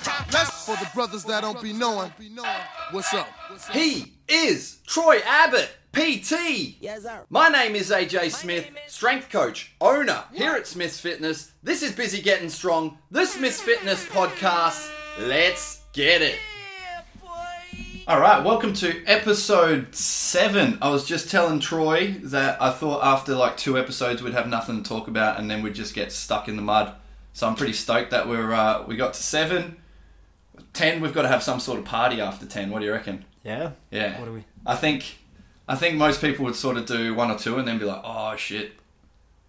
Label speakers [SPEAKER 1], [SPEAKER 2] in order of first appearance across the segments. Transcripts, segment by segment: [SPEAKER 1] For the brothers that don't be knowing, what's up?
[SPEAKER 2] He is Troy Abbott, PT.
[SPEAKER 3] Yes, sir.
[SPEAKER 2] My name is AJ Smith,
[SPEAKER 3] name is-
[SPEAKER 2] strength coach, owner here at Smith's Fitness. This is Busy Getting Strong, the Smith's Fitness podcast. Let's get it. All right, welcome to episode seven. I was just telling Troy that I thought after like two episodes we'd have nothing to talk about, and then we'd just get stuck in the mud. So I'm pretty stoked that we're uh, we got to seven. Ten, we've got to have some sort of party after ten. What do you reckon?
[SPEAKER 4] Yeah.
[SPEAKER 2] Yeah.
[SPEAKER 4] What are we?
[SPEAKER 2] I think I think most people would sort of do one or two and then be like, "Oh shit,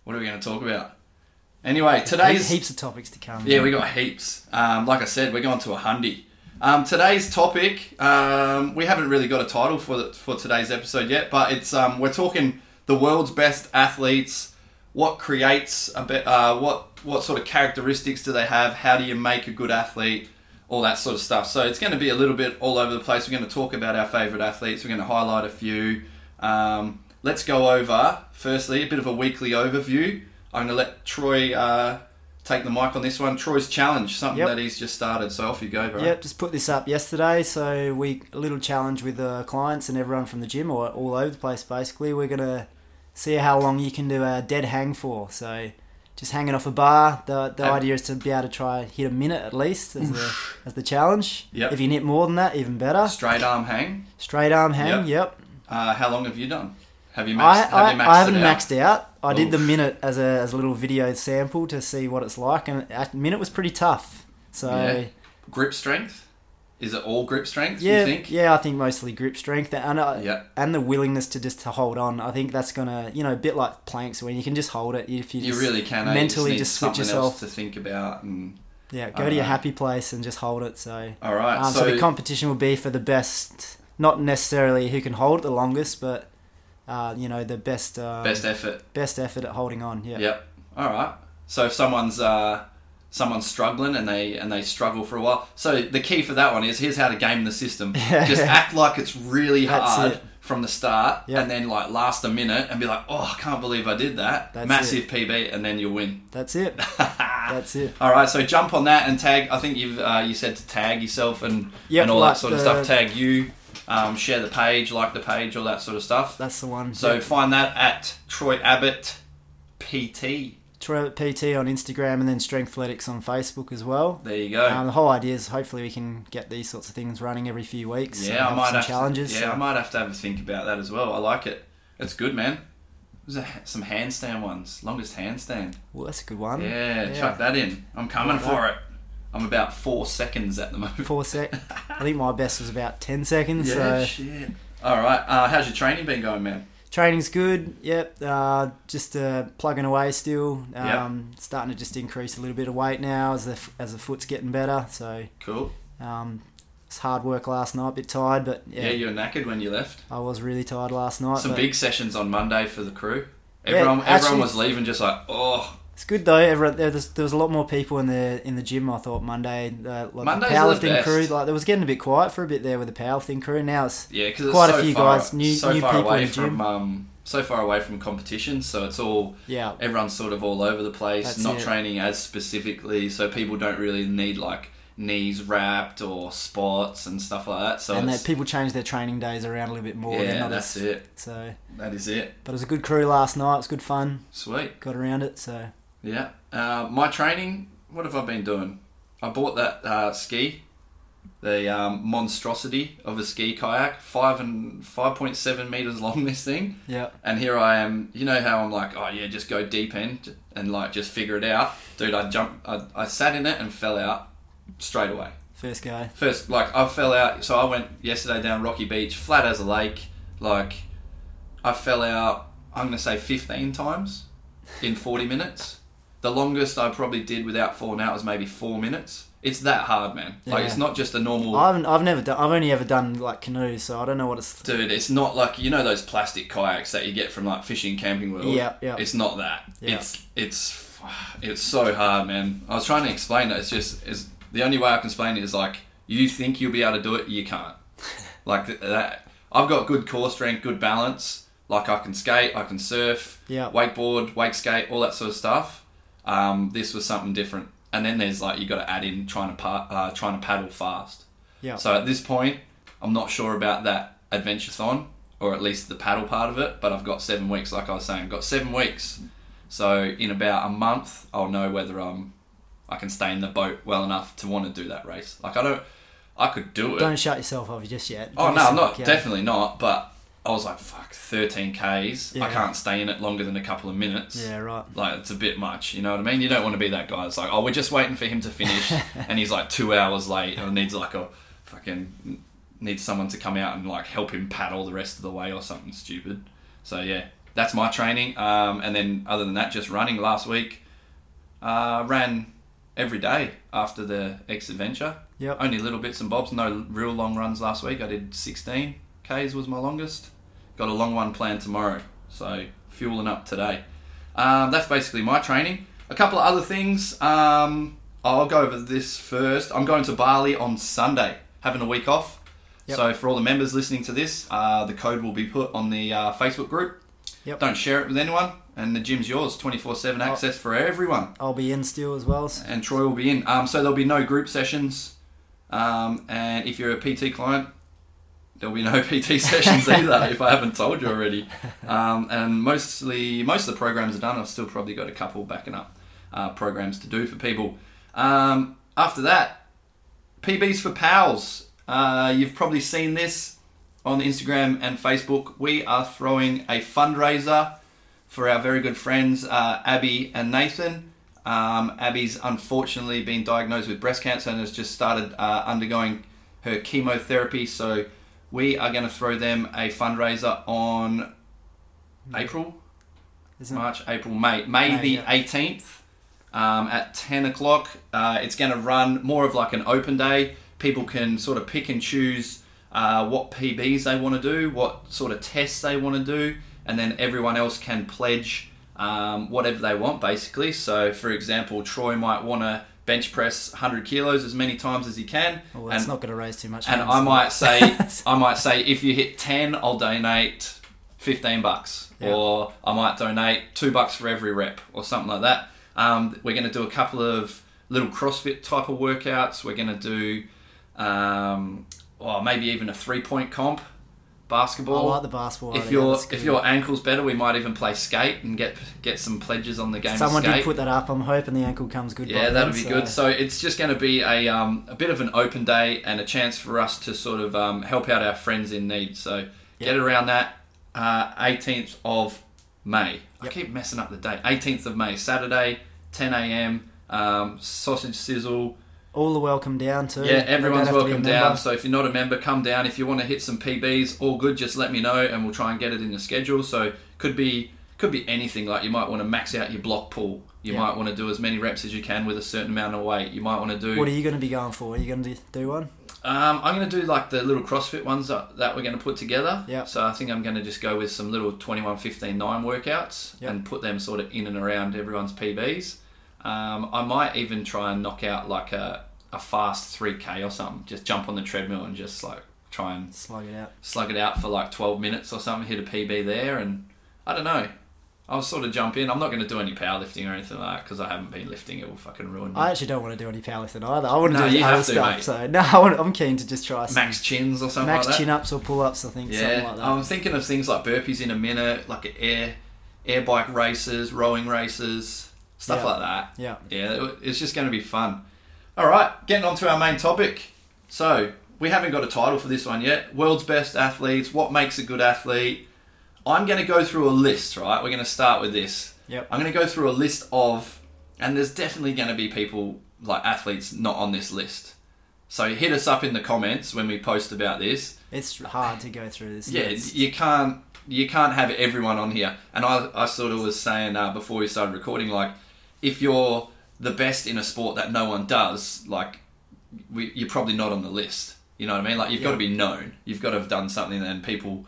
[SPEAKER 2] what are we going to talk about?" Anyway, today's
[SPEAKER 4] Heaps, heaps of topics to come.
[SPEAKER 2] yeah, we got heaps. Um, like I said, we're going to a hundy. Um, today's topic, um, we haven't really got a title for the, for today's episode yet, but it's um, we're talking the world's best athletes. What creates a bit? Uh, what what sort of characteristics do they have? How do you make a good athlete? All that sort of stuff. So it's going to be a little bit all over the place. We're going to talk about our favourite athletes. We're going to highlight a few. Um, let's go over firstly a bit of a weekly overview. I'm going to let Troy uh, take the mic on this one. Troy's challenge, something
[SPEAKER 4] Yep.
[SPEAKER 2] that he's just started. So off you go, bro.
[SPEAKER 4] Yep, just put this up yesterday. So we a little challenge with the clients and everyone from the gym or all over the place. Basically, we're gonna see how long you can do a dead hang for. So just hanging off a bar. The the
[SPEAKER 2] Um,
[SPEAKER 4] idea is to be able to try and hit a minute at least as the as the challenge.
[SPEAKER 2] Yep.
[SPEAKER 4] If you can hit more than that, even better.
[SPEAKER 2] Straight arm hang.
[SPEAKER 4] Straight arm hang.
[SPEAKER 2] Yep.
[SPEAKER 4] Yep.
[SPEAKER 2] Uh, how long have you done? Have you maxed?
[SPEAKER 4] I,
[SPEAKER 2] have
[SPEAKER 4] I,
[SPEAKER 2] you maxed
[SPEAKER 4] I haven't
[SPEAKER 2] it out?
[SPEAKER 4] maxed out. I did the
[SPEAKER 2] Oof.
[SPEAKER 4] minute as a, as a little video sample to see what it's like, and that minute was pretty tough. So
[SPEAKER 2] Yeah. Grip strength. Is it all grip strength?
[SPEAKER 4] yeah,
[SPEAKER 2] You think?
[SPEAKER 4] yeah, I think mostly grip strength and uh,
[SPEAKER 2] Yeah.
[SPEAKER 4] and the willingness to just to hold on. I think that's gonna you know a bit like planks when you can just hold it if you,
[SPEAKER 2] You
[SPEAKER 4] just
[SPEAKER 2] really can. eh?
[SPEAKER 4] mentally
[SPEAKER 2] you
[SPEAKER 4] just,
[SPEAKER 2] need
[SPEAKER 4] switch
[SPEAKER 2] something
[SPEAKER 4] yourself.
[SPEAKER 2] else to think about. And
[SPEAKER 4] yeah,
[SPEAKER 2] I
[SPEAKER 4] go
[SPEAKER 2] don't
[SPEAKER 4] to your
[SPEAKER 2] know.
[SPEAKER 4] happy place and just hold it. So
[SPEAKER 2] all right,
[SPEAKER 4] um, so,
[SPEAKER 2] so,
[SPEAKER 4] the competition will be for the best, not necessarily who can hold it the longest, but uh, you know the best um,
[SPEAKER 2] best effort.
[SPEAKER 4] best effort at holding on. Yeah.
[SPEAKER 2] Yep. All right. So if someone's uh, someone's struggling and they and they struggle for a while, so the key for that one is here's how to game the system. Just act like it's really
[SPEAKER 4] That's
[SPEAKER 2] hard
[SPEAKER 4] it.
[SPEAKER 2] from the start,
[SPEAKER 4] Yeah.
[SPEAKER 2] and then like last a minute and be like, oh, I can't believe I did that.
[SPEAKER 4] That's
[SPEAKER 2] Massive PB, and then you win.
[SPEAKER 4] That's it. That's it.
[SPEAKER 2] All right. So jump on that and tag. I think you've uh, you said to tag yourself and
[SPEAKER 4] Yep,
[SPEAKER 2] and all
[SPEAKER 4] like
[SPEAKER 2] that sort of
[SPEAKER 4] the-
[SPEAKER 2] stuff. Tag you. Um, share the page, like the page, all that sort of stuff.
[SPEAKER 4] That's the one.
[SPEAKER 2] so find that at Troy Abbott PT.
[SPEAKER 4] Troy PT on Instagram and then Strengthletics on Facebook as well.
[SPEAKER 2] There you go.
[SPEAKER 4] Um, the whole idea is hopefully we can get these sorts of things running every few weeks. and
[SPEAKER 2] Yeah, I
[SPEAKER 4] have
[SPEAKER 2] might
[SPEAKER 4] some
[SPEAKER 2] have
[SPEAKER 4] challenges.
[SPEAKER 2] To, yeah,
[SPEAKER 4] so-
[SPEAKER 2] I might have to have a think about that as well. I like it. It's good, man. There's a, ha- some handstand ones. Longest handstand.
[SPEAKER 4] Well, that's a good one.
[SPEAKER 2] Yeah, chuck that in. I'm coming
[SPEAKER 4] Like
[SPEAKER 2] for it. I'm about four seconds at the moment.
[SPEAKER 4] Four sec. I think my best was about ten seconds.
[SPEAKER 2] Yeah,
[SPEAKER 4] so
[SPEAKER 2] shit. All right. Uh, how's your training been going, man?
[SPEAKER 4] training's good. Yep. Uh, just uh, plugging away still.
[SPEAKER 2] Yeah.
[SPEAKER 4] Um, Starting to just increase a little bit of weight now as the f- as the foot's getting better. So
[SPEAKER 2] Cool.
[SPEAKER 4] um, it's hard work last night. A bit tired, but
[SPEAKER 2] Yeah,
[SPEAKER 4] yeah,
[SPEAKER 2] you were knackered when you left.
[SPEAKER 4] I was really tired last night.
[SPEAKER 2] Some
[SPEAKER 4] but-
[SPEAKER 2] big sessions on Monday for the crew.
[SPEAKER 4] Yeah,
[SPEAKER 2] Everyone, everyone
[SPEAKER 4] actually-
[SPEAKER 2] was leaving just like, oh,
[SPEAKER 4] It's good though. Everyone, there, was, there was a lot more people in the in the gym. I thought Monday, uh, like
[SPEAKER 2] Mondays
[SPEAKER 4] the
[SPEAKER 2] are the
[SPEAKER 4] powerlifting
[SPEAKER 2] best.
[SPEAKER 4] crew, like there was getting a bit quiet for a bit there with the powerlifting crew. Now it's
[SPEAKER 2] Yeah, because
[SPEAKER 4] Quite a
[SPEAKER 2] so
[SPEAKER 4] few
[SPEAKER 2] far,
[SPEAKER 4] guys, new-
[SPEAKER 2] so
[SPEAKER 4] new
[SPEAKER 2] far
[SPEAKER 4] people in
[SPEAKER 2] away
[SPEAKER 4] the gym.
[SPEAKER 2] from um, so far away from competition. So it's all
[SPEAKER 4] Yeah.
[SPEAKER 2] everyone's sort of all over the place,
[SPEAKER 4] That's
[SPEAKER 2] not
[SPEAKER 4] it.
[SPEAKER 2] training as specifically. So people don't really need like knees wrapped or spots and stuff like that. So
[SPEAKER 4] and
[SPEAKER 2] it's,
[SPEAKER 4] that people change their training days around a little bit more. They're
[SPEAKER 2] yeah,
[SPEAKER 4] not
[SPEAKER 2] that's
[SPEAKER 4] as-
[SPEAKER 2] it.
[SPEAKER 4] So,
[SPEAKER 2] That is it.
[SPEAKER 4] but it was a good crew last night. It was good fun.
[SPEAKER 2] Sweet.
[SPEAKER 4] Got around it. So
[SPEAKER 2] Yeah. Uh, my training. What have I been doing? I bought that uh, ski, the um, monstrosity of a ski kayak, five and five point seven meters long. This thing.
[SPEAKER 4] yeah,
[SPEAKER 2] And here I am, you know how I'm like, oh yeah, just go deep end and like just figure it out. Dude, I jumped, I, I sat in it and fell out straight away.
[SPEAKER 4] first go.
[SPEAKER 2] First, like I fell out, so I went yesterday down Rocky Beach, flat as a lake. Like, I fell out, I'm gonna say 15 times in 40 minutes. The longest I probably did without falling out was maybe four minutes. It's that hard, man. Like,
[SPEAKER 4] Yeah.
[SPEAKER 2] it's not just a normal.
[SPEAKER 4] I haven't. I've never done. I've only ever done like canoes, so I don't know what it's.
[SPEAKER 2] Dude, it's not like you know those plastic kayaks that you get from like fishing camping world.
[SPEAKER 4] Yeah, yeah.
[SPEAKER 2] It's not that.
[SPEAKER 4] Yeah.
[SPEAKER 2] It's it's it's so hard, man. I was trying to explain it. It's just is the only way I can explain it is like you think you'll be able to do it, you can't. like th- that. I've got good core strength, good balance. Like I can skate, I can surf,
[SPEAKER 4] Yeah.
[SPEAKER 2] wakeboard, wake skate, all that sort of stuff. Um, this was something different, and then there's like you got to add in trying to pa- uh, trying to paddle fast.
[SPEAKER 4] Yeah.
[SPEAKER 2] So at this point, I'm not sure about that adventure thon, or at least the paddle part of it. But I've got seven weeks, like I was saying, I've got seven weeks. So in about a month, I'll know whether um I can stay in the boat well enough to want to do that race. Like I don't, I could do it.
[SPEAKER 4] Don't shut yourself off just yet.
[SPEAKER 2] Oh
[SPEAKER 4] Give
[SPEAKER 2] no,
[SPEAKER 4] yourself-
[SPEAKER 2] I'm not
[SPEAKER 4] yeah.
[SPEAKER 2] definitely not. But I was like, fuck, thirteen k's. I
[SPEAKER 4] Yeah.
[SPEAKER 2] can't stay in it longer than a couple of minutes.
[SPEAKER 4] Yeah, right.
[SPEAKER 2] Like it's a bit much. You know what I mean? You don't want to be that guy. that's like, oh, we're just waiting for him to finish, and he's like two hours late, and needs like a fucking needs someone to come out and like help him paddle the rest of the way or something stupid. So yeah, that's my training. Um, and then other than that, just running. Last week, uh, ran every day after the X adventure.
[SPEAKER 4] Yep.
[SPEAKER 2] Only little bits and bobs, no real long runs last week. I did 16 Ks was my longest. Got a long one planned tomorrow, so fueling up today. Um, that's basically my training. A couple of other things. Um, I'll go over this first. I'm going to Bali on Sunday, having a week off.
[SPEAKER 4] Yep.
[SPEAKER 2] So for all the members listening to this, uh, the code will be put on the uh, Facebook group.
[SPEAKER 4] Yep. Oh.
[SPEAKER 2] Don't share it with anyone, and the gym's yours, 24/7 access for everyone
[SPEAKER 4] I'll be in still as well. so-
[SPEAKER 2] and Troy will be in. Um, so there'll be no group sessions, um, and if you're a PT client, there'll be no PT sessions either. if I haven't told you already, um, and mostly most of the programs are done. I've still probably got a couple backing up uh, programs to do for people. Um, after that, PBs for pals. Uh, you've probably seen this on Instagram and Facebook. We are throwing a fundraiser for our very good friends uh, Abby and Nathan. Um, Abby's unfortunately been diagnosed with breast cancer and has just started uh, undergoing her chemotherapy. So we are going to throw them a fundraiser on April,
[SPEAKER 4] Isn't
[SPEAKER 2] March, April, May, May
[SPEAKER 4] May,
[SPEAKER 2] the
[SPEAKER 4] yeah.
[SPEAKER 2] 18th um, at 10 o'clock. Uh, it's going to run more of like an open day. People can sort of pick and choose uh, what PBs they want to do, what sort of tests they want to do, and then everyone else can pledge um, whatever they want basically. So, for example, Troy might want to bench press 100 kilos as many times as he can.
[SPEAKER 4] Well, Oh, that's
[SPEAKER 2] and-
[SPEAKER 4] not going to raise too much.
[SPEAKER 2] and
[SPEAKER 4] funds.
[SPEAKER 2] I might say, I might say, if you hit ten, I'll donate fifteen bucks,
[SPEAKER 4] Yeah.
[SPEAKER 2] or I might donate two bucks for every rep, or something like that. Um, we're going to do a couple of little CrossFit type of workouts. We're going to do, um, or maybe even a three point comp,
[SPEAKER 4] I
[SPEAKER 2] basketball.
[SPEAKER 4] like the basketball.
[SPEAKER 2] if
[SPEAKER 4] idea,
[SPEAKER 2] your
[SPEAKER 4] that's
[SPEAKER 2] if
[SPEAKER 4] good.
[SPEAKER 2] your ankle's better, we might even play skate and get get some pledges on the game. of
[SPEAKER 4] someone
[SPEAKER 2] skate.
[SPEAKER 4] did put that up, I'm hoping the ankle comes good. by
[SPEAKER 2] Yeah,
[SPEAKER 4] then,
[SPEAKER 2] that'll be
[SPEAKER 4] so-
[SPEAKER 2] good. So it's just going to be a, um, a bit of an open day and a chance for us to sort of um, help out our friends in need. So get around that uh, 18th of May. I keep messing up the date. 18th of May, Saturday, 10 a.m. Um, sausage sizzle.
[SPEAKER 4] all the welcome down too.
[SPEAKER 2] Yeah,
[SPEAKER 4] They don't
[SPEAKER 2] everyone's
[SPEAKER 4] have to be a
[SPEAKER 2] welcome
[SPEAKER 4] member.
[SPEAKER 2] down. So if you're not a member, come down. If you want to hit some PBs, all good. Just let me know, and we'll try and get it in the schedule. So could be could be anything. Like you might want to max out your block pull. You
[SPEAKER 4] Yeah.
[SPEAKER 2] might want to do as many reps as you can with a certain amount of weight. You might want to do.
[SPEAKER 4] What are you going to be going for? Are you going to do, do one?
[SPEAKER 2] Um, I'm going to do like the little CrossFit ones that, that we're going to put together.
[SPEAKER 4] Yeah.
[SPEAKER 2] So I think I'm going to just go with some little 21, 15, 9 workouts
[SPEAKER 4] Yeah.
[SPEAKER 2] and put them sort of in and around everyone's PBs. Um, I might even try and knock out like a, a fast 3K or something. Just jump on the treadmill and just like try and
[SPEAKER 4] Slug it out.
[SPEAKER 2] slug it out for like 12 minutes or something, hit a PB there. And I don't know. I'll sort of jump in. I'm not going to do any powerlifting or anything like that because I haven't been lifting. It will fucking ruin me.
[SPEAKER 4] I actually don't want to do any powerlifting either. I want to
[SPEAKER 2] No,
[SPEAKER 4] do
[SPEAKER 2] you
[SPEAKER 4] other
[SPEAKER 2] have to,
[SPEAKER 4] stuff.
[SPEAKER 2] mate.
[SPEAKER 4] So no, I want, I'm keen to just try some
[SPEAKER 2] Max chins or something
[SPEAKER 4] max
[SPEAKER 2] like that.
[SPEAKER 4] chin ups or pull ups. I think something like that.
[SPEAKER 2] I'm thinking of things like burpees in a minute, like air air bike races, rowing races, stuff
[SPEAKER 4] Yeah.
[SPEAKER 2] like that.
[SPEAKER 4] yeah,
[SPEAKER 2] Yeah, it- it's just going to be fun. All right, getting on to our main topic. So, we haven't got a title for this one yet. World's best athletes, what makes a good athlete? I'm going to go through a list, right? We're going to start with this.
[SPEAKER 4] Yep.
[SPEAKER 2] I'm going to go through a list of and there's definitely going to be people like athletes not on this list. So, hit us up in the comments when we post about this
[SPEAKER 4] it's hard to go through this.
[SPEAKER 2] yeah,
[SPEAKER 4] list.
[SPEAKER 2] you can't you can't have everyone on here. And I, I sort of was saying uh, before we started recording, like if you're the best in a sport that no one does, like we, you're probably not on the list. You know what I mean? Like you've got to be known. You've got to have done something, and people,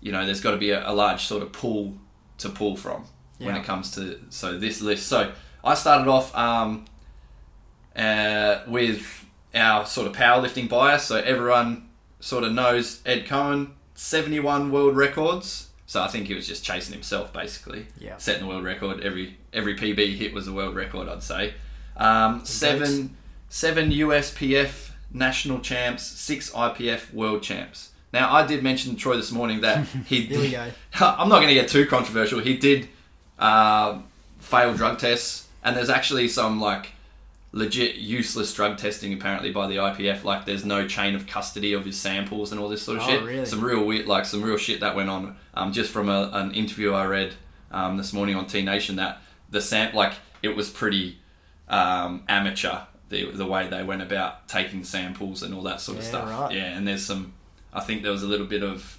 [SPEAKER 2] you know, there's got to be a, a large sort of pool to pull from when
[SPEAKER 4] Yeah.
[SPEAKER 2] it comes to so this list. So I started off um, uh, with our sort of powerlifting bias. So everyone sort of knows Ed Cohen, 71 world records. So I think he was just chasing himself, basically.
[SPEAKER 4] Yeah.
[SPEAKER 2] Setting the world record. Every every PB hit was a world record, I'd say. Um, seven, seven USPF national champs, six IPF world champs. Now, I did mention Troy this morning that he.
[SPEAKER 4] Here we go.
[SPEAKER 2] I'm not going to get too controversial. He did uh, fail drug tests, and there's actually some like legit useless drug testing apparently by the IPF. Like, there's no chain of custody of his samples and all this sort of
[SPEAKER 4] Oh,
[SPEAKER 2] shit.
[SPEAKER 4] really?
[SPEAKER 2] Some real weird, like some real shit that went on. Um, just from a, an interview I read um, this morning on T Nation that the sam like it was pretty um, amateur the, the way they went about taking samples and all that sort of
[SPEAKER 4] Yeah,
[SPEAKER 2] stuff.
[SPEAKER 4] right.
[SPEAKER 2] Yeah, and there's some. I think there was a little bit of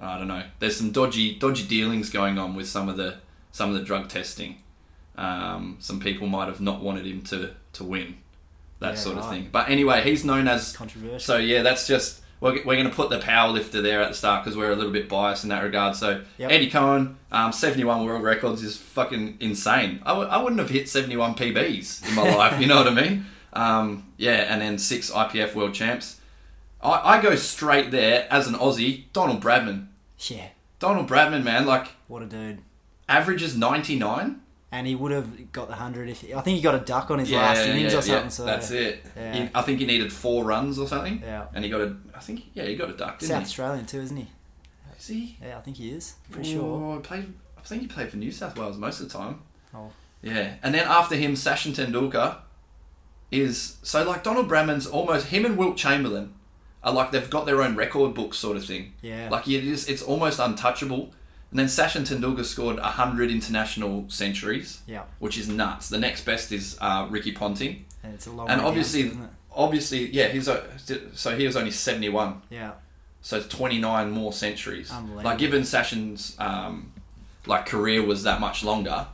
[SPEAKER 2] I don't know. There's some dodgy dodgy dealings going on with some of the some of the drug testing. Um, some people might have not wanted him to to win that
[SPEAKER 4] Yeah,
[SPEAKER 2] sort of
[SPEAKER 4] right.
[SPEAKER 2] thing. But anyway, he's known as
[SPEAKER 4] Controversial.
[SPEAKER 2] So yeah, that's just we're, we're going to put the power lifter there at the start because we're a little bit biased in that regard. So
[SPEAKER 4] Yep.
[SPEAKER 2] Eddie Cohen, um, seventy one world records is fucking insane. I w- I wouldn't have hit seventy one PBs in my life. You know what I mean? Um, yeah, and then six IPF world champs. I, I go straight there as an Aussie, Donald Bradman.
[SPEAKER 4] Yeah,
[SPEAKER 2] Donald Bradman, man, like
[SPEAKER 4] what a dude.
[SPEAKER 2] averages 99.
[SPEAKER 4] And he would have got the hundred if I think he got a duck on his last innings or something. so
[SPEAKER 2] that's it.
[SPEAKER 4] yeah.
[SPEAKER 2] He- I think he needed four runs or something.
[SPEAKER 4] Yeah.
[SPEAKER 2] And he got a, I think, yeah, he got a duck, didn't
[SPEAKER 4] South Australian too, isn't he?
[SPEAKER 2] he? Is he?
[SPEAKER 4] Yeah, I think he is. Pretty sure.
[SPEAKER 2] Oh, he played, I think he played for New South Wales most of the time.
[SPEAKER 4] Oh.
[SPEAKER 2] Yeah. And then after him, Sachin Tendulkar is, so like Donald Bradman's almost, him and Wilt Chamberlain are like, they've got their own record book sort of thing.
[SPEAKER 4] Yeah.
[SPEAKER 2] Like it is, it's almost untouchable. And then Sachin Tendulkar scored 100 international centuries.
[SPEAKER 4] Yeah,
[SPEAKER 2] which is nuts. The next best is uh, Ricky Ponting,
[SPEAKER 4] and it's a long.
[SPEAKER 2] and
[SPEAKER 4] way down,
[SPEAKER 2] obviously,
[SPEAKER 4] isn't it?
[SPEAKER 2] obviously, yeah, he's o- so he was only seventy one,
[SPEAKER 4] yeah,
[SPEAKER 2] so it's twenty nine more centuries.
[SPEAKER 4] Unbelievable.
[SPEAKER 2] Like given Sachin's um, like career was that much longer,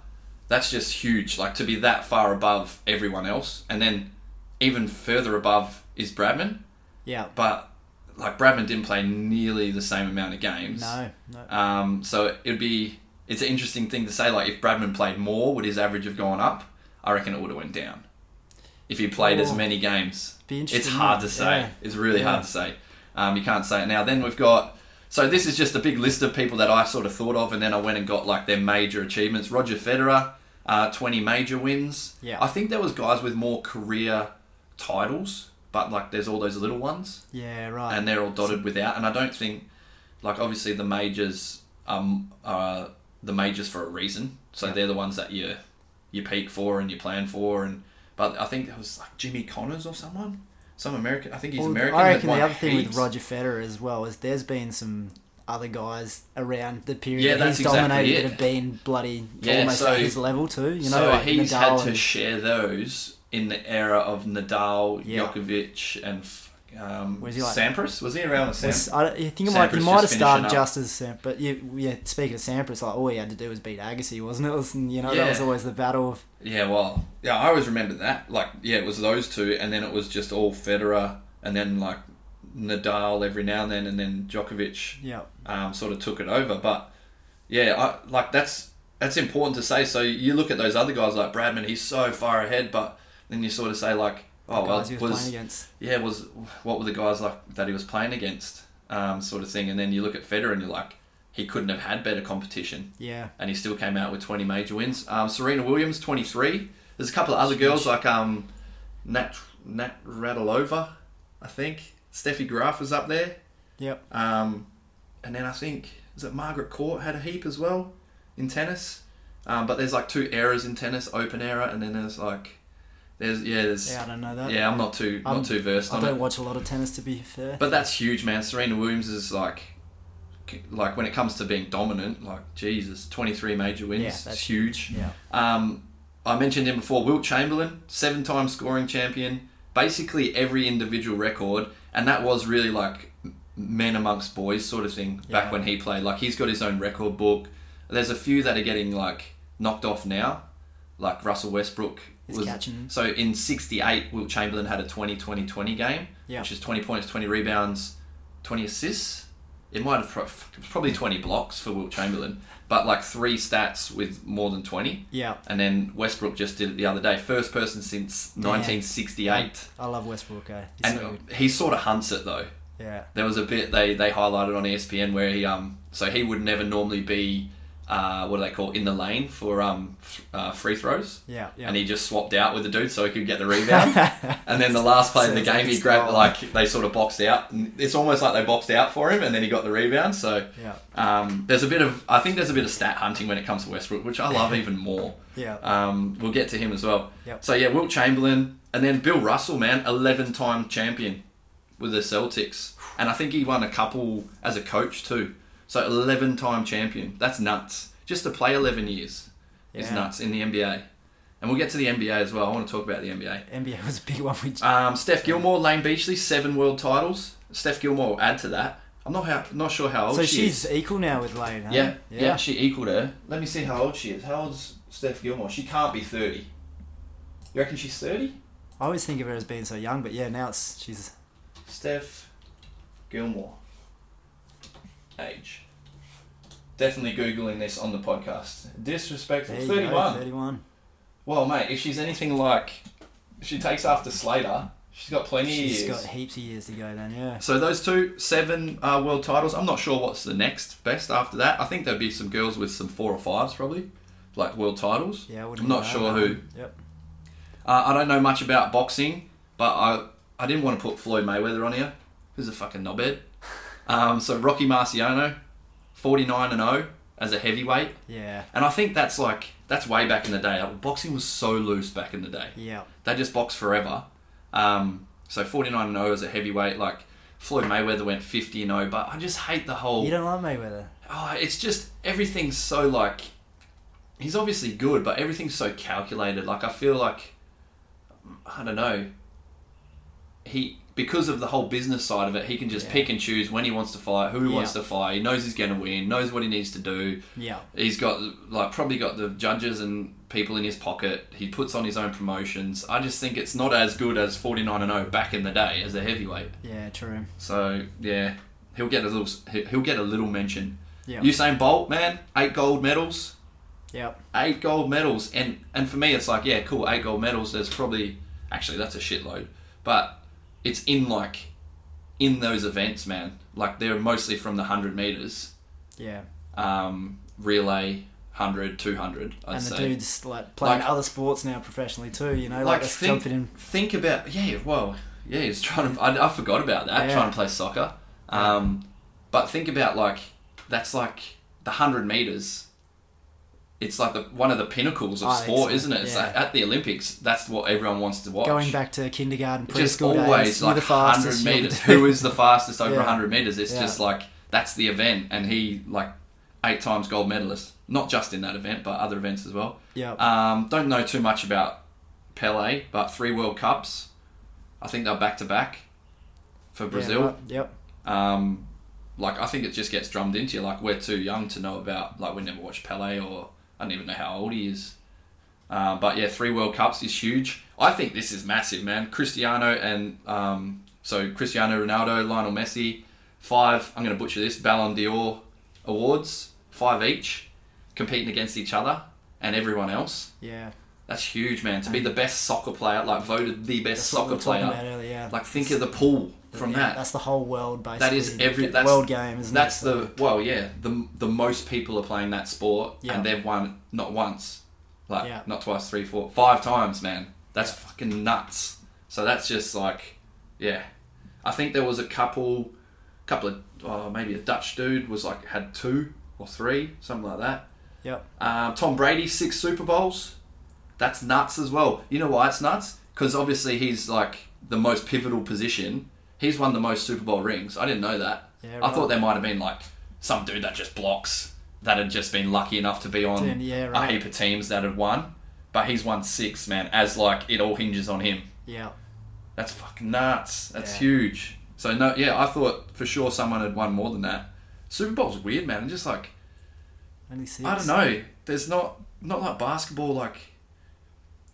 [SPEAKER 2] that's just huge. Like to be that far above everyone else, and then even further above is Bradman,
[SPEAKER 4] yeah.
[SPEAKER 2] but like Bradman didn't play nearly the same amount of games.
[SPEAKER 4] No, no.
[SPEAKER 2] Um, so it'd be it's an interesting thing to say. Like if Bradman played more, would his average have gone up? I reckon it would have went down. If he played as
[SPEAKER 4] Oh.
[SPEAKER 2] many games,
[SPEAKER 4] Be interesting,
[SPEAKER 2] it's hard to
[SPEAKER 4] yeah.
[SPEAKER 2] say.
[SPEAKER 4] Yeah.
[SPEAKER 2] It's really
[SPEAKER 4] Yeah.
[SPEAKER 2] hard to say. Um, you can't say it now. Then we've got so this is just a big list of people that I sort of thought of, and then I went and got like their major achievements. Roger Federer, uh, twenty major wins.
[SPEAKER 4] Yeah.
[SPEAKER 2] I think there was guys with more career titles, but like there's all those little ones
[SPEAKER 4] yeah, right.
[SPEAKER 2] and they're all dotted without. And I don't think, like, obviously the majors um are the majors for a reason. So
[SPEAKER 4] Yeah.
[SPEAKER 2] they're the ones that you you peak for and you plan for. And but I think it was like Jimmy Connors or someone, some American. I think he's
[SPEAKER 4] Well,
[SPEAKER 2] American.
[SPEAKER 4] I
[SPEAKER 2] that
[SPEAKER 4] reckon the
[SPEAKER 2] won
[SPEAKER 4] other thing with
[SPEAKER 2] heaps.
[SPEAKER 4] Roger Federer as well is there's been some other guys around the period
[SPEAKER 2] Yeah,
[SPEAKER 4] that he's
[SPEAKER 2] that's exactly
[SPEAKER 4] dominated
[SPEAKER 2] it.
[SPEAKER 4] that have been bloody
[SPEAKER 2] Yeah,
[SPEAKER 4] almost
[SPEAKER 2] so-
[SPEAKER 4] at his level too. You know,
[SPEAKER 2] so
[SPEAKER 4] like
[SPEAKER 2] he's
[SPEAKER 4] Nadal
[SPEAKER 2] had to
[SPEAKER 4] and-
[SPEAKER 2] share those in the era of Nadal,
[SPEAKER 4] Yeah.
[SPEAKER 2] Djokovic, and. Um,
[SPEAKER 4] Was he like-
[SPEAKER 2] Sampras? Was he around with Sampras?
[SPEAKER 4] was- I, don't- I think it might, he
[SPEAKER 2] Sampras
[SPEAKER 4] might have
[SPEAKER 2] just
[SPEAKER 4] started
[SPEAKER 2] finishing up.
[SPEAKER 4] just as Sampras, but you, yeah, speaking of Sampras, like all he had to do was beat Agassi, wasn't it? It was, you know, that was
[SPEAKER 2] Yeah.
[SPEAKER 4] always the battle of
[SPEAKER 2] Yeah, well, yeah, I always remember that. Like, yeah, it was those two, and then it was just all Federer, and then like Nadal every now and then, and then Djokovic
[SPEAKER 4] yeah,
[SPEAKER 2] um, sort of took it over. But yeah, I, like that's that's important to say. So you look at those other guys like Bradman, he's so far ahead, but then you sort of say like, oh, well,
[SPEAKER 4] guys he
[SPEAKER 2] was,
[SPEAKER 4] was, playing against.
[SPEAKER 2] yeah, was what were the guys like that he was playing against, um, sort of thing. And then you look at Federer, and you're like, he couldn't have had better competition
[SPEAKER 4] Yeah,
[SPEAKER 2] and he still came out with 20 major wins. Um, Serena Williams, 23. There's a couple of other girls like um, Nat Nat Radilova, I think. Steffi Graf was up there,
[SPEAKER 4] yep,
[SPEAKER 2] um, and then I think is it Margaret Court had a heap as well in tennis. Um, but there's like two eras in tennis: open era, and then there's like there's yeah there's
[SPEAKER 4] yeah, I don't know that.
[SPEAKER 2] yeah I'm not too
[SPEAKER 4] I'm-
[SPEAKER 2] not too versed
[SPEAKER 4] I
[SPEAKER 2] on it.
[SPEAKER 4] don't watch a lot of tennis to be fair.
[SPEAKER 2] But that's huge, man. Serena Williams is like, like when it comes to being dominant, like Jesus, twenty three major wins,
[SPEAKER 4] Yeah,
[SPEAKER 2] it's
[SPEAKER 4] that's
[SPEAKER 2] huge.
[SPEAKER 4] yeah,
[SPEAKER 2] Um, I mentioned him before. Wilt Chamberlain, seven time scoring champion, basically every individual record, and that was really like m- men amongst boys sort of thing
[SPEAKER 4] Yeah.
[SPEAKER 2] back when he played. Like he's got his own record book. There's a few that are getting like knocked off now, like Russell Westbrook.
[SPEAKER 4] He's catching.
[SPEAKER 2] So in 68, Wilt Chamberlain had a 20 20 20 game,
[SPEAKER 4] Yeah.
[SPEAKER 2] which is 20 points, 20 rebounds, 20 assists. It might have pro- it was probably 20 blocks for Wilt Chamberlain, but like three stats with more than 20.
[SPEAKER 4] yeah.
[SPEAKER 2] And then Westbrook just did it the other day. First person since 1968.
[SPEAKER 4] I love Westbrook. Eh? He's so
[SPEAKER 2] And
[SPEAKER 4] good.
[SPEAKER 2] he sort of hunts it though.
[SPEAKER 4] Yeah,
[SPEAKER 2] E There was a bit they, they highlighted on ESPN where he um so he would never normally be uh, what do they call in the lane for um, f- uh, free throws.
[SPEAKER 4] Yeah, yeah.
[SPEAKER 2] And he just swapped out with the dude so he could get the rebound. and then the last play in the
[SPEAKER 4] Sounds like
[SPEAKER 2] game, he
[SPEAKER 4] it's
[SPEAKER 2] grabbed
[SPEAKER 4] goal.
[SPEAKER 2] like they sort of boxed out. And It's almost like they boxed out for him, and then he got the rebound. So
[SPEAKER 4] Yeah.
[SPEAKER 2] um, there's a bit of I think there's a bit of stat hunting when it comes to Westbrook, which I love even more.
[SPEAKER 4] Yeah.
[SPEAKER 2] Um, we'll get to him as well.
[SPEAKER 4] Yep.
[SPEAKER 2] So yeah, Wilt Chamberlain, and then Bill Russell, man, eleven-time champion with the Celtics, and I think he won a couple as a coach too. So eleven-time champion, that's nuts. Just to play eleven years is
[SPEAKER 4] Yeah.
[SPEAKER 2] nuts in the NBA, and we'll get to the NBA as well. I want to talk about the NBA.
[SPEAKER 4] NBA was a big one. We
[SPEAKER 2] Um, Steph Gilmore, Lane Beachley, seven world titles. Steph Gilmore will add to that. I'm not how, not sure how old
[SPEAKER 4] so
[SPEAKER 2] oh, she
[SPEAKER 4] she's
[SPEAKER 2] is.
[SPEAKER 4] equal now with Lane. Huh?
[SPEAKER 2] Yeah, yeah,
[SPEAKER 4] yeah.
[SPEAKER 2] she equaled her. Let me see how old she is. How old's Steph Gilmore? She can't be thirty. You reckon she's thirty?
[SPEAKER 4] I always think of her as being so young, but yeah, now it's she's
[SPEAKER 2] Steph Gilmore. Age. Definitely googling this on the podcast. Disrespectful.
[SPEAKER 4] there you go,
[SPEAKER 2] 31.
[SPEAKER 4] thirty-one.
[SPEAKER 2] Well, mate, if she's anything like she takes after Slater, she's got plenty of
[SPEAKER 4] She's
[SPEAKER 2] years.
[SPEAKER 4] got heaps of years to go then. Yeah.
[SPEAKER 2] So those two seven uh, world titles. I'm not sure what's the next best after that. I think there'd be some girls with some four or fives probably, like world titles.
[SPEAKER 4] Yeah, I wouldn't
[SPEAKER 2] I'm not
[SPEAKER 4] know
[SPEAKER 2] sure
[SPEAKER 4] that
[SPEAKER 2] who.
[SPEAKER 4] one. Yep.
[SPEAKER 2] Uh, I don't know much about boxing, but I I didn't want to put Floyd Mayweather on here. Who's a fucking knobhead? Um, so Rocky Marciano, 49 and 0 as a heavyweight,
[SPEAKER 4] Yeah.
[SPEAKER 2] and I think that's like that's way back in the day. Like, boxing was so loose back in the day
[SPEAKER 4] Yeah.
[SPEAKER 2] they just box forever. Um, so 49 and 0 as a heavyweight, like Floyd Mayweather went 50 and 0, but I just hate the whole.
[SPEAKER 4] You don't like Mayweather.
[SPEAKER 2] oh, it's just everything's so like. He's obviously good, but everything's so calculated. Like I feel like, I don't know. He because of the whole business side of it, he can just
[SPEAKER 4] Yeah.
[SPEAKER 2] pick and choose when he wants to fight, who he
[SPEAKER 4] Yeah.
[SPEAKER 2] wants to fight. He knows he's going to win, knows what he needs to do.
[SPEAKER 4] Yeah.
[SPEAKER 2] He's got like probably got the judges and people in his pocket. He puts on his own promotions. I just think it's not as good as 49 and 0 back in the day as a heavyweight.
[SPEAKER 4] Yeah. True.
[SPEAKER 2] So, yeah, he'll get a little he- he'll get a little mention.
[SPEAKER 4] Yeah.
[SPEAKER 2] Usain Bolt, man, 8 gold medals.
[SPEAKER 4] Yep.
[SPEAKER 2] 8 gold medals and and for me it's like, yeah, cool, 8 gold medals. There's probably actually that's a shitload. But it's in like in those events, man. Like they're mostly from the 100 meters
[SPEAKER 4] Yeah.
[SPEAKER 2] um, relay 100 200 i'd
[SPEAKER 4] and the
[SPEAKER 2] say
[SPEAKER 4] dude's like playing
[SPEAKER 2] Like-
[SPEAKER 4] other sports now professionally too. You know, like,
[SPEAKER 2] like
[SPEAKER 4] that's
[SPEAKER 2] think,
[SPEAKER 4] jumping in.
[SPEAKER 2] think about yeah well yeah he's trying to I, I forgot about that
[SPEAKER 4] Yeah.
[SPEAKER 2] trying to play soccer um, but think about like that's like the 100 meters it's like the one of the pinnacles of
[SPEAKER 4] Oh,
[SPEAKER 2] sport
[SPEAKER 4] it's-
[SPEAKER 2] isn't it it's
[SPEAKER 4] yeah.
[SPEAKER 2] like at the olympics that's what everyone wants to watch
[SPEAKER 4] Going back to kindergarten, preschool
[SPEAKER 2] just
[SPEAKER 4] days,
[SPEAKER 2] always
[SPEAKER 4] you're
[SPEAKER 2] like 100
[SPEAKER 4] the fastest. you're the
[SPEAKER 2] meters
[SPEAKER 4] dude.
[SPEAKER 2] who is the fastest over
[SPEAKER 4] Yeah.
[SPEAKER 2] 100 meters it's
[SPEAKER 4] Yeah.
[SPEAKER 2] just like that's the event and he like eight times gold medalist not just in that event but other events as well
[SPEAKER 4] Yep.
[SPEAKER 2] um, don't know too much about Pele, but three World Cups. I think they're back to back for
[SPEAKER 4] Yeah,
[SPEAKER 2] Brazil.
[SPEAKER 4] right, Yep.
[SPEAKER 2] Um, like I think it just gets drummed into you. Like we're too young to know about. Like we never watched Pele, or I don't even know how old he is. Uh, but yeah, three World Cups is huge. I think this is massive, man. Cristiano and um, so Cristiano Ronaldo, Lionel Messi, five. I'm going to butcher this. Ballon d'Or awards, five each, competing against each other and everyone else.
[SPEAKER 4] Yeah.
[SPEAKER 2] That's huge, man. To be the best soccer player, like voted the best
[SPEAKER 4] That's what
[SPEAKER 2] soccer
[SPEAKER 4] we were talking about
[SPEAKER 2] player.
[SPEAKER 4] earlier. Yeah.
[SPEAKER 2] Like think of the pool from
[SPEAKER 4] yeah,
[SPEAKER 2] that.
[SPEAKER 4] That's the whole world basically.
[SPEAKER 2] That is every
[SPEAKER 4] the
[SPEAKER 2] that's,
[SPEAKER 4] world game, isn't
[SPEAKER 2] that's
[SPEAKER 4] it? So-
[SPEAKER 2] the well, yeah. The the most people are playing that sport,
[SPEAKER 4] Yeah.
[SPEAKER 2] and they've won not once, like
[SPEAKER 4] Yeah.
[SPEAKER 2] not twice, three, four, five times, man. That's fucking nuts. So that's just like, yeah. I think there was a couple, couple of oh, maybe a Dutch dude was like had two or three, something like that.
[SPEAKER 4] Yep.
[SPEAKER 2] Um, Tom Brady, six Super Bowls. That's nuts as well. You know why it's nuts? Because obviously he's like the most pivotal position. He's won the most Super Bowl rings. I didn't know that.
[SPEAKER 4] Yeah,
[SPEAKER 2] I thought
[SPEAKER 4] right.
[SPEAKER 2] there might have been like some dude that just blocks that had just been lucky enough to be on
[SPEAKER 4] Dude, yeah, right.
[SPEAKER 2] a heap of teams that had won. But he's won six, man, as like it all hinges on him.
[SPEAKER 4] Yeah.
[SPEAKER 2] That's fucking nuts. That's
[SPEAKER 4] Yeah.
[SPEAKER 2] huge. So no, yeah, I thought for sure someone had won more than that. Super Bowl's weird, man. And just like
[SPEAKER 4] Only six.
[SPEAKER 2] I don't know. There's not not like basketball. Like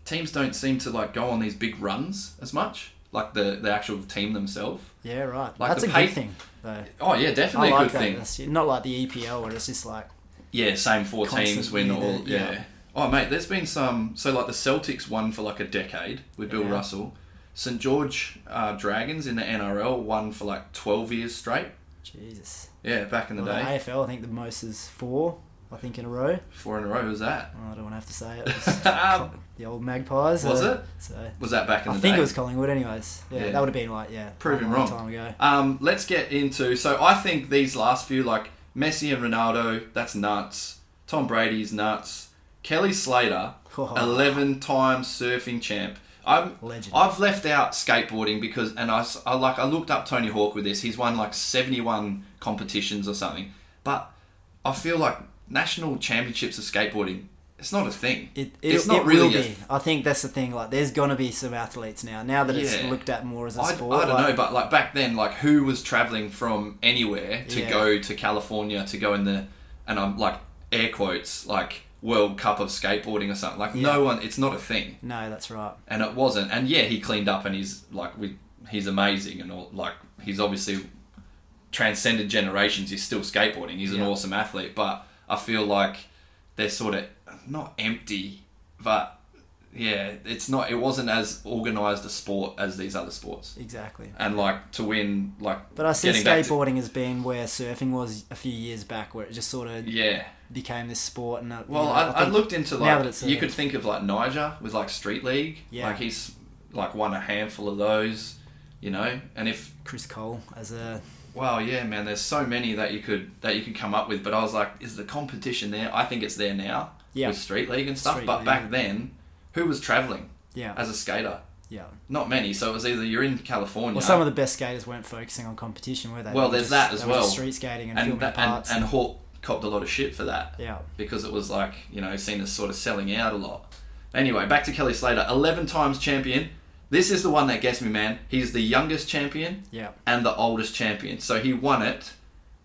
[SPEAKER 2] teams don't seem to like go on these big runs as much. Like the the actual team themselves.
[SPEAKER 4] Yeah. Right.
[SPEAKER 2] Like
[SPEAKER 4] that's
[SPEAKER 2] the
[SPEAKER 4] a
[SPEAKER 2] pay-
[SPEAKER 4] good thing though.
[SPEAKER 2] Oh yeah,
[SPEAKER 4] I
[SPEAKER 2] definitely a
[SPEAKER 4] like
[SPEAKER 2] good
[SPEAKER 4] that.
[SPEAKER 2] thing.
[SPEAKER 4] That's not like the EPL where it's just like
[SPEAKER 2] Yeah, same four teams
[SPEAKER 4] Constantly
[SPEAKER 2] win all.
[SPEAKER 4] the-
[SPEAKER 2] Yeah.
[SPEAKER 4] yeah.
[SPEAKER 2] Oh mate, there's been some. So like the Celtics won for like a decade with Bill
[SPEAKER 4] Yeah.
[SPEAKER 2] Russell. St George uh, Dragons in the NRL won for like twelve years straight.
[SPEAKER 4] Jesus.
[SPEAKER 2] Yeah, back in the
[SPEAKER 4] Well,
[SPEAKER 2] day.
[SPEAKER 4] the AFL, I think the most is four. I think, in a row.
[SPEAKER 2] Four in a row. Who's that?
[SPEAKER 4] Oh, I don't want to have to say it. It was
[SPEAKER 2] Um,
[SPEAKER 4] the old Magpies.
[SPEAKER 2] Was
[SPEAKER 4] uh,
[SPEAKER 2] it?
[SPEAKER 4] So
[SPEAKER 2] was that back in
[SPEAKER 4] I
[SPEAKER 2] the
[SPEAKER 4] think
[SPEAKER 2] day?
[SPEAKER 4] it was Collingwood, anyways. Yeah,
[SPEAKER 2] Yeah.
[SPEAKER 4] that would have been like yeah,
[SPEAKER 2] Prove
[SPEAKER 4] a
[SPEAKER 2] him wrong.
[SPEAKER 4] long time ago.
[SPEAKER 2] Um, let's get into. So I think these last few, like Messi and Ronaldo, that's nuts. Tom Brady's nuts. Kelly Slater, eleven time surfing champ. I'm,
[SPEAKER 4] Legend.
[SPEAKER 2] I've left out skateboarding because, and I, s- I like I looked up Tony Hawk with this. He's won like seventy one competitions or something. But I feel like national championships of skateboarding, it's not a thing.
[SPEAKER 4] It, it,
[SPEAKER 2] it's not
[SPEAKER 4] it
[SPEAKER 2] really.
[SPEAKER 4] will
[SPEAKER 2] a
[SPEAKER 4] be. I think that's the thing. Like, there's gonna be some athletes now. Now that it's
[SPEAKER 2] Yeah.
[SPEAKER 4] looked at more as a
[SPEAKER 2] I, I don't
[SPEAKER 4] sport. like,
[SPEAKER 2] know, but like back then, like who was traveling from anywhere to
[SPEAKER 4] Yeah.
[SPEAKER 2] go to California to go in the, and I'm like air quotes like World Cup of skateboarding or something. Like no one, it's not a thing,
[SPEAKER 4] No, that's right.
[SPEAKER 2] and it wasn't. And yeah, he cleaned up, and he's like we, he's amazing, and all like he's obviously transcended generations. He's still skateboarding. He's an
[SPEAKER 4] Yeah.
[SPEAKER 2] awesome athlete, but I feel like they're sort of not empty, but. Yeah, it's not. It wasn't as organized a sport as these other sports
[SPEAKER 4] Exactly.
[SPEAKER 2] and like to win like
[SPEAKER 4] But I see
[SPEAKER 2] getting back to-
[SPEAKER 4] skateboarding as being where surfing was a few years back, where it just sort of
[SPEAKER 2] yeah
[SPEAKER 4] became this sport. And uh, you
[SPEAKER 2] well
[SPEAKER 4] know,
[SPEAKER 2] I, I,
[SPEAKER 4] think-
[SPEAKER 2] looked into
[SPEAKER 4] now
[SPEAKER 2] like
[SPEAKER 4] that it's, uh,
[SPEAKER 2] you could think of like niger with like street league
[SPEAKER 4] Yeah.
[SPEAKER 2] like he's like won a handful of those you know and if
[SPEAKER 4] Chris Cole as a
[SPEAKER 2] wow yeah man there's so many that you could that you could come up with but i was like is the competition there i think it's there now
[SPEAKER 4] Yeah.
[SPEAKER 2] with street league and stuff
[SPEAKER 4] Street
[SPEAKER 2] but
[SPEAKER 4] league,
[SPEAKER 2] back
[SPEAKER 4] yeah.
[SPEAKER 2] then who was traveling
[SPEAKER 4] yeah
[SPEAKER 2] as a skater
[SPEAKER 4] yeah.
[SPEAKER 2] not many so it was either you're in california
[SPEAKER 4] Well, some of the best skaters weren't focusing on competition, were they?
[SPEAKER 2] Well,
[SPEAKER 4] They were
[SPEAKER 2] there's
[SPEAKER 4] just-
[SPEAKER 2] that as
[SPEAKER 4] they were just
[SPEAKER 2] well.
[SPEAKER 4] street skating and,
[SPEAKER 2] and,
[SPEAKER 4] filming
[SPEAKER 2] that, and,
[SPEAKER 4] parts.
[SPEAKER 2] and hawk copped a lot of shit for that
[SPEAKER 4] yeah,
[SPEAKER 2] because it was like you know seen as sort of selling out a lot. Anyway, back to Kelly Slater, eleven times champion. This is the one that gets me, man. He's the youngest champion
[SPEAKER 4] yeah,
[SPEAKER 2] and the oldest champion. So he won it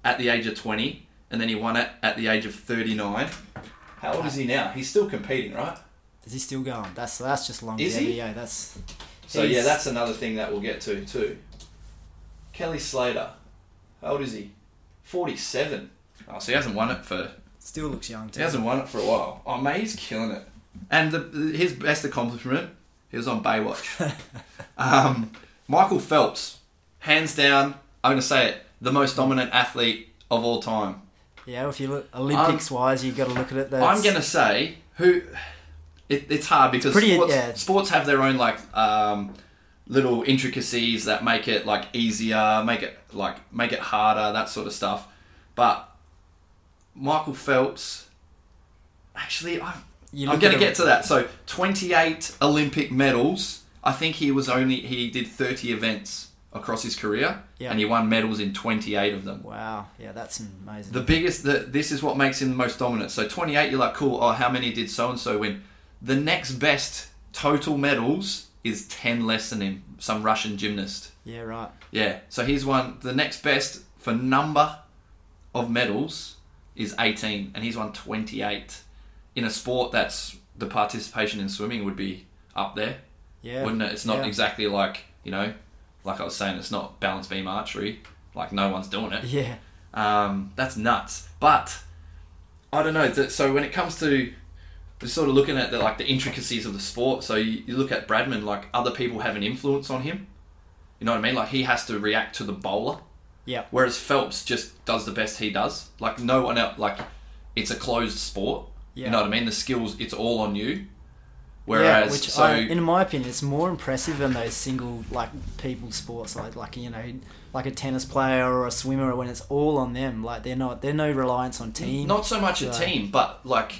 [SPEAKER 2] at the age of twenty, and then he won it at the age of thirty-nine. How old is he now? He's still competing, right?
[SPEAKER 4] is he still going? That's that's just
[SPEAKER 2] he?
[SPEAKER 4] longevity. Yeah, that's
[SPEAKER 2] So yeah,
[SPEAKER 4] He's-
[SPEAKER 2] that's another thing that we'll get to too. Kelly Slater, how old is he? Forty-seven. Oh, so he hasn't won it for
[SPEAKER 4] still looks young. Too.
[SPEAKER 2] He hasn't won it for a while. Oh mate, he's killing it. And the, the- his best accomplishment, he was on Baywatch. um, Michael Phelps, hands down, I'm going to say it, the most dominant athlete of all time.
[SPEAKER 4] Yeah, if you look Olympics wise, you've got to look at it. That's,
[SPEAKER 2] I'm going to say who. It, it's hard because
[SPEAKER 4] pretty-
[SPEAKER 2] sports,
[SPEAKER 4] yeah.
[SPEAKER 2] sports have their own like um, little intricacies that make it like easier, make it like make it harder, that sort of stuff. But Michael Phelps, actually, I,
[SPEAKER 4] You
[SPEAKER 2] I'm
[SPEAKER 4] look
[SPEAKER 2] going to
[SPEAKER 4] at
[SPEAKER 2] get
[SPEAKER 4] it-
[SPEAKER 2] to that. So 28 Olympic medals. I think he was only he did 30 events across his career,
[SPEAKER 4] Yeah.
[SPEAKER 2] and he won medals in 28 of them.
[SPEAKER 4] Wow, yeah, that's amazing.
[SPEAKER 2] The biggest, the, this is what makes him the most dominant. So 28, you're like, cool, oh, how many did so and so win? The next best total medals is 10 less than him, some Russian gymnast.
[SPEAKER 4] yeah, right.
[SPEAKER 2] Yeah, so he's won, the next best for number of medals is 18, and he's won 28 in a sport that's the participation in swimming would be up there,
[SPEAKER 4] Yeah,
[SPEAKER 2] wouldn't it? It's not
[SPEAKER 4] yeah.
[SPEAKER 2] exactly like, you know, like I was saying, it's not balance beam archery, like no one's doing it.
[SPEAKER 4] Yeah,
[SPEAKER 2] Um, that's nuts. But I don't know. th- So when it comes to the sort of looking at the, like the intricacies of the sport, so you, you look at Bradman, like other people have an influence on him. You know what I mean? Like he has to react to the bowler,
[SPEAKER 4] yeah,
[SPEAKER 2] whereas Phelps just does the best he does. Like no one else. Like it's a closed sport.
[SPEAKER 4] Yeah.
[SPEAKER 2] You know what I mean? The skills, it's all on you.
[SPEAKER 4] yeah.
[SPEAKER 2] Whereas,
[SPEAKER 4] Which,
[SPEAKER 2] so
[SPEAKER 4] I, in my opinion, it's more impressive than those single like people sports, like like you know, like a tennis player or a swimmer, when it's all on them. Like they're not, they're no reliance on team.
[SPEAKER 2] Not so much a
[SPEAKER 4] So-
[SPEAKER 2] team, but like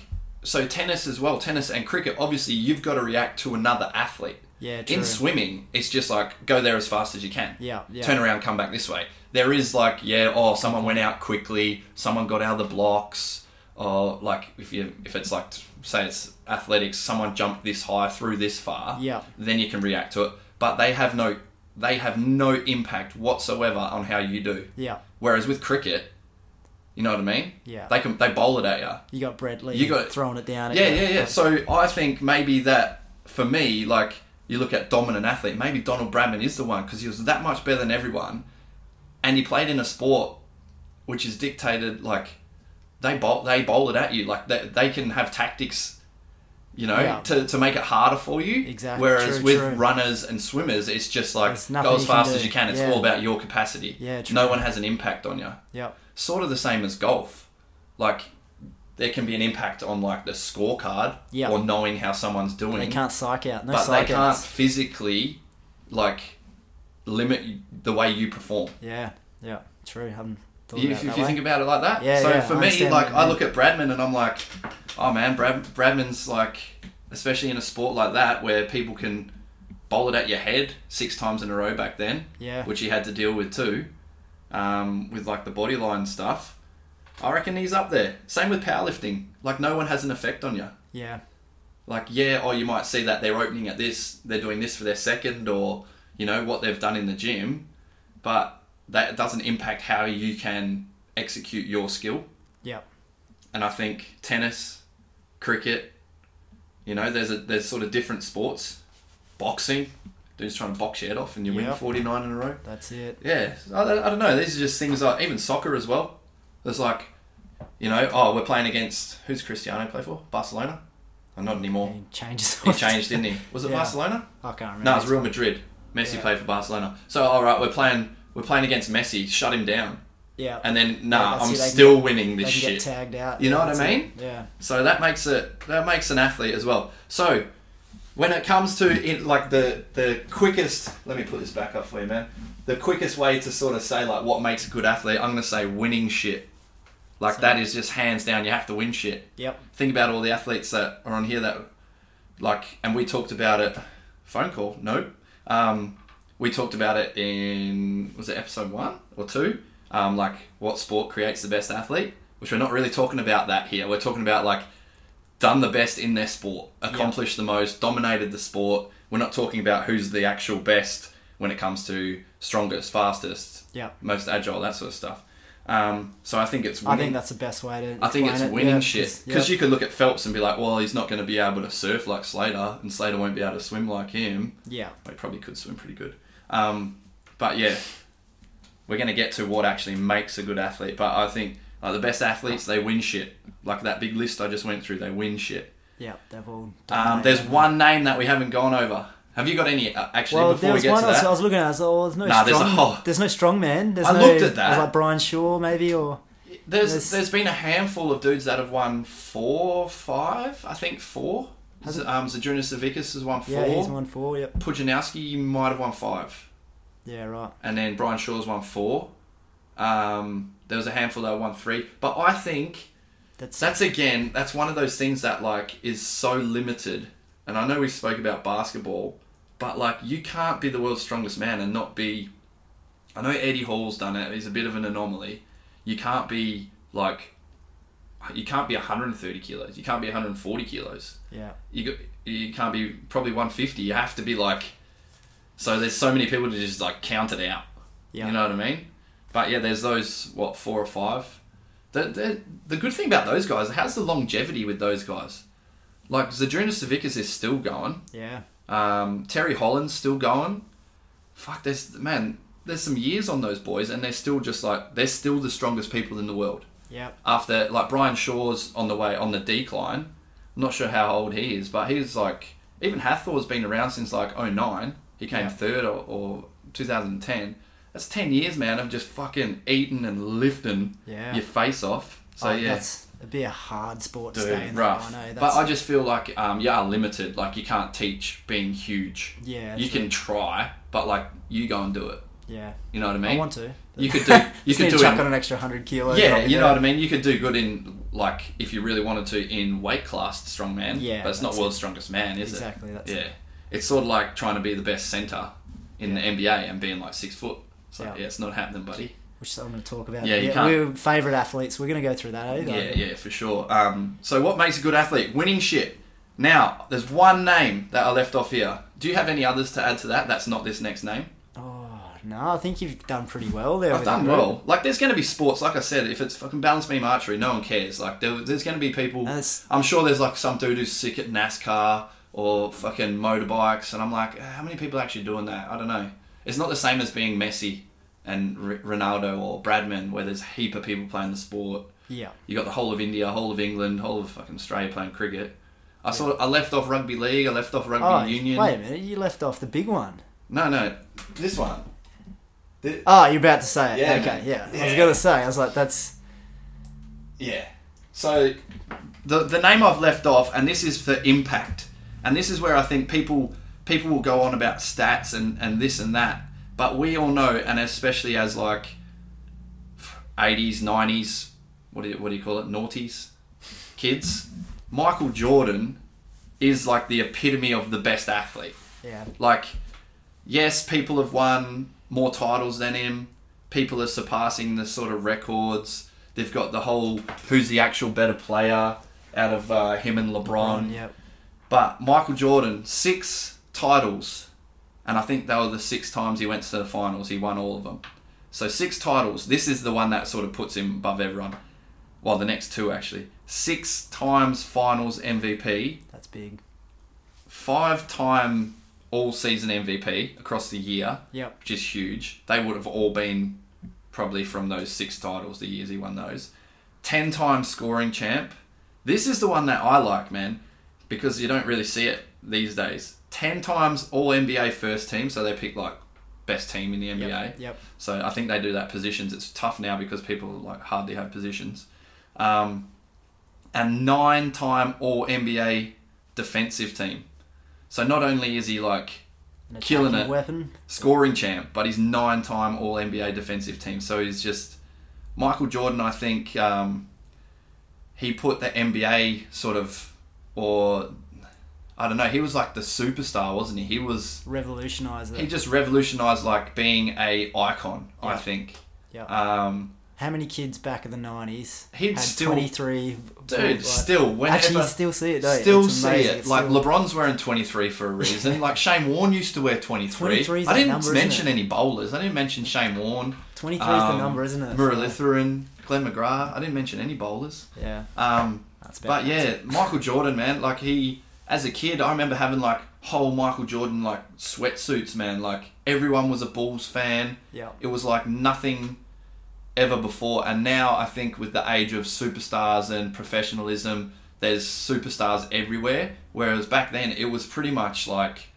[SPEAKER 2] so tennis as well, tennis and cricket. Obviously, you've got to react to another athlete.
[SPEAKER 4] Yeah, true.
[SPEAKER 2] In swimming, it's just like go there as fast as you can.
[SPEAKER 4] Yeah, yeah.
[SPEAKER 2] Turn around, come back this way. There is like yeah, oh, someone went out quickly. Someone got out of the blocks. Or like if you if it's like say it's athletics, someone jumped this high through this far.
[SPEAKER 4] Yeah.
[SPEAKER 2] Then you can react to it, but they have no they have no impact whatsoever on how you do.
[SPEAKER 4] yeah,
[SPEAKER 2] Whereas with cricket, you know what I mean?
[SPEAKER 4] Yeah.
[SPEAKER 2] They can they bowl it at you.
[SPEAKER 4] you got Bradley.
[SPEAKER 2] You got-
[SPEAKER 4] throwing it down. at
[SPEAKER 2] Yeah,
[SPEAKER 4] you.
[SPEAKER 2] yeah, yeah. So I think maybe that for me, like you look at dominant athlete, maybe Donald Bradman is the one because he was that much better than everyone, and he played in a sport which is dictated like they bowl they bowl it at you like they they can have tactics. You know,
[SPEAKER 4] Yeah.
[SPEAKER 2] to, to make it harder for you.
[SPEAKER 4] Exactly.
[SPEAKER 2] Whereas
[SPEAKER 4] True,
[SPEAKER 2] with
[SPEAKER 4] true.
[SPEAKER 2] runners and swimmers, it's just like
[SPEAKER 4] There's nothing
[SPEAKER 2] go as
[SPEAKER 4] you can
[SPEAKER 2] fast
[SPEAKER 4] do.
[SPEAKER 2] as you can. It's
[SPEAKER 4] Yeah.
[SPEAKER 2] all about your capacity.
[SPEAKER 4] Yeah,
[SPEAKER 2] No
[SPEAKER 4] true.
[SPEAKER 2] one has an impact on you
[SPEAKER 4] Yep.
[SPEAKER 2] sort of the same as golf. Like there can be an impact on like the scorecard
[SPEAKER 4] Yeah.
[SPEAKER 2] or knowing how someone's doing.
[SPEAKER 4] They can't psych out. No
[SPEAKER 2] Mm. but they
[SPEAKER 4] psych
[SPEAKER 2] can't
[SPEAKER 4] outs.
[SPEAKER 2] physically like limit the way you perform.
[SPEAKER 4] Yeah, yeah, true. I haven't thought
[SPEAKER 2] If,
[SPEAKER 4] about it
[SPEAKER 2] if
[SPEAKER 4] that
[SPEAKER 2] you
[SPEAKER 4] way.
[SPEAKER 2] think about it like that.
[SPEAKER 4] Yeah,
[SPEAKER 2] so
[SPEAKER 4] yeah,
[SPEAKER 2] for
[SPEAKER 4] I
[SPEAKER 2] me,
[SPEAKER 4] understand
[SPEAKER 2] like
[SPEAKER 4] that,
[SPEAKER 2] I
[SPEAKER 4] yeah.
[SPEAKER 2] look at Bradman and I'm like, oh man, Brad Bradman's like, especially in a sport like that where people can bowl it at your head six times in a row back then,
[SPEAKER 4] Yeah.
[SPEAKER 2] which he had to deal with too, um, with like the body line stuff. I reckon he's up there. Same with powerlifting. Like no one has an effect on you.
[SPEAKER 4] yeah,
[SPEAKER 2] Like yeah, or you might see that they're opening at this, they're doing this for their second, or you know what they've done in the gym, but that doesn't impact how you can execute your skill
[SPEAKER 4] yeah,
[SPEAKER 2] and I think tennis, cricket, you know, there's a there's sort of different sports. Boxing, dude's trying to box your head off and you win
[SPEAKER 4] Yep.
[SPEAKER 2] 49 in a row.
[SPEAKER 4] that's it.
[SPEAKER 2] Yeah, I, I don't know. These are just things like even soccer as well. There's like, you know, oh, we're playing against who's Cristiano play for? Barcelona? Oh, not anymore.
[SPEAKER 4] He changes.
[SPEAKER 2] He changed, didn't he? Was it
[SPEAKER 4] Yeah.
[SPEAKER 2] Barcelona?
[SPEAKER 4] I can't remember.
[SPEAKER 2] No, it's Real Madrid. Messi
[SPEAKER 4] Yeah.
[SPEAKER 2] played for Barcelona. So all right, we're playing we're playing against Messi. Shut him down.
[SPEAKER 4] Yeah,
[SPEAKER 2] And then nah,
[SPEAKER 4] Yeah, that's
[SPEAKER 2] I'm
[SPEAKER 4] it, they can
[SPEAKER 2] still winning
[SPEAKER 4] they
[SPEAKER 2] this
[SPEAKER 4] can
[SPEAKER 2] shit.
[SPEAKER 4] get tagged out.
[SPEAKER 2] You know
[SPEAKER 4] Yeah,
[SPEAKER 2] what I
[SPEAKER 4] that's it.
[SPEAKER 2] mean?
[SPEAKER 4] Yeah,
[SPEAKER 2] So that makes it that makes an athlete as well. So when it comes to it, like the the quickest, let me put this back up for you, man. The quickest way to sort of say like what makes a good athlete, I'm gonna say winning shit. Like that is just hands down. You have to win shit.
[SPEAKER 4] yep,
[SPEAKER 2] Think about all the athletes that are on here that like, and we talked about it. Phone call? Nope. Um, we talked about it in was it episode one or two? Um, like what sport creates the best athlete? Which we're not really talking about that here. We're talking about like done the best in their sport, accomplished the most, dominated the sport. We're not talking about who's the actual best when it comes to strongest, fastest,
[SPEAKER 4] Yeah.
[SPEAKER 2] most agile, that sort of stuff. Um, so I think it's
[SPEAKER 4] I
[SPEAKER 2] winning.
[SPEAKER 4] think that's the best way to.
[SPEAKER 2] I think
[SPEAKER 4] explain
[SPEAKER 2] it's
[SPEAKER 4] it.
[SPEAKER 2] winning
[SPEAKER 4] yeah,
[SPEAKER 2] shit
[SPEAKER 4] it's-
[SPEAKER 2] because
[SPEAKER 4] yeah.
[SPEAKER 2] you could look at Phelps and be like, well, he's not going to be able to surf like Slater, and Slater won't be able to swim like him.
[SPEAKER 4] Yeah,
[SPEAKER 2] Well, he probably could swim pretty good. Um, but yeah, we're going to get to what actually makes a good athlete. But I think like the best athletes, they win shit. Like that big list I just went through, they win shit.
[SPEAKER 4] yeah, they've all.
[SPEAKER 2] Um,
[SPEAKER 4] dominated.
[SPEAKER 2] there's one name that we haven't gone over. Have you got any uh, actually
[SPEAKER 4] Well,
[SPEAKER 2] before
[SPEAKER 4] there
[SPEAKER 2] we
[SPEAKER 4] was
[SPEAKER 2] get
[SPEAKER 4] one
[SPEAKER 2] to
[SPEAKER 4] else I
[SPEAKER 2] that?
[SPEAKER 4] was looking at. I was like, oh, there's no
[SPEAKER 2] Nah,
[SPEAKER 4] strong.
[SPEAKER 2] there's a whole-
[SPEAKER 4] There's no strong man. There's
[SPEAKER 2] I
[SPEAKER 4] no,
[SPEAKER 2] looked at
[SPEAKER 4] I
[SPEAKER 2] that.
[SPEAKER 4] was like Brian Shaw, maybe, or
[SPEAKER 2] There's
[SPEAKER 4] there's-
[SPEAKER 2] there's been a handful of dudes that have won four, five, I think four.
[SPEAKER 4] Has it-
[SPEAKER 2] um, Zdrunas Savickas has won four.
[SPEAKER 4] yeah, he's won four. Yep.
[SPEAKER 2] Pujanowski might have won five,
[SPEAKER 4] Yeah, right.
[SPEAKER 2] and then Brian Shaw's won four. Um, there was a handful that won three, but I think
[SPEAKER 4] That's
[SPEAKER 2] that's again that's one of those things that like is so limited. And I know we spoke about basketball, but like you can't be the world's strongest man and not be. I know Eddie Hall's done it. He's a bit of an anomaly. You can't be like, you can't be 130 kilos. You can't be 140 kilos
[SPEAKER 4] yeah,
[SPEAKER 2] you got, you can't be probably 150. You have to be like, so there's so many people to just like count it out.
[SPEAKER 4] yeah.
[SPEAKER 2] You know what I mean? But yeah, there's those what four or five. The, the, the good thing about those guys, how's the longevity with those guys? Like Zadrunas Savickas is still going.
[SPEAKER 4] yeah,
[SPEAKER 2] Um, Terry Holland's still going. Fuck, there's man, there's some years on those boys, and they're still just like they're still the strongest people in the world
[SPEAKER 4] yeah,
[SPEAKER 2] after like Brian Shaw's on the way on the decline. I'm not sure how old he is, but he's like even Hathor's been around since like 09. He came
[SPEAKER 4] Yeah.
[SPEAKER 2] third or, or 2010. That's 10 years, man, of just fucking eating and lifting
[SPEAKER 4] Yeah.
[SPEAKER 2] your face off. So
[SPEAKER 4] Oh,
[SPEAKER 2] yeah.
[SPEAKER 4] that's it'd be a hard sport to stay
[SPEAKER 2] Dude,
[SPEAKER 4] in.
[SPEAKER 2] rough.
[SPEAKER 4] though, I know.
[SPEAKER 2] but
[SPEAKER 4] That's,
[SPEAKER 2] I just feel like um, you are limited. Like you can't teach being huge.
[SPEAKER 4] Yeah,
[SPEAKER 2] You
[SPEAKER 4] true.
[SPEAKER 2] can try, but like you go and do it.
[SPEAKER 4] yeah,
[SPEAKER 2] You know what I mean?
[SPEAKER 4] I want to.
[SPEAKER 2] You could do. You
[SPEAKER 4] Just
[SPEAKER 2] could
[SPEAKER 4] need
[SPEAKER 2] do
[SPEAKER 4] to chuck
[SPEAKER 2] it.
[SPEAKER 4] on an extra hundred kilos. and I'll
[SPEAKER 2] Yeah,
[SPEAKER 4] be
[SPEAKER 2] you know
[SPEAKER 4] there.
[SPEAKER 2] what I mean. You could do good in like if you really wanted to in weight class strongman.
[SPEAKER 4] Yeah,
[SPEAKER 2] but it's not
[SPEAKER 4] that's
[SPEAKER 2] world's strongest man, is
[SPEAKER 4] Exactly,
[SPEAKER 2] it?
[SPEAKER 4] that's
[SPEAKER 2] yeah.
[SPEAKER 4] it.
[SPEAKER 2] It's sort of like trying to be the best center in
[SPEAKER 4] Yeah.
[SPEAKER 2] the NBA and being like six foot. So yeah.
[SPEAKER 4] Yeah.
[SPEAKER 2] it's not happening, buddy.
[SPEAKER 4] Which I'm going to talk about.
[SPEAKER 2] Yeah, you
[SPEAKER 4] yeah
[SPEAKER 2] can't-
[SPEAKER 4] we're favorite athletes. We're going to go through that eh, either.
[SPEAKER 2] Yeah, yeah, for sure. Um, so what makes a good athlete? Winning shit. Now, there's one name that I left off here. Do you have any others to add to that? That's not this next name.
[SPEAKER 4] Oh no, I think you've done pretty well there.
[SPEAKER 2] I've
[SPEAKER 4] with
[SPEAKER 2] done
[SPEAKER 4] that,
[SPEAKER 2] well. Like, there's going to be sports. Like I said, if it's fucking balance beam archery, no one cares. Like, there, there's going to be people.
[SPEAKER 4] That's-
[SPEAKER 2] I'm sure there's like some dude who's sick at NASCAR or fucking motorbikes, and I'm like, "Ah, how many people are actually doing that? I don't know. It's not the same as being Messi and R- Ronaldo or Bradman, where there's a heap of people playing the sport.
[SPEAKER 4] Yeah,
[SPEAKER 2] You got the whole of India, whole of England, whole of fucking Australia playing cricket. I sort of, I left off rugby league. I left off rugby
[SPEAKER 4] Oh,
[SPEAKER 2] union.
[SPEAKER 4] wait a minute. You left off the big one.
[SPEAKER 2] No, no, this one. Thi-
[SPEAKER 4] Oh, you're about to say it.
[SPEAKER 2] Yeah, man.
[SPEAKER 4] okay, yeah. I was
[SPEAKER 2] Yeah.
[SPEAKER 4] going to say, I was like, that's.
[SPEAKER 2] Yeah. So the the name I've left off, and this is for impact, and this is where I think people people will go on about stats and and this and that, but we all know, and especially as like eighties, nineties, what do you, what do you call it, noughties, kids, Michael Jordan is like the epitome of the best athlete.
[SPEAKER 4] Yeah.
[SPEAKER 2] Like, yes, people have won more titles than him. People are surpassing the sort of records. They've got the whole who's the actual better player out of uh, him and LeBron.
[SPEAKER 4] Yep.
[SPEAKER 2] But Michael Jordan, six titles, and I think they were the six times he went to the finals. He won all of them. So six titles. This is the one that sort of puts him above everyone. Well, the next two actually. Six times finals MVP,
[SPEAKER 4] That's big.
[SPEAKER 2] five time all season MVP across the year
[SPEAKER 4] Yep.
[SPEAKER 2] which is huge. They would have all been probably from those six titles the years he won those. Ten time scoring champ. This is the one that I like, man, because you don't really see it these days. Ten times all NBA first team, so they pick like best team in the NBA.
[SPEAKER 4] Yep. Yep.
[SPEAKER 2] So I think they do that positions. It's tough now because people like hardly have positions. Um, and nine-time All NBA defensive team. So not only is he like
[SPEAKER 4] An
[SPEAKER 2] Killing
[SPEAKER 4] attacking
[SPEAKER 2] it.
[SPEAKER 4] Weapon.
[SPEAKER 2] scoring champ, but he's nine-time All NBA defensive team. So he's just Michael Jordan. I think um, he put the NBA sort of, or I don't know. He was like the superstar, wasn't he? He was
[SPEAKER 4] Revolutionizer.
[SPEAKER 2] he just revolutionized like being a icon i
[SPEAKER 4] Yeah.
[SPEAKER 2] think
[SPEAKER 4] yep.
[SPEAKER 2] um
[SPEAKER 4] How many kids back in the nineties
[SPEAKER 2] He'd
[SPEAKER 4] had
[SPEAKER 2] still-
[SPEAKER 4] 23?
[SPEAKER 2] dude
[SPEAKER 4] like-
[SPEAKER 2] still whenever
[SPEAKER 4] Actually, you still see it, don't you?
[SPEAKER 2] still
[SPEAKER 4] It's
[SPEAKER 2] see
[SPEAKER 4] amazing.
[SPEAKER 2] it
[SPEAKER 4] It's
[SPEAKER 2] like
[SPEAKER 4] still-
[SPEAKER 2] lebron's wearing 23 for a reason like shane warne used to wear 23
[SPEAKER 4] 23 is
[SPEAKER 2] i
[SPEAKER 4] that
[SPEAKER 2] didn't
[SPEAKER 4] number, isn't
[SPEAKER 2] mention
[SPEAKER 4] it?
[SPEAKER 2] any bowlers i didn't mention shane warne
[SPEAKER 4] 23 is
[SPEAKER 2] um,
[SPEAKER 4] the number, isn't it?
[SPEAKER 2] Muralitharan, glenn mcgrath i didn't mention any bowlers
[SPEAKER 4] Yeah,
[SPEAKER 2] um
[SPEAKER 4] that's bad.
[SPEAKER 2] but yeah michael jordan man like he as a kid i remember having like whole michael jordan like sweatsuits man like everyone was a bulls fan
[SPEAKER 4] yeah,
[SPEAKER 2] it was like nothing ever before and now i think with the age of superstars and professionalism there's superstars everywhere whereas back then it was pretty much like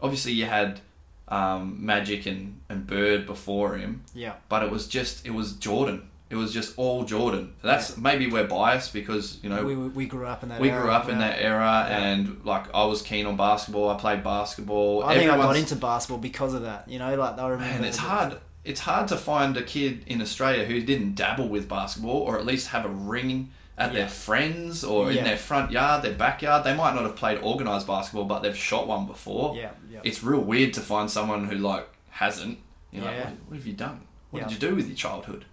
[SPEAKER 2] obviously you had um, magic and, and bird before him
[SPEAKER 4] yeah,
[SPEAKER 2] but it was just it was jordan it was just all jordan that's maybe we're biased because you know
[SPEAKER 4] we, we we grew up in that.
[SPEAKER 2] we
[SPEAKER 4] era,
[SPEAKER 2] grew up in
[SPEAKER 4] yeah.
[SPEAKER 2] that era and like i was keen on basketball i played basketball
[SPEAKER 4] I think I got
[SPEAKER 2] Everyone's-
[SPEAKER 4] into basketball because of that. You know, like I remember.
[SPEAKER 2] and it's
[SPEAKER 4] that-
[SPEAKER 2] hard. It's hard to find a kid in Australia who didn't dabble with basketball, or at least have a ring at
[SPEAKER 4] Yeah.
[SPEAKER 2] their friends or
[SPEAKER 4] Yeah.
[SPEAKER 2] in their front yard, their backyard. They might not have played organised basketball, but they've shot one before.
[SPEAKER 4] Yeah, yeah.
[SPEAKER 2] It's real weird to find someone who like hasn't. You're like,
[SPEAKER 4] Yeah.
[SPEAKER 2] what, what have you done? What
[SPEAKER 4] Yeah.
[SPEAKER 2] did you do with your childhood?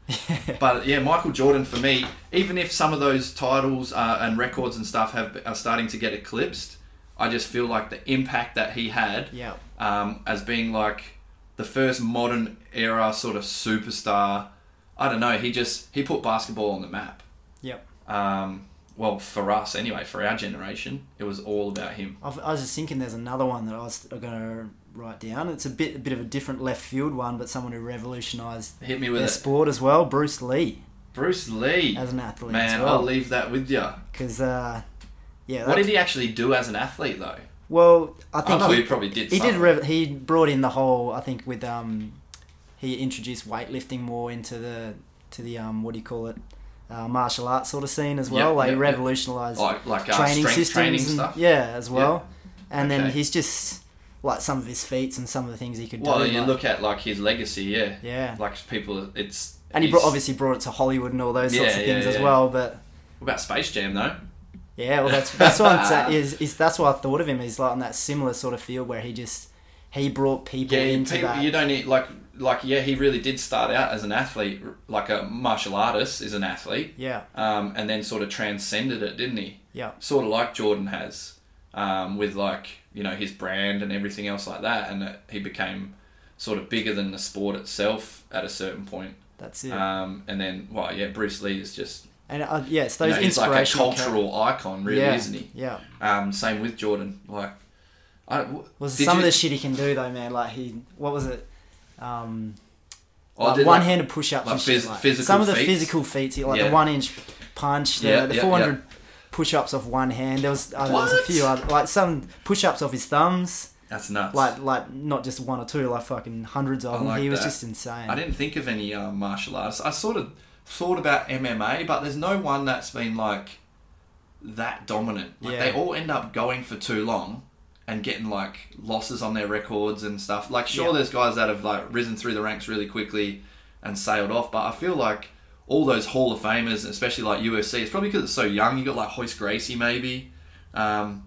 [SPEAKER 2] but yeah, Michael Jordan for me, even if some of those titles uh, and records and stuff have are starting to get eclipsed, I just feel like the impact that he had
[SPEAKER 4] Yeah,
[SPEAKER 2] um, as being like the first modern era sort of superstar. I don't know. He just he put basketball on the map.
[SPEAKER 4] yep.
[SPEAKER 2] Um, well, for us anyway, for our generation, it was all about him.
[SPEAKER 4] I've, I was just thinking, there's another one that I was going to write down. It's a bit, a bit of a different left field one, but someone who revolutionised
[SPEAKER 2] Hit me with
[SPEAKER 4] their
[SPEAKER 2] it,
[SPEAKER 4] sport as well, Bruce Lee,
[SPEAKER 2] Bruce Lee.
[SPEAKER 4] as an athlete.
[SPEAKER 2] Man,
[SPEAKER 4] as well.
[SPEAKER 2] I'll leave that with you.
[SPEAKER 4] Because, uh, yeah.
[SPEAKER 2] What
[SPEAKER 4] that-
[SPEAKER 2] did he actually do as an athlete though?
[SPEAKER 4] well, I
[SPEAKER 2] I
[SPEAKER 4] think
[SPEAKER 2] know
[SPEAKER 4] he,
[SPEAKER 2] he probably did.
[SPEAKER 4] he did.
[SPEAKER 2] something.
[SPEAKER 4] Rev- he brought in the whole. I think with um, he introduced weightlifting more into the to the um, what do you call it, uh, martial arts sort of scene as well.
[SPEAKER 2] Yep,
[SPEAKER 4] like
[SPEAKER 2] yep,
[SPEAKER 4] he
[SPEAKER 2] yep.
[SPEAKER 4] revolutionized
[SPEAKER 2] like like uh,
[SPEAKER 4] training
[SPEAKER 2] strength
[SPEAKER 4] systems
[SPEAKER 2] training
[SPEAKER 4] and-
[SPEAKER 2] stuff.
[SPEAKER 4] yeah, as well. And then
[SPEAKER 2] Okay.
[SPEAKER 4] he's just like some of his feats and some of the things he could
[SPEAKER 2] Well,
[SPEAKER 4] do.
[SPEAKER 2] you
[SPEAKER 4] like-
[SPEAKER 2] look at like his legacy, yeah.
[SPEAKER 4] yeah.
[SPEAKER 2] Like people, it's
[SPEAKER 4] and he brought,
[SPEAKER 2] he's-
[SPEAKER 4] obviously brought it to Hollywood and all those sorts
[SPEAKER 2] Yeah,
[SPEAKER 4] of
[SPEAKER 2] yeah,
[SPEAKER 4] things as
[SPEAKER 2] yeah.
[SPEAKER 4] well. But
[SPEAKER 2] What about Space Jam though?
[SPEAKER 4] yeah, well, that's that's what I'm saying is, is that's what I thought of him. He's like on that similar sort of field where he just he brought people
[SPEAKER 2] yeah,
[SPEAKER 4] into
[SPEAKER 2] people,
[SPEAKER 4] that.
[SPEAKER 2] you don't need like like yeah he really did start out as an athlete like a martial artist is an athlete
[SPEAKER 4] yeah,
[SPEAKER 2] um, and then sort of transcended it didn't he
[SPEAKER 4] yeah,
[SPEAKER 2] sort of like jordan has um, with like you know his brand and everything else like that and it, he became sort of bigger than the sport itself at a certain point
[SPEAKER 4] that's it.
[SPEAKER 2] um, and then well yeah bruce lee is just
[SPEAKER 4] and uh, yeah, it's
[SPEAKER 2] you
[SPEAKER 4] those
[SPEAKER 2] know, he's like a
[SPEAKER 4] inspirational
[SPEAKER 2] cultural icon really
[SPEAKER 4] yeah,
[SPEAKER 2] isn't he
[SPEAKER 4] Yeah.
[SPEAKER 2] um, same with jordan like I,
[SPEAKER 4] Was
[SPEAKER 2] Did
[SPEAKER 4] some
[SPEAKER 2] you-
[SPEAKER 4] of the shit he can do though, man? Like he, what was it? Um,
[SPEAKER 2] Oh, I did,
[SPEAKER 4] one
[SPEAKER 2] like-
[SPEAKER 4] handed push ups
[SPEAKER 2] like
[SPEAKER 4] and shit,
[SPEAKER 2] phys-
[SPEAKER 4] like.
[SPEAKER 2] physical
[SPEAKER 4] some of the
[SPEAKER 2] feats?
[SPEAKER 4] physical feats, he- like
[SPEAKER 2] Yeah.
[SPEAKER 4] the one inch punch, the,
[SPEAKER 2] Yeah,
[SPEAKER 4] the
[SPEAKER 2] yeah,
[SPEAKER 4] four hundred push ups off one hand. There was, I don't know, there was
[SPEAKER 2] What?
[SPEAKER 4] a few other, like some push ups off his thumbs,
[SPEAKER 2] that's nuts
[SPEAKER 4] like like not just one or two, like fucking hundreds of
[SPEAKER 2] I
[SPEAKER 4] them.
[SPEAKER 2] like
[SPEAKER 4] he was
[SPEAKER 2] that.
[SPEAKER 4] just insane.
[SPEAKER 2] I didn't think of any uh, martial arts. I sort of thought about MMA, but there's no one that's been like that dominant. Like
[SPEAKER 4] Yeah.
[SPEAKER 2] they all end up going for too long and getting like losses on their records and stuff. Like sure
[SPEAKER 4] Yeah.
[SPEAKER 2] there's guys that have like risen through the ranks really quickly and sailed off, but I feel like all those Hall of Famers, especially like UFC, it's probably because it's so young. You got like Hoist Gracie maybe. Um,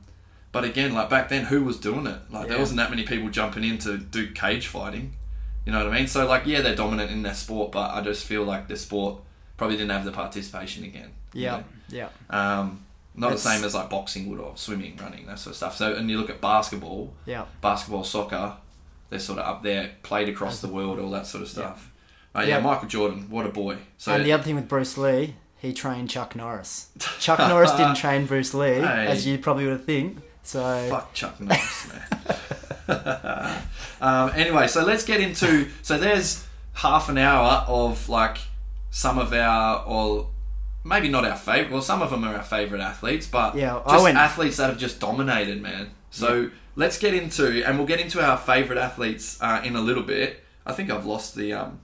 [SPEAKER 2] but again, like back then, who was doing it? Like there
[SPEAKER 4] Yeah.
[SPEAKER 2] wasn't that many people jumping in to do cage fighting. You know what I mean? So like, yeah, they're dominant in their sport, but I just feel like the sport probably didn't have the participation again. you
[SPEAKER 4] Yeah,
[SPEAKER 2] know?
[SPEAKER 4] yeah,
[SPEAKER 2] Um, not
[SPEAKER 4] It's-
[SPEAKER 2] the same as like boxing would or swimming, running, that sort of stuff. So, and you look at basketball,
[SPEAKER 4] yeah.
[SPEAKER 2] basketball, soccer, they're sort of up there, played across the world, all that sort of stuff. Uh, yeah,
[SPEAKER 4] Yeah.
[SPEAKER 2] Michael Jordan, what a boy. So,
[SPEAKER 4] and the other thing with Bruce Lee, he trained Chuck Norris. Chuck Norris didn't train Bruce Lee,
[SPEAKER 2] Hey.
[SPEAKER 4] as you probably would think. So
[SPEAKER 2] fuck Chuck Norris, man. um, anyway, so let's get into. So there's half an hour of like some of our, or maybe not our favorite. Well, some of them are our favorite athletes, but
[SPEAKER 4] Yeah, I
[SPEAKER 2] just
[SPEAKER 4] went-
[SPEAKER 2] athletes that have just dominated, man. So let's get into, and we'll get into our favorite athletes uh, in a little bit. I think I've lost the. Um,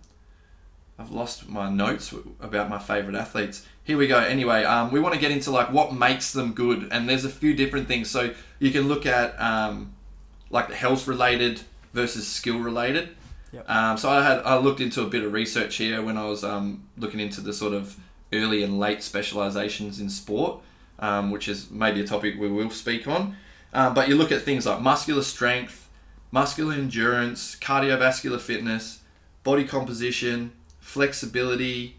[SPEAKER 2] I've lost my notes w- about my favorite athletes. Here we go. Anyway, um, we want to get into like what makes them good, and there's a few different things. So you can look at um, like the health related versus skill related.
[SPEAKER 4] Yep.
[SPEAKER 2] Um, so I had I looked into a bit of research here when I was um, looking into the sort of early and late specializations in sport, um, which is maybe a topic we will speak on. Um, but you look at things like muscular strength, muscular endurance, cardiovascular fitness, body composition, flexibility,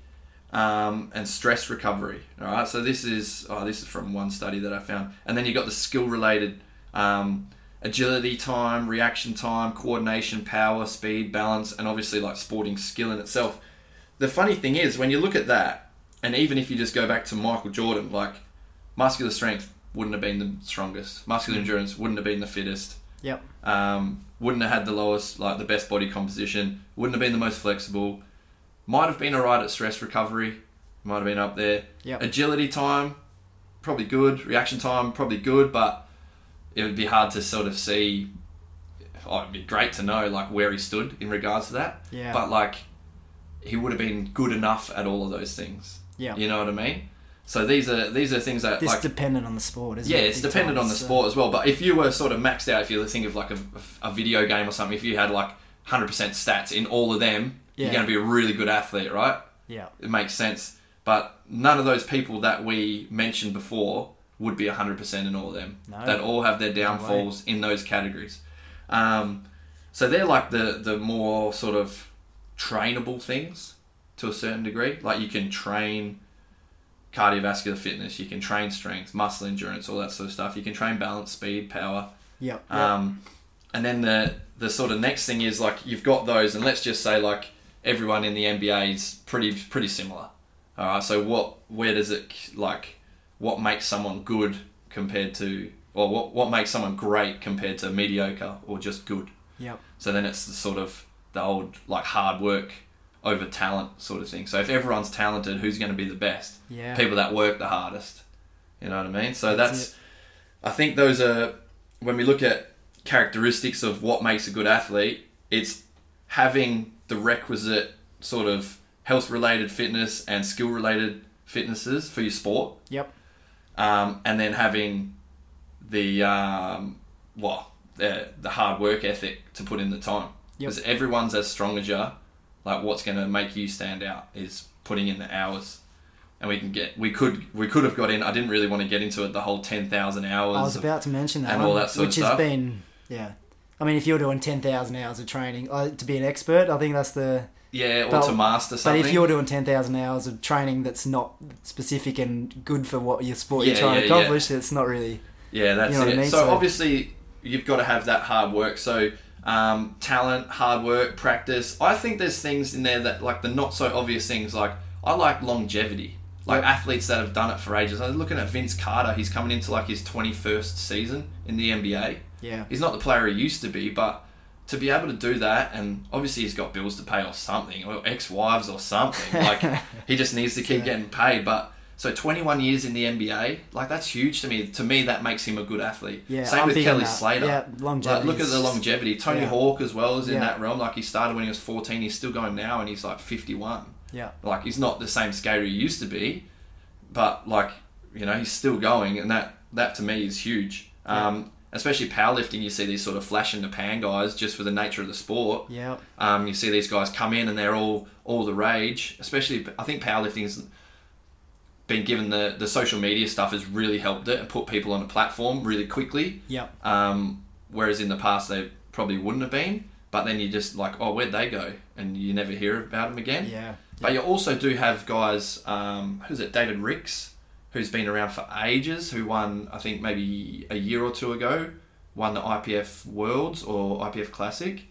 [SPEAKER 2] um, and stress recovery. All right, so this is oh, this is from one study that I found, and then you got the skill related um, agility time, reaction time, coordination, power, speed, balance, and obviously like sporting skill in itself. The funny thing is when you look at that, and even if you just go back to Michael Jordan, like muscular strength wouldn't have been the strongest, muscular endurance wouldn't have been the fittest
[SPEAKER 4] yep,
[SPEAKER 2] um, wouldn't have had the lowest, like the best body composition, wouldn't have been the most flexible, might have been alright at stress recovery, might have been up there.
[SPEAKER 4] Yep.
[SPEAKER 2] Agility time, probably good. Reaction time, probably good, but it would be hard to sort of see. Oh, it'd be great to know like where he stood in regards to that.
[SPEAKER 4] Yeah.
[SPEAKER 2] But like, he would have been good enough at all of those things.
[SPEAKER 4] yeah.
[SPEAKER 2] You know what I mean? So these are these are things that
[SPEAKER 4] this
[SPEAKER 2] like
[SPEAKER 4] dependent on the sport, isn't
[SPEAKER 2] yeah,
[SPEAKER 4] it?
[SPEAKER 2] it's
[SPEAKER 4] Big uh,
[SPEAKER 2] dependent
[SPEAKER 4] time,
[SPEAKER 2] on the
[SPEAKER 4] so-
[SPEAKER 2] sport as well. But if you were sort of maxed out, if you think of like a, a video game or something, if you had like 100% stats in all of them, you're
[SPEAKER 4] Yeah.
[SPEAKER 2] going to be a really good athlete, right?
[SPEAKER 4] Yeah,
[SPEAKER 2] It makes sense. But none of those people that we mentioned before would be 100% in all of them.
[SPEAKER 4] No.
[SPEAKER 2] They'd all have their downfalls in those categories. Um, so they're like the, the more sort of trainable things to a certain degree. Like you can train cardiovascular fitness, you can train strength, muscle endurance, all that sort of stuff. You can train balance, speed, power.
[SPEAKER 4] yep, yep.
[SPEAKER 2] Um, and then the the sort of next thing is like you've got those, and let's just say like everyone in the NBA is pretty pretty similar. All right, so what where does it like what makes someone good compared to or what what makes someone great compared to mediocre or just good?
[SPEAKER 4] yep,
[SPEAKER 2] So then it's the sort of the old like hard work over talent sort of thing. So if everyone's talented, who's going to be the best?
[SPEAKER 4] yeah.
[SPEAKER 2] people that work the hardest. You know what I mean? So
[SPEAKER 4] That's
[SPEAKER 2] that's, I think those are when we look at characteristics of what makes a good athlete, it's having the requisite sort of health related fitness and skill related fitnesses for your sport,
[SPEAKER 4] yep,
[SPEAKER 2] um, and then having the um, well the, the hard work ethic to put in the time.
[SPEAKER 4] Yep.
[SPEAKER 2] Because everyone's as strong as you. Like what's going to make you stand out is putting in the hours. And we can get we could we could have got in. I didn't really want to get into it. The whole ten thousand hours.
[SPEAKER 4] I was
[SPEAKER 2] of-
[SPEAKER 4] about to mention that,
[SPEAKER 2] and
[SPEAKER 4] one,
[SPEAKER 2] all that sort of
[SPEAKER 4] which
[SPEAKER 2] stuff.
[SPEAKER 4] has been yeah. I mean, if you're doing ten thousand hours of training uh, to be an expert, I think that's the.
[SPEAKER 2] yeah, or
[SPEAKER 4] but-
[SPEAKER 2] to master something.
[SPEAKER 4] But if you're doing ten thousand hours of training that's not specific and good for what your sport
[SPEAKER 2] Yeah,
[SPEAKER 4] you're trying to
[SPEAKER 2] yeah, yeah.
[SPEAKER 4] accomplish, it's not really
[SPEAKER 2] Yeah, that's
[SPEAKER 4] You know
[SPEAKER 2] it.
[SPEAKER 4] what I mean?
[SPEAKER 2] So,
[SPEAKER 4] So-
[SPEAKER 2] obviously, you've got to have that hard work. So um, talent, hard work, practice. I think there's things in there that like the not so obvious things. Like I like longevity. Like athletes that have done it for ages. I was looking at Vince Carter. He's coming into like his 21st season in the NBA.
[SPEAKER 4] yeah.
[SPEAKER 2] He's not the player he used to be, but to be able to do that, and obviously he's got bills to pay or something, or ex-wives or something. Like he just needs to keep getting paid. But so 21 years in the NBA, like that's huge to me. To me, that makes him a good athlete.
[SPEAKER 4] Yeah,
[SPEAKER 2] Same
[SPEAKER 4] I'm
[SPEAKER 2] with
[SPEAKER 4] big on
[SPEAKER 2] Kelly
[SPEAKER 4] that.
[SPEAKER 2] Slater.
[SPEAKER 4] Yeah,
[SPEAKER 2] Like,
[SPEAKER 4] longevity
[SPEAKER 2] look at the
[SPEAKER 4] is-
[SPEAKER 2] longevity. Tony
[SPEAKER 4] yeah.
[SPEAKER 2] Hawk as well is in
[SPEAKER 4] Yeah.
[SPEAKER 2] that realm. Like he started when he was 14, he's still going now, and he's like 51.
[SPEAKER 4] Yeah,
[SPEAKER 2] Like he's not the same skater he used to be, but like you know he's still going, and that that to me is huge. Um, Especially powerlifting, you see these sort of flash in the pan guys just for the nature of the sport.
[SPEAKER 4] Yeah.
[SPEAKER 2] Um, you see these guys come in and they're all all the rage. Especially, I think powerlifting's been given the the social media stuff has really helped it and put people on a platform really quickly.
[SPEAKER 4] Yep.
[SPEAKER 2] Um, whereas in the past they probably wouldn't have been. But then you're just like, oh, where'd they go? And you never hear about them again.
[SPEAKER 4] Yeah.
[SPEAKER 2] But you also do have guys, um, who's it, David Ricks, who's been around for ages, who won, I think, maybe a year or two ago, won the IPF Worlds or IPF Classic.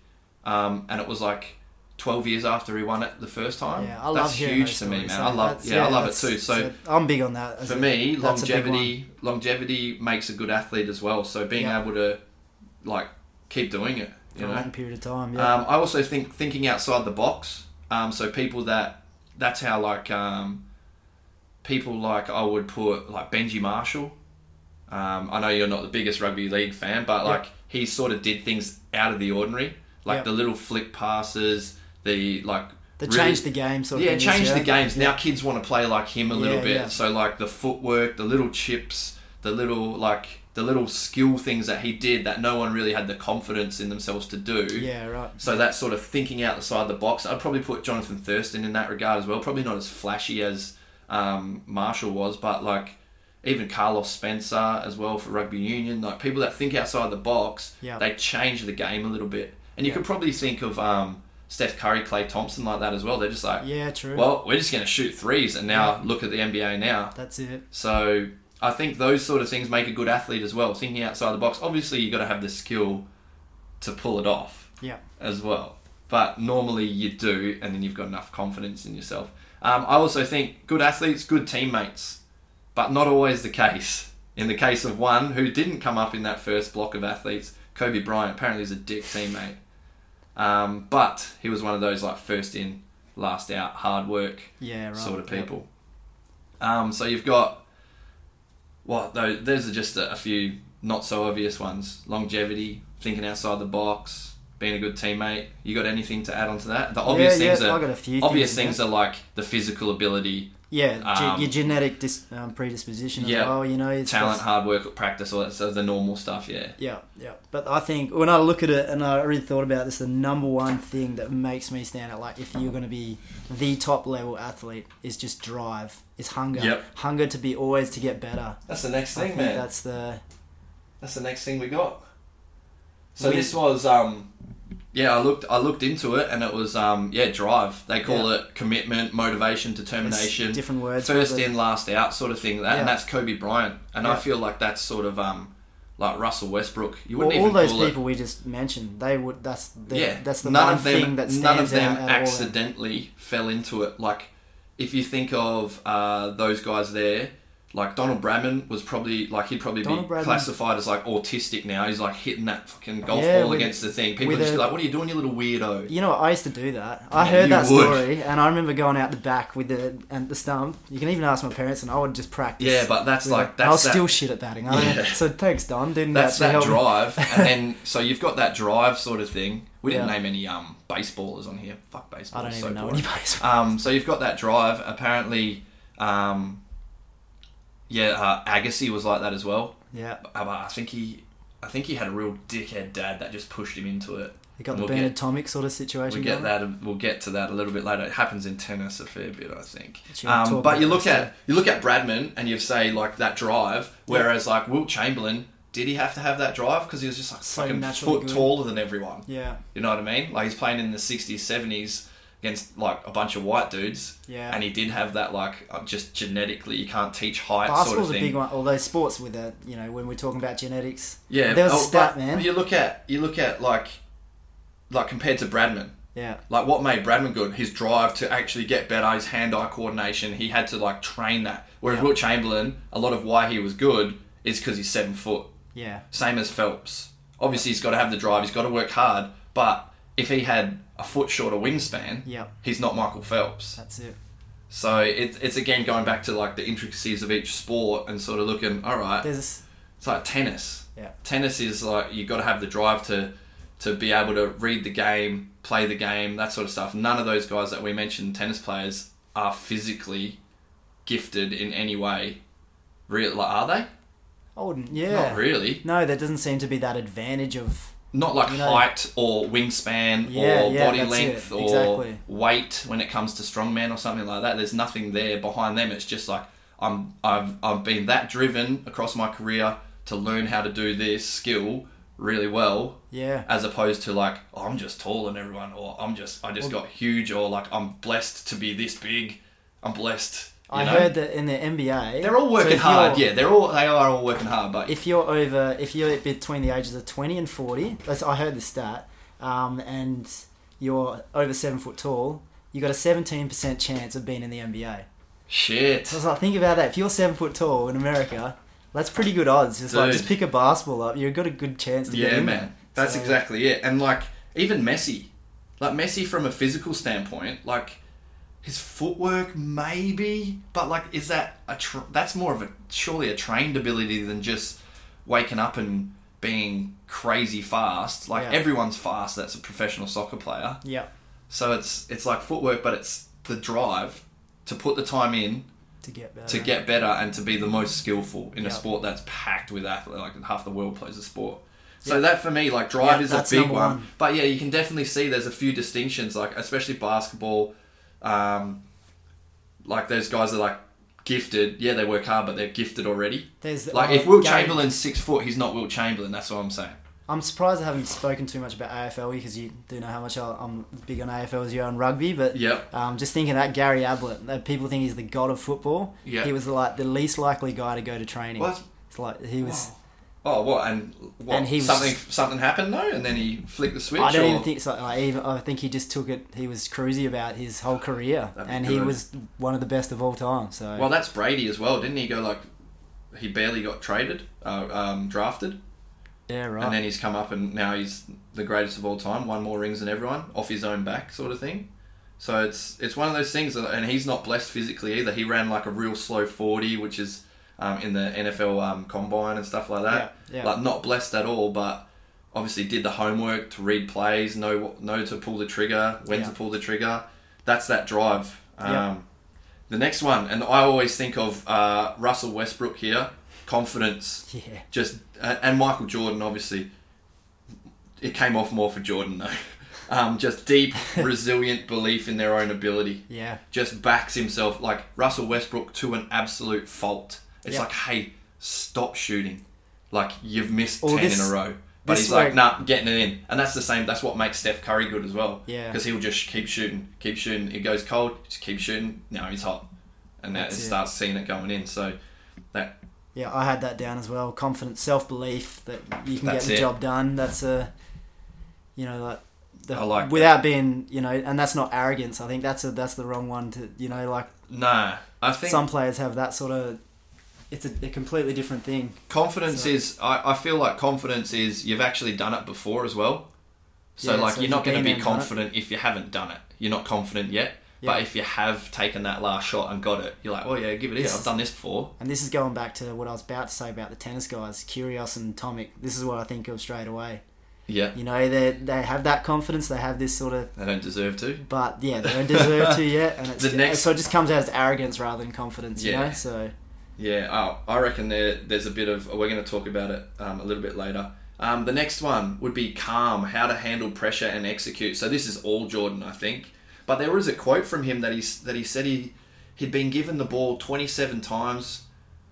[SPEAKER 2] Um, and it was like 12 years after he won it the first time.
[SPEAKER 4] Yeah, I love
[SPEAKER 2] that's
[SPEAKER 4] hearing
[SPEAKER 2] huge
[SPEAKER 4] those
[SPEAKER 2] to me,
[SPEAKER 4] stories,
[SPEAKER 2] man.
[SPEAKER 4] so
[SPEAKER 2] I love,
[SPEAKER 4] that's-
[SPEAKER 2] yeah, I love it
[SPEAKER 4] that's-
[SPEAKER 2] too. So,
[SPEAKER 4] I'm big on that. as
[SPEAKER 2] for
[SPEAKER 4] a-
[SPEAKER 2] me,
[SPEAKER 4] that's a big one.
[SPEAKER 2] longevity, longevity makes a good athlete as well. So being
[SPEAKER 4] Yeah.
[SPEAKER 2] able to, like, keep doing it, you
[SPEAKER 4] for a
[SPEAKER 2] know.
[SPEAKER 4] long period of time. Yeah.
[SPEAKER 2] Um, I also think thinking outside the box. Um, so people that that's how like um, people like I would put like Benji Marshall. Um, I know you're not the biggest rugby league fan, but like he sort of did things out of the ordinary, like
[SPEAKER 4] Yep.
[SPEAKER 2] the little flick passes, the like
[SPEAKER 4] they
[SPEAKER 2] really-
[SPEAKER 4] changed the game, sort
[SPEAKER 2] yeah,
[SPEAKER 4] of. thing,
[SPEAKER 2] change
[SPEAKER 4] yeah?
[SPEAKER 2] the games. Now kids want to play like him a little
[SPEAKER 4] Yeah,
[SPEAKER 2] bit.
[SPEAKER 4] yeah.
[SPEAKER 2] So like the footwork, the little chips, the little like the little skill things that he did that no one really had the confidence in themselves to do.
[SPEAKER 4] Yeah, right.
[SPEAKER 2] So that sort of thinking outside the box, I'd probably put Jonathan Thurston in that regard as well. Probably not as flashy as um, Marshall was, but like even Carlos Spencer as well for rugby union, like people that think outside the box,
[SPEAKER 4] Yeah.
[SPEAKER 2] they change the game a little bit. And you
[SPEAKER 4] Yeah.
[SPEAKER 2] could probably think of um, Steph Curry, Clay Thompson like that as well. They're just like,
[SPEAKER 4] Yeah, true.
[SPEAKER 2] well, we're just going to shoot threes, and now look at the NBA now.
[SPEAKER 4] that's it.
[SPEAKER 2] So I think those sort of things make a good athlete as well. Thinking outside the box, obviously you got to have the skill to pull it off
[SPEAKER 4] Yeah.
[SPEAKER 2] as well. But normally you do, and then you've got enough confidence in yourself. Um, I also think good athletes, good teammates, but not always the case. In the case of one who didn't come up in that first block of athletes, Kobe Bryant apparently is a dick teammate. Um, but he was one of those like first in, last out, hard work
[SPEAKER 4] Yeah, right.
[SPEAKER 2] sort of
[SPEAKER 4] yep.
[SPEAKER 2] people. Um, so you've got what though? Those are just a, a few not so obvious ones: longevity, thinking outside the box, being a good teammate. You got anything to add onto that? The obvious
[SPEAKER 4] yeah,
[SPEAKER 2] things
[SPEAKER 4] I
[SPEAKER 2] are
[SPEAKER 4] got a few
[SPEAKER 2] obvious
[SPEAKER 4] things,
[SPEAKER 2] things, are like the physical ability,
[SPEAKER 4] Yeah, ge-
[SPEAKER 2] Um,
[SPEAKER 4] your genetic dis- um, predisposition as
[SPEAKER 2] yeah,
[SPEAKER 4] well. You know, it's
[SPEAKER 2] talent, hard work, practice, all that. So the normal stuff. Yeah,
[SPEAKER 4] Yeah, yeah. But I think when I look at it, and I already thought about this, the number one thing that makes me stand out, like if you're going to be the top level athlete, is just drive, is hunger,
[SPEAKER 2] Yep.
[SPEAKER 4] hunger to be always to get better.
[SPEAKER 2] that's the next
[SPEAKER 4] I think that's the
[SPEAKER 2] That's the next thing we got. So
[SPEAKER 4] We-
[SPEAKER 2] this was um yeah, I looked I looked into it and it was um yeah, drive. They call
[SPEAKER 4] Yeah.
[SPEAKER 2] it commitment, motivation, determination.
[SPEAKER 4] it's different words.
[SPEAKER 2] First
[SPEAKER 4] but the-
[SPEAKER 2] in, last out sort of thing. That
[SPEAKER 4] Yeah.
[SPEAKER 2] and that's Kobe Bryant. And I
[SPEAKER 4] Yeah.
[SPEAKER 2] feel like that's sort of um like Russell Westbrook. You
[SPEAKER 4] Well,
[SPEAKER 2] wouldn't
[SPEAKER 4] all
[SPEAKER 2] even
[SPEAKER 4] those
[SPEAKER 2] call
[SPEAKER 4] people we just mentioned, they would. That's
[SPEAKER 2] it.
[SPEAKER 4] the,
[SPEAKER 2] Yeah.
[SPEAKER 4] that's the
[SPEAKER 2] none
[SPEAKER 4] one
[SPEAKER 2] of them
[SPEAKER 4] thing that stands
[SPEAKER 2] none of them
[SPEAKER 4] out. out of all of them.
[SPEAKER 2] accidentally fell into it. Like if you think of uh, those guys there like Donald Bradman was probably like he'd probably
[SPEAKER 4] Donald
[SPEAKER 2] be
[SPEAKER 4] Bradman-
[SPEAKER 2] classified as like autistic now. He's like hitting that fucking golf
[SPEAKER 4] Yeah,
[SPEAKER 2] ball
[SPEAKER 4] with-
[SPEAKER 2] against the thing. People are
[SPEAKER 4] with
[SPEAKER 2] just
[SPEAKER 4] a-
[SPEAKER 2] like, "What are you doing, you little weirdo?"
[SPEAKER 4] You know, what, I used to do that.
[SPEAKER 2] Yeah,
[SPEAKER 4] I
[SPEAKER 2] you
[SPEAKER 4] heard that
[SPEAKER 2] would.
[SPEAKER 4] story, and I remember going out the back with the and the stump. You can even ask my parents, and I would just practice.
[SPEAKER 2] Yeah, but that's
[SPEAKER 4] with it.
[SPEAKER 2] like-
[SPEAKER 4] And I was
[SPEAKER 2] that's that-
[SPEAKER 4] still shit at batting. I
[SPEAKER 2] Yeah.
[SPEAKER 4] So thanks, Don. Didn't
[SPEAKER 2] That's
[SPEAKER 4] that,
[SPEAKER 2] that
[SPEAKER 4] help me.
[SPEAKER 2] drive, and then so you've got that drive sort of thing. We didn't
[SPEAKER 4] Yeah.
[SPEAKER 2] name any um baseballers on here. Fuck baseball.
[SPEAKER 4] I don't
[SPEAKER 2] it's
[SPEAKER 4] even
[SPEAKER 2] so
[SPEAKER 4] know
[SPEAKER 2] boring.
[SPEAKER 4] any baseball.
[SPEAKER 2] Um, so you've got that drive. Apparently, um, yeah, uh, Agassi was like that as well.
[SPEAKER 4] Yeah,
[SPEAKER 2] Uh, But I think he, I think he had a real dickhead dad that just pushed him into it.
[SPEAKER 4] we got the
[SPEAKER 2] We'll
[SPEAKER 4] Bernard
[SPEAKER 2] get-
[SPEAKER 4] Tomic sort of situation.
[SPEAKER 2] We get
[SPEAKER 4] going.
[SPEAKER 2] that. We'll get to that a little bit later. It happens in tennis a fair bit, I think.
[SPEAKER 4] Sure, we'll
[SPEAKER 2] Um,
[SPEAKER 4] talk
[SPEAKER 2] but
[SPEAKER 4] about
[SPEAKER 2] you look
[SPEAKER 4] this,
[SPEAKER 2] at you look at Bradman, and you say like that drive. Whereas like Will Chamberlain, did he have to have that drive because he was just like
[SPEAKER 4] So
[SPEAKER 2] fucking
[SPEAKER 4] naturally
[SPEAKER 2] foot
[SPEAKER 4] good.
[SPEAKER 2] taller than everyone?
[SPEAKER 4] Yeah,
[SPEAKER 2] You know what I mean? Like he's playing in the '60s, '70s against like a bunch of white dudes.
[SPEAKER 4] Yeah.
[SPEAKER 2] And he did have that like uh, just genetically you can't teach height sort of
[SPEAKER 4] basketball's
[SPEAKER 2] thing.
[SPEAKER 4] a big one. Although sports with that, you know, when we're talking about genetics,
[SPEAKER 2] Yeah.
[SPEAKER 4] there was
[SPEAKER 2] oh,
[SPEAKER 4] a stat,
[SPEAKER 2] but
[SPEAKER 4] man.
[SPEAKER 2] You look at you look at like like compared to Bradman.
[SPEAKER 4] Yeah,
[SPEAKER 2] Like what made Bradman good? His drive to actually get better, his hand-eye coordination. He had to like train that. Whereas
[SPEAKER 4] Yeah.
[SPEAKER 2] Will Chamberlain, a lot of why he was good is because he's seven foot.
[SPEAKER 4] yeah,
[SPEAKER 2] Same as Phelps. Obviously, he's got to have the drive. He's got to work hard. But if he had a foot shorter wingspan,
[SPEAKER 4] Yeah.
[SPEAKER 2] he's not Michael Phelps.
[SPEAKER 4] that's it.
[SPEAKER 2] So it, it's again going back to like the intricacies of each sport and sort of looking. All right,
[SPEAKER 4] There's
[SPEAKER 2] it's like tennis.
[SPEAKER 4] Yeah.
[SPEAKER 2] Tennis is like you got to have the drive to to be able to read the game, play the game, that sort of stuff. None of those guys that we mentioned, tennis players, are physically gifted in any way Real, like, are they?
[SPEAKER 4] I wouldn't. Yeah.
[SPEAKER 2] Not really.
[SPEAKER 4] No, there doesn't seem to be that advantage of.
[SPEAKER 2] Not like
[SPEAKER 4] know-
[SPEAKER 2] height or wingspan
[SPEAKER 4] Yeah,
[SPEAKER 2] or
[SPEAKER 4] yeah,
[SPEAKER 2] body
[SPEAKER 4] that's
[SPEAKER 2] length
[SPEAKER 4] it,
[SPEAKER 2] or
[SPEAKER 4] exactly.
[SPEAKER 2] weight when it comes to strongman or something like that. There's nothing there behind them. It's just like I'm I've I've been that driven across my career to learn how to do this skill really well
[SPEAKER 4] Yeah.
[SPEAKER 2] as opposed to like oh, I'm just taller than everyone, or I'm just I just got huge, or like I'm blessed to be this big. I'm blessed. You
[SPEAKER 4] I
[SPEAKER 2] know?
[SPEAKER 4] heard that in the NBA.
[SPEAKER 2] they're all
[SPEAKER 4] so
[SPEAKER 2] working
[SPEAKER 4] if
[SPEAKER 2] hard.
[SPEAKER 4] you're-
[SPEAKER 2] Yeah, they're all they are all working hard. But
[SPEAKER 4] If you're over, if you're between the ages of 20 and 40, that's, I heard the stat, um, and you're over seven foot tall, you got a 17% chance of being in the NBA.
[SPEAKER 2] shit,
[SPEAKER 4] So I was like, think about that. If you're seven foot tall in America, that's pretty good odds. Just like
[SPEAKER 2] Dude.
[SPEAKER 4] just pick a basketball up, you've got a good chance to get
[SPEAKER 2] yeah,
[SPEAKER 4] in.
[SPEAKER 2] man, that's
[SPEAKER 4] So-
[SPEAKER 2] exactly it. And like even Messi, like Messi from a physical standpoint, like his footwork maybe, but like is that a tr that's more of a surely a trained ability than just waking up and being crazy fast. Like
[SPEAKER 4] Yeah.
[SPEAKER 2] everyone's fast. That's a professional soccer player.
[SPEAKER 4] Yeah,
[SPEAKER 2] So it's it's like footwork, but it's the drive to put the time in
[SPEAKER 4] to get better.
[SPEAKER 2] to get better and to be the most skillful in
[SPEAKER 4] Yeah.
[SPEAKER 2] a sport that's packed with athletes. Like half the world plays a sport. So that for me, like drive
[SPEAKER 4] Yeah,
[SPEAKER 2] is a
[SPEAKER 4] that's
[SPEAKER 2] big
[SPEAKER 4] number
[SPEAKER 2] one.
[SPEAKER 4] one.
[SPEAKER 2] But yeah, you can definitely see there's a few distinctions, like especially basketball. Um, like those guys are like gifted. Yeah, they work hard, but they're gifted already.
[SPEAKER 4] There's
[SPEAKER 2] Like
[SPEAKER 4] uh,
[SPEAKER 2] if Will
[SPEAKER 4] Gary-
[SPEAKER 2] Chamberlain's six foot, he's not Will Chamberlain. That's what I'm saying.
[SPEAKER 4] I'm surprised I haven't spoken too much about AFL because you do know how much I- I'm big on AFL as you are on rugby. But
[SPEAKER 2] Yep.
[SPEAKER 4] um, just thinking that Gary Ablett, that people think he's the god of football.
[SPEAKER 2] Yeah.
[SPEAKER 4] he was like the least likely guy to go to training.
[SPEAKER 2] What?
[SPEAKER 4] It's like he was.
[SPEAKER 2] Oh, what and what?
[SPEAKER 4] And he was
[SPEAKER 2] something
[SPEAKER 4] just-
[SPEAKER 2] something happened though, and then he flicked the switch.
[SPEAKER 4] I don't
[SPEAKER 2] or-
[SPEAKER 4] even think so. Like, even, I think he just took it. He was cruisy about his whole career,
[SPEAKER 2] That'd be
[SPEAKER 4] and he
[SPEAKER 2] good.
[SPEAKER 4] was one of the best of all time. So
[SPEAKER 2] Well, that's Brady as well, didn't he? Go like he barely got traded, uh, um, drafted,
[SPEAKER 4] yeah, right.
[SPEAKER 2] and then he's come up and now he's the greatest of all time. Won more rings than everyone, off his own back, sort of thing. So it's it's one of those things, that- and he's not blessed physically either. He ran like a real slow forty, which is um, in the NFL um, combine and stuff like that.
[SPEAKER 4] Yeah, yeah.
[SPEAKER 2] Like not blessed at all, but obviously did the homework to read plays, know what- know to pull the trigger, when
[SPEAKER 4] Yeah.
[SPEAKER 2] to pull the trigger. That's that drive. Um,
[SPEAKER 4] Yeah.
[SPEAKER 2] The next one, and I always think of uh, Russell Westbrook here, confidence.
[SPEAKER 4] Yeah.
[SPEAKER 2] Just uh, and Michael Jordan, obviously. It came off more for Jordan though. Um, just deep, resilient belief in their own ability.
[SPEAKER 4] yeah,
[SPEAKER 2] Just backs himself like Russell Westbrook to an absolute fault. It's
[SPEAKER 4] Yeah.
[SPEAKER 2] like, hey, stop shooting. Like you've missed
[SPEAKER 4] Or
[SPEAKER 2] ten
[SPEAKER 4] this-
[SPEAKER 2] in a row. But
[SPEAKER 4] this
[SPEAKER 2] he's like,
[SPEAKER 4] like-
[SPEAKER 2] nah, getting it in, and that's the same. That's what makes Steph Curry good as well.
[SPEAKER 4] Yeah.
[SPEAKER 2] because he'll just keep shooting, keep shooting. It goes cold, just keep shooting. Now he's hot, and that it
[SPEAKER 4] That's it.
[SPEAKER 2] starts seeing it going in. So that
[SPEAKER 4] yeah. I had that down as well. Confidence, self belief that you can
[SPEAKER 2] That's
[SPEAKER 4] get the
[SPEAKER 2] it.
[SPEAKER 4] job done. That's a, you know, like. The,
[SPEAKER 2] I like that.
[SPEAKER 4] without being, you know, and that's not arrogance. I think that's a that's the wrong one to, you know, like
[SPEAKER 2] nah, I think
[SPEAKER 4] some players have that sort of. It's a, a completely different thing.
[SPEAKER 2] confidence
[SPEAKER 4] So-
[SPEAKER 2] is I, I feel like confidence is you've actually done it before as well so
[SPEAKER 4] Yeah,
[SPEAKER 2] like
[SPEAKER 4] so
[SPEAKER 2] you're not
[SPEAKER 4] you've
[SPEAKER 2] going to
[SPEAKER 4] been
[SPEAKER 2] be
[SPEAKER 4] there and done it.
[SPEAKER 2] confident if you haven't done it you're not confident yet
[SPEAKER 4] Yeah.
[SPEAKER 2] but if you have taken that last shot and got it you're like oh yeah give it here
[SPEAKER 4] This
[SPEAKER 2] i've
[SPEAKER 4] is-
[SPEAKER 2] done this before
[SPEAKER 4] And this is going back to what I was about to say about the tennis guys, Curios and Tomic. This is what I think of straight away.
[SPEAKER 2] yeah
[SPEAKER 4] You know, they they have that confidence, they have this sort of,
[SPEAKER 2] they don't deserve to
[SPEAKER 4] but yeah, they don't deserve to yet, and it's
[SPEAKER 2] The next-
[SPEAKER 4] so it just comes out as arrogance rather than confidence. You
[SPEAKER 2] Yeah.
[SPEAKER 4] know, so
[SPEAKER 2] yeah oh, i reckon there, there's a bit of we're going to talk about it um, a little bit later um, the next one would be calm how to handle pressure and execute so this is all jordan i think but there was a quote from him that he, s- that he said he, he'd been given the ball 27 times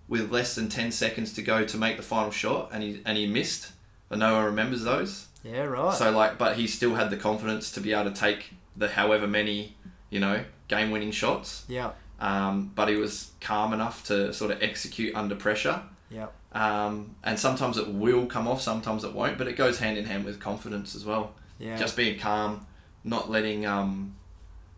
[SPEAKER 2] with less than 10 seconds to go to make the final shot and he and he missed but no one remembers those
[SPEAKER 4] yeah, right.
[SPEAKER 2] so like but he still had the confidence to be able to take the however many you know game winning shots
[SPEAKER 4] yeah,
[SPEAKER 2] um, but he was calm enough to sort of execute under pressure
[SPEAKER 4] yeah,
[SPEAKER 2] um, and sometimes it will come off sometimes it won't but it goes hand in hand with confidence as well
[SPEAKER 4] yeah,
[SPEAKER 2] just being calm not letting um,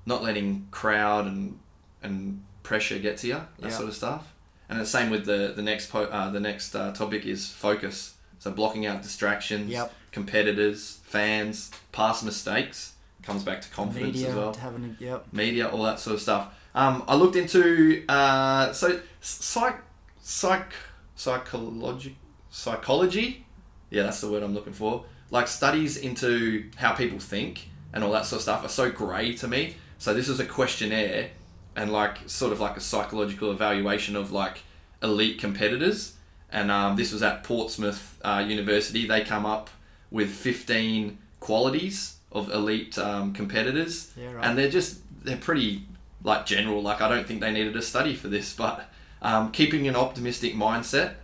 [SPEAKER 2] not letting crowd and and pressure get to you that
[SPEAKER 4] Yeah.
[SPEAKER 2] sort of stuff and the same with the the next po- uh, the next uh, topic is focus so blocking out distractions
[SPEAKER 4] Yep.
[SPEAKER 2] competitors fans past mistakes comes back to confidence
[SPEAKER 4] media
[SPEAKER 2] as well
[SPEAKER 4] having a, yep,
[SPEAKER 2] media, all that sort of stuff. Um, I looked into uh, so psych, psych, psychology, psychology. Yeah, that's the word I'm looking for. Like studies into how people think and all that sort of stuff are so grey to me. So this is a questionnaire and like sort of like a psychological evaluation of like elite competitors, and um, this was at Portsmouth uh, University. They come up with fifteen qualities of elite um, competitors,
[SPEAKER 4] Yeah, right.
[SPEAKER 2] and they're just they're pretty like general. Like I don't think they needed a study for this, but um, keeping an optimistic mindset.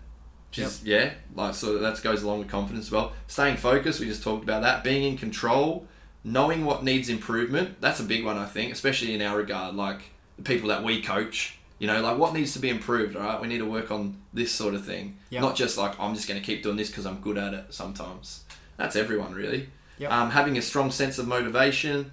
[SPEAKER 2] Which is, yeah, like so that goes along with confidence as well. Staying focused, we just talked about that. Being in control, knowing what needs improvement, that's a big one I think, especially in our regard, like the people that we coach. You know, like what needs to be improved. All right, we need to work on this sort of thing.
[SPEAKER 4] Yep.
[SPEAKER 2] Not just like I'm just going to keep doing this because I'm good at it. Sometimes that's everyone really.
[SPEAKER 4] Yep.
[SPEAKER 2] Um, having a strong sense of motivation,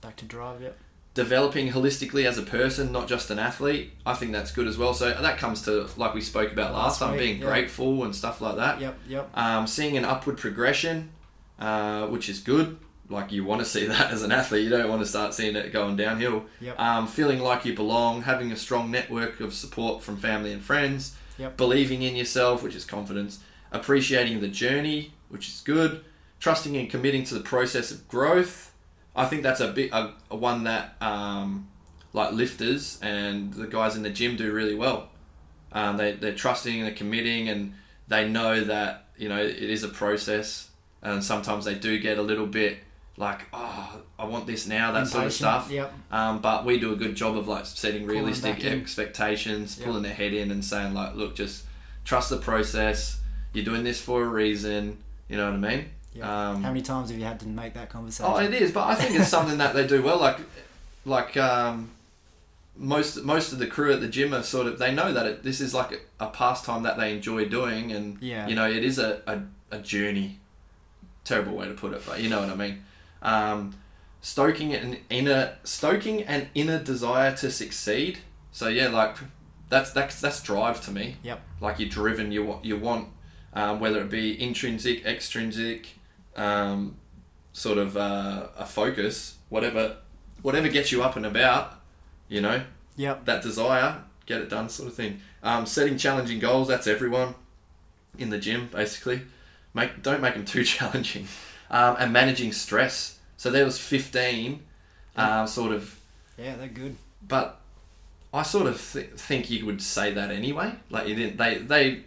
[SPEAKER 4] Back to drive, yep.
[SPEAKER 2] developing holistically as a person, not just an athlete. I think that's good as well. So that comes to like we spoke about last,
[SPEAKER 4] Last
[SPEAKER 2] time,
[SPEAKER 4] week,
[SPEAKER 2] being
[SPEAKER 4] yeah.
[SPEAKER 2] grateful and stuff like that.
[SPEAKER 4] Yep, yep.
[SPEAKER 2] Um, seeing an upward progression, uh, which is good. Like you want to see that as an athlete, you don't want to start seeing it going downhill.
[SPEAKER 4] Yep.
[SPEAKER 2] Um, feeling like you belong, having a strong network of support from family and friends,
[SPEAKER 4] Yep.
[SPEAKER 2] believing in yourself, which is confidence, appreciating the journey, which is good, trusting and committing to the process of growth. I think that's a bit a, a one that um, like lifters and the guys in the gym do really well. Um, they, they're trusting and they're committing and they know that, you know, it is a process. And sometimes they do get a little bit like, oh, I want this now, that sort of
[SPEAKER 4] Impatient,
[SPEAKER 2] stuff.
[SPEAKER 4] yep.
[SPEAKER 2] Um, but we do a good job of like setting
[SPEAKER 4] Pulling
[SPEAKER 2] realistic
[SPEAKER 4] back in.
[SPEAKER 2] expectations,
[SPEAKER 4] Yep.
[SPEAKER 2] pulling their head in and saying like, look, just trust the process. You're doing this for a reason. You know what I mean?
[SPEAKER 4] yep. How many times have you had to make that conversation?
[SPEAKER 2] Um, Oh, it is, but I think it's something that they do well. Like, like um, most most of the crew at the gym are sort of they know that it, this is like a, a pastime that they enjoy doing, and
[SPEAKER 4] Yeah.
[SPEAKER 2] you know it is a, a, a journey. Terrible way to put it, but you know what I mean. Um, stoking an inner stoking an inner desire to succeed. So yeah, like that's that's that's drive to me
[SPEAKER 4] Yep.
[SPEAKER 2] like you're driven you want you want um, whether it be intrinsic extrinsic um, sort of uh, a focus whatever whatever gets you up and about you know
[SPEAKER 4] Yep.
[SPEAKER 2] that desire get it done sort of thing um, setting challenging goals that's everyone in the gym basically make don't make them too challenging um, and managing stress so there was 15 uh, sort of
[SPEAKER 4] Yeah, they're good.
[SPEAKER 2] but I sort of th- think you would say that anyway. Like you didn't, they they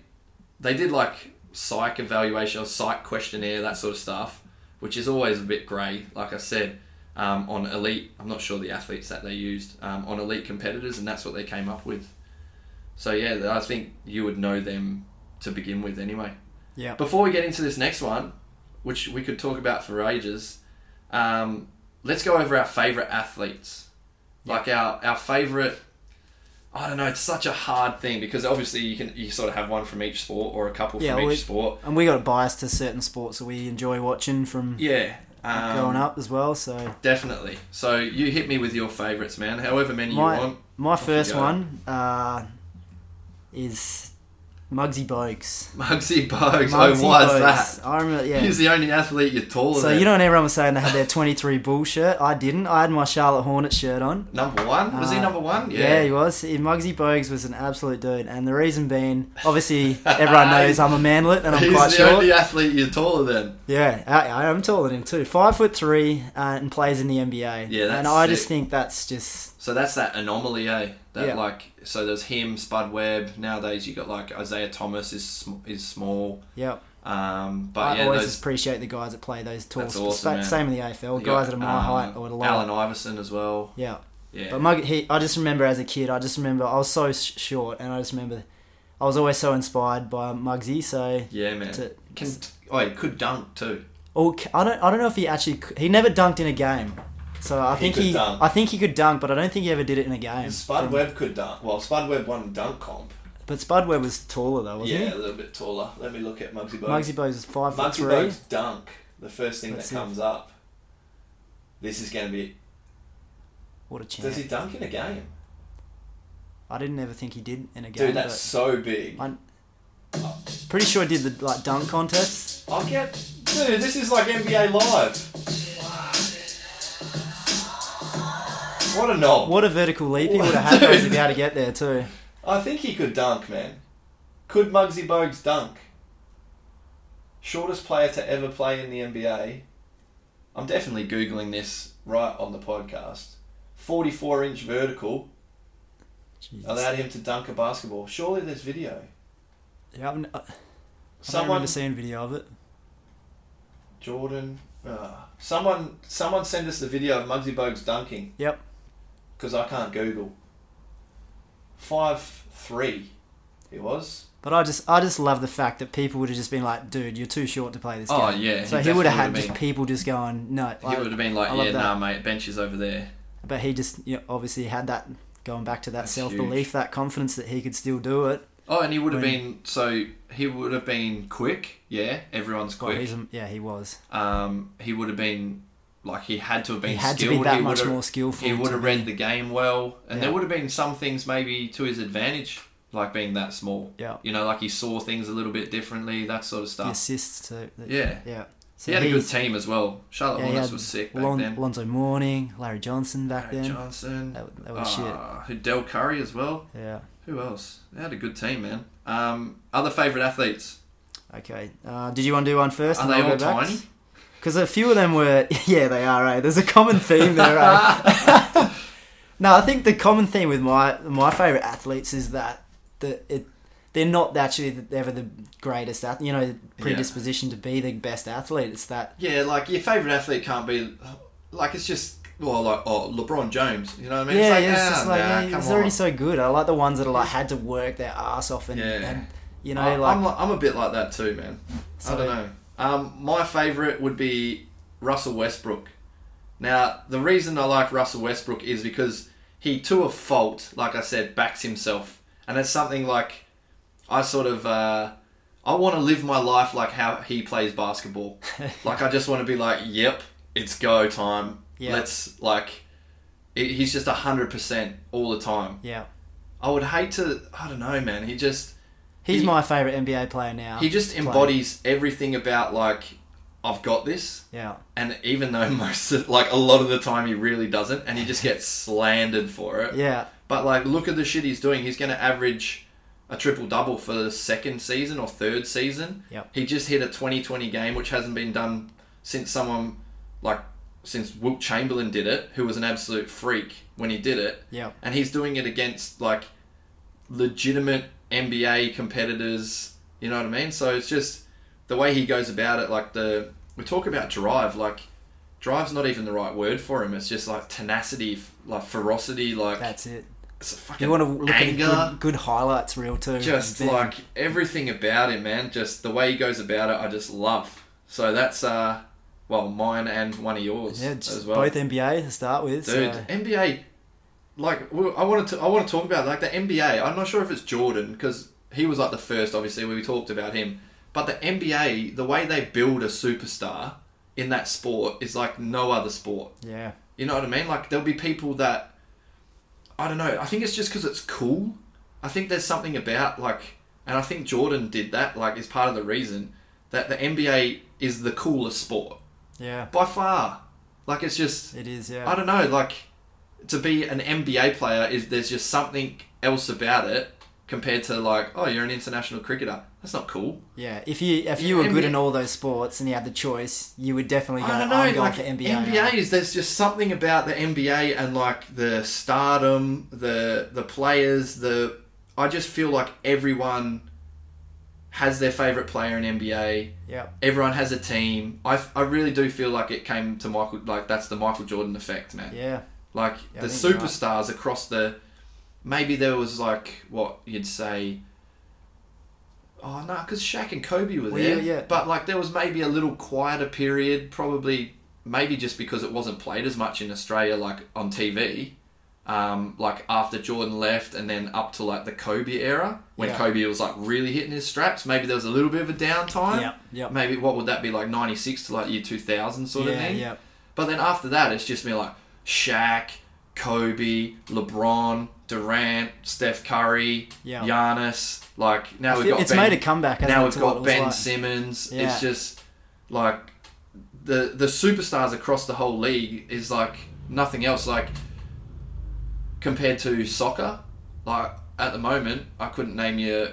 [SPEAKER 2] they did like psych evaluation or psych questionnaire that sort of stuff, which is always a bit grey. Like I said, um, on elite, I'm not sure the athletes that they used um, on elite competitors, and that's what they came up with. So yeah, I think you would know them to begin with anyway.
[SPEAKER 4] Yeah.
[SPEAKER 2] Before we get into this next one, which we could talk about for ages, um, let's go over our favourite athletes. Like our, our favourite, I don't know, it's such a hard thing because obviously you can you sort of have one from each sport or a couple
[SPEAKER 4] yeah,
[SPEAKER 2] from
[SPEAKER 4] we-
[SPEAKER 2] each sport.
[SPEAKER 4] and we got a bias to certain sports that we enjoy watching from
[SPEAKER 2] Yeah. Um,
[SPEAKER 4] growing up as well. So
[SPEAKER 2] Definitely. So you hit me with your favourites, man, however many you
[SPEAKER 4] my
[SPEAKER 2] want.
[SPEAKER 4] my
[SPEAKER 2] you
[SPEAKER 4] first
[SPEAKER 2] go.
[SPEAKER 4] one uh, is Muggsy Bogues.
[SPEAKER 2] Muggsy Bogues.
[SPEAKER 4] Muggsy
[SPEAKER 2] oh, why is
[SPEAKER 4] Bogues.
[SPEAKER 2] that?
[SPEAKER 4] I remember, yeah.
[SPEAKER 2] He's the only athlete you're taller
[SPEAKER 4] So
[SPEAKER 2] than.
[SPEAKER 4] you know when everyone was saying they had their 23 Bull shirt? I didn't. I had my Charlotte Hornet shirt on.
[SPEAKER 2] Number one? Was he
[SPEAKER 4] Uh,
[SPEAKER 2] number one?
[SPEAKER 4] Yeah, he was. He- Muggsy Bogues was an absolute dude, and the reason being, obviously, everyone knows I'm a manlet, and I'm
[SPEAKER 2] He's
[SPEAKER 4] quite
[SPEAKER 2] the
[SPEAKER 4] short.
[SPEAKER 2] only athlete you're taller than.
[SPEAKER 4] Yeah, I, I am taller than him too. Five foot three, uh, and plays in the NBA.
[SPEAKER 2] Yeah, that's
[SPEAKER 4] and I just
[SPEAKER 2] sick.
[SPEAKER 4] think that's just
[SPEAKER 2] So that's that anomaly, eh? That
[SPEAKER 4] Yeah.
[SPEAKER 2] like, so there's him, Spud Webb. Nowadays, you got like Isaiah Thomas is sm- is small,
[SPEAKER 4] yeah.
[SPEAKER 2] um, but
[SPEAKER 4] I
[SPEAKER 2] yeah,
[SPEAKER 4] always
[SPEAKER 2] those,
[SPEAKER 4] appreciate the guys that play those tall.
[SPEAKER 2] That's
[SPEAKER 4] sports.
[SPEAKER 2] awesome, man.
[SPEAKER 4] Same in the AFL,
[SPEAKER 2] you
[SPEAKER 4] guys
[SPEAKER 2] got,
[SPEAKER 4] that are my
[SPEAKER 2] um,
[SPEAKER 4] height or lower.
[SPEAKER 2] Allen Iverson as well.
[SPEAKER 4] Yeah,
[SPEAKER 2] Yeah,
[SPEAKER 4] but Mug, he, I just remember as a kid, I just remember I was so sh- short, and I just remember I was always so inspired by Muggsy. So
[SPEAKER 2] yeah, man.
[SPEAKER 4] to-
[SPEAKER 2] Can oh, he could dunk too.
[SPEAKER 4] Oh, c- I don't. I don't know if he actually. c- He never dunked in a game, so I
[SPEAKER 2] He
[SPEAKER 4] think
[SPEAKER 2] could
[SPEAKER 4] he.
[SPEAKER 2] dunk.
[SPEAKER 4] I think he could dunk, but I don't think he ever did it in a game. From-
[SPEAKER 2] Webb could dunk. Well, Spud Webb won dunk comp.
[SPEAKER 4] But Spud Webb was taller though, wasn't he?
[SPEAKER 2] a little bit taller. Let me look at Mugsy
[SPEAKER 4] Muggsy Bogues was five foot
[SPEAKER 2] Muggsy
[SPEAKER 4] three.
[SPEAKER 2] Bogues dunk, the first thing
[SPEAKER 4] Let's see.
[SPEAKER 2] that comes up. This is going to be.
[SPEAKER 4] What a chance!
[SPEAKER 2] Does he dunk in a game?
[SPEAKER 4] I didn't ever think he did in a game.
[SPEAKER 2] Dude, that's so big.
[SPEAKER 4] but I'm pretty sure he did the like dunk contest.
[SPEAKER 2] I'll get. Dude, this is like NBA Live. What a knob.
[SPEAKER 4] What a vertical leap he
[SPEAKER 2] What
[SPEAKER 4] would have had
[SPEAKER 2] dude.
[SPEAKER 4] though, to be able to get there too.
[SPEAKER 2] I think he could dunk, man. Could Muggsy Bogues dunk? Shortest player to ever play in the NBA. I'm definitely Googling this right on the podcast. 44 inch vertical.
[SPEAKER 4] Jesus.
[SPEAKER 2] allowed him to dunk a basketball. Surely there's video.
[SPEAKER 4] Yeah, I've, n- I don't
[SPEAKER 2] Someone,
[SPEAKER 4] remember seeing video of it.
[SPEAKER 2] Jordan, ah. someone, someone send us the video of Muggsy Bogues dunking.
[SPEAKER 4] Yep.
[SPEAKER 2] Because I can't Google. Five three, he was.
[SPEAKER 4] But I just, I just love the fact that people would have just been like, "Dude, you're too short to play this
[SPEAKER 2] Oh
[SPEAKER 4] game."
[SPEAKER 2] yeah.
[SPEAKER 4] So he would have had just people just going, "No."
[SPEAKER 2] He
[SPEAKER 4] like-
[SPEAKER 2] would have been like,
[SPEAKER 4] I love
[SPEAKER 2] yeah,
[SPEAKER 4] that.
[SPEAKER 2] nah, mate, bench is over there.
[SPEAKER 4] but he just, you know, obviously had that going back to that
[SPEAKER 2] That's
[SPEAKER 4] self belief, that confidence that he could still do it.
[SPEAKER 2] Oh, and he would have
[SPEAKER 4] When-
[SPEAKER 2] been so he would have been quick. Yeah, everyone's
[SPEAKER 4] Well,
[SPEAKER 2] quick.
[SPEAKER 4] he's a, yeah, he was.
[SPEAKER 2] Um, he would have been like he had to have been
[SPEAKER 4] He had to
[SPEAKER 2] skilled.
[SPEAKER 4] be that
[SPEAKER 2] he
[SPEAKER 4] much
[SPEAKER 2] would have-
[SPEAKER 4] more skillful.
[SPEAKER 2] He
[SPEAKER 4] to
[SPEAKER 2] would have
[SPEAKER 4] be-
[SPEAKER 2] read the game well, and there
[SPEAKER 4] Yeah.
[SPEAKER 2] would have been some things maybe to his advantage, like being that small.
[SPEAKER 4] Yeah.
[SPEAKER 2] You know, like he saw things a little bit differently, that sort of
[SPEAKER 4] the
[SPEAKER 2] stuff.
[SPEAKER 4] assists to
[SPEAKER 2] Ah. Yeah.
[SPEAKER 4] yeah. So
[SPEAKER 2] he had a good
[SPEAKER 4] he's-
[SPEAKER 2] team as well. Charlotte
[SPEAKER 4] yeah, he
[SPEAKER 2] Hornets
[SPEAKER 4] had
[SPEAKER 2] was sick back
[SPEAKER 4] Lon-
[SPEAKER 2] then.
[SPEAKER 4] Lonzo Mourning, Larry Johnson back
[SPEAKER 2] Barrett
[SPEAKER 4] then.
[SPEAKER 2] Johnson.
[SPEAKER 4] That, wa- that was
[SPEAKER 2] Ah, who Del Curry as well.
[SPEAKER 4] shit. Yeah.
[SPEAKER 2] Who else? They had a good team, man. Um, other favorite athletes?
[SPEAKER 4] Okay. Uh, did you want to do one first?
[SPEAKER 2] Are
[SPEAKER 4] and
[SPEAKER 2] they
[SPEAKER 4] I'll
[SPEAKER 2] all
[SPEAKER 4] go back?
[SPEAKER 2] tiny?
[SPEAKER 4] Because a few of them were, yeah, they are. Right, there's a common theme there. Right? no, I think the common theme with my my favorite athletes is that that it they're not actually ever the greatest. ath- You know, predisposition to be the best athlete. It's that
[SPEAKER 2] Yeah, like your favorite athlete can't be like it's just well, like oh, LeBron James. You know what I mean? it's
[SPEAKER 4] yeah,
[SPEAKER 2] like,
[SPEAKER 4] yeah, it's
[SPEAKER 2] ah,
[SPEAKER 4] just like
[SPEAKER 2] nah,
[SPEAKER 4] yeah,
[SPEAKER 2] come
[SPEAKER 4] it's
[SPEAKER 2] on.
[SPEAKER 4] already so good. I like the ones that are like had to work their ass off and,
[SPEAKER 2] Yeah.
[SPEAKER 4] and you know
[SPEAKER 2] I-
[SPEAKER 4] like
[SPEAKER 2] I'm, li- I'm a bit like that too, man. I
[SPEAKER 4] So-
[SPEAKER 2] don't know. Um, my favorite would be Russell Westbrook. Now, the reason I like Russell Westbrook is because he, to a fault, like I said, backs himself, and it's something like I sort of uh, I want to live my life like how he plays basketball. like I just want to be like, yep, it's go time.
[SPEAKER 4] Yeah.
[SPEAKER 2] Let's like. he- He's just hundred percent all the time.
[SPEAKER 4] yeah.
[SPEAKER 2] I would hate to. I don't know, man. He just
[SPEAKER 4] He's
[SPEAKER 2] he-
[SPEAKER 4] my favorite NBA player now.
[SPEAKER 2] he just
[SPEAKER 4] Player.
[SPEAKER 2] embodies everything about like I've got this,
[SPEAKER 4] yeah.
[SPEAKER 2] and even though most of, like a lot of the time he really doesn't, and he just gets slandered for it.
[SPEAKER 4] Yeah.
[SPEAKER 2] But like, look at the shit he's doing. He's going to average a triple double for the second season or third season.
[SPEAKER 4] Yep.
[SPEAKER 2] He just hit a 20-20 game, which hasn't been done since someone like since Wilt Chamberlain did it, who was an absolute freak when he did it.
[SPEAKER 4] Yep.
[SPEAKER 2] And he's doing it against like legitimate NBA competitors. You know what I mean? So it's just the way he goes about it. Like the we talk about drive. Like drive's not even the right word for him. It's just like tenacity, f- like ferocity, like
[SPEAKER 4] That's it.
[SPEAKER 2] it's a fucking
[SPEAKER 4] You want to look
[SPEAKER 2] anger.
[SPEAKER 4] at the good, good highlights reel too.
[SPEAKER 2] just
[SPEAKER 4] Then-
[SPEAKER 2] like everything about him, man. Just the way he goes about it, I just love. So that's uh, well, mine and one of yours
[SPEAKER 4] yeah, just
[SPEAKER 2] as well,
[SPEAKER 4] both NBA to start with.
[SPEAKER 2] dude.
[SPEAKER 4] so-
[SPEAKER 2] NBA, like well, I wanted to, I want to talk about like the NBA. I'm not sure if it's Jordan because he was like the first, obviously, we talked about him. But the NBA, the way they build a superstar in that sport is like no other sport.
[SPEAKER 4] yeah,
[SPEAKER 2] You know what I mean? Like there'll be people that I don't know. I think it's just because it's cool. I think there's something about like, and I think Jordan did that. Like, is part of the reason that the NBA is the coolest sport
[SPEAKER 4] yeah,
[SPEAKER 2] by far. Like, it's just
[SPEAKER 4] it is.
[SPEAKER 2] I
[SPEAKER 4] Yeah,
[SPEAKER 2] don't know. Like, to be an NBA player is there's just something else about it compared to like, oh, you're an international cricketer. That's not cool.
[SPEAKER 4] yeah. If you if you
[SPEAKER 2] Yeah,
[SPEAKER 4] were good
[SPEAKER 2] NBA
[SPEAKER 4] in all those sports and you had the choice, you would definitely go.
[SPEAKER 2] I don't
[SPEAKER 4] I'm
[SPEAKER 2] know,
[SPEAKER 4] going
[SPEAKER 2] like
[SPEAKER 4] for NBA.
[SPEAKER 2] NBA,
[SPEAKER 4] now."
[SPEAKER 2] is there's just something about the NBA and like the stardom, the the players, the I just feel like everyone has their favorite player in NBA.
[SPEAKER 4] Yeah,
[SPEAKER 2] Everyone has a team. I, I really do feel like it came to Michael like that's the Michael Jordan effect, man.
[SPEAKER 4] yeah,
[SPEAKER 2] Like
[SPEAKER 4] Yeah, I
[SPEAKER 2] the
[SPEAKER 4] think you're right.
[SPEAKER 2] superstars across the maybe there was like what you'd say Oh no, because Shaq and Kobe were
[SPEAKER 4] Well,
[SPEAKER 2] there.
[SPEAKER 4] yeah, yeah.
[SPEAKER 2] But like there was maybe a little quieter period, probably maybe just because it wasn't played as much in Australia, like on TV. Um, like after Jordan left, and then up to like the Kobe era when
[SPEAKER 4] Yeah.
[SPEAKER 2] Kobe was like really hitting his straps. Maybe there was a little bit of a downtime.
[SPEAKER 4] Yeah, yeah.
[SPEAKER 2] Maybe what would that be like ninety six to like year two thousand sort of
[SPEAKER 4] Yeah,
[SPEAKER 2] thing.
[SPEAKER 4] yeah.
[SPEAKER 2] But then after that, it's just me like Shaq, Kobe, LeBron, Durant, Steph Curry,
[SPEAKER 4] Yeah.
[SPEAKER 2] Giannis. Like now we've
[SPEAKER 4] feel-
[SPEAKER 2] got
[SPEAKER 4] it's
[SPEAKER 2] Ben,
[SPEAKER 4] made a comeback, hasn't
[SPEAKER 2] Now
[SPEAKER 4] it,
[SPEAKER 2] we've
[SPEAKER 4] to what it
[SPEAKER 2] got
[SPEAKER 4] was
[SPEAKER 2] Ben
[SPEAKER 4] like?
[SPEAKER 2] Simmons.
[SPEAKER 4] Yeah.
[SPEAKER 2] It's just like the the superstars across the whole league is like nothing else. Like compared to soccer, like at the moment, I couldn't name you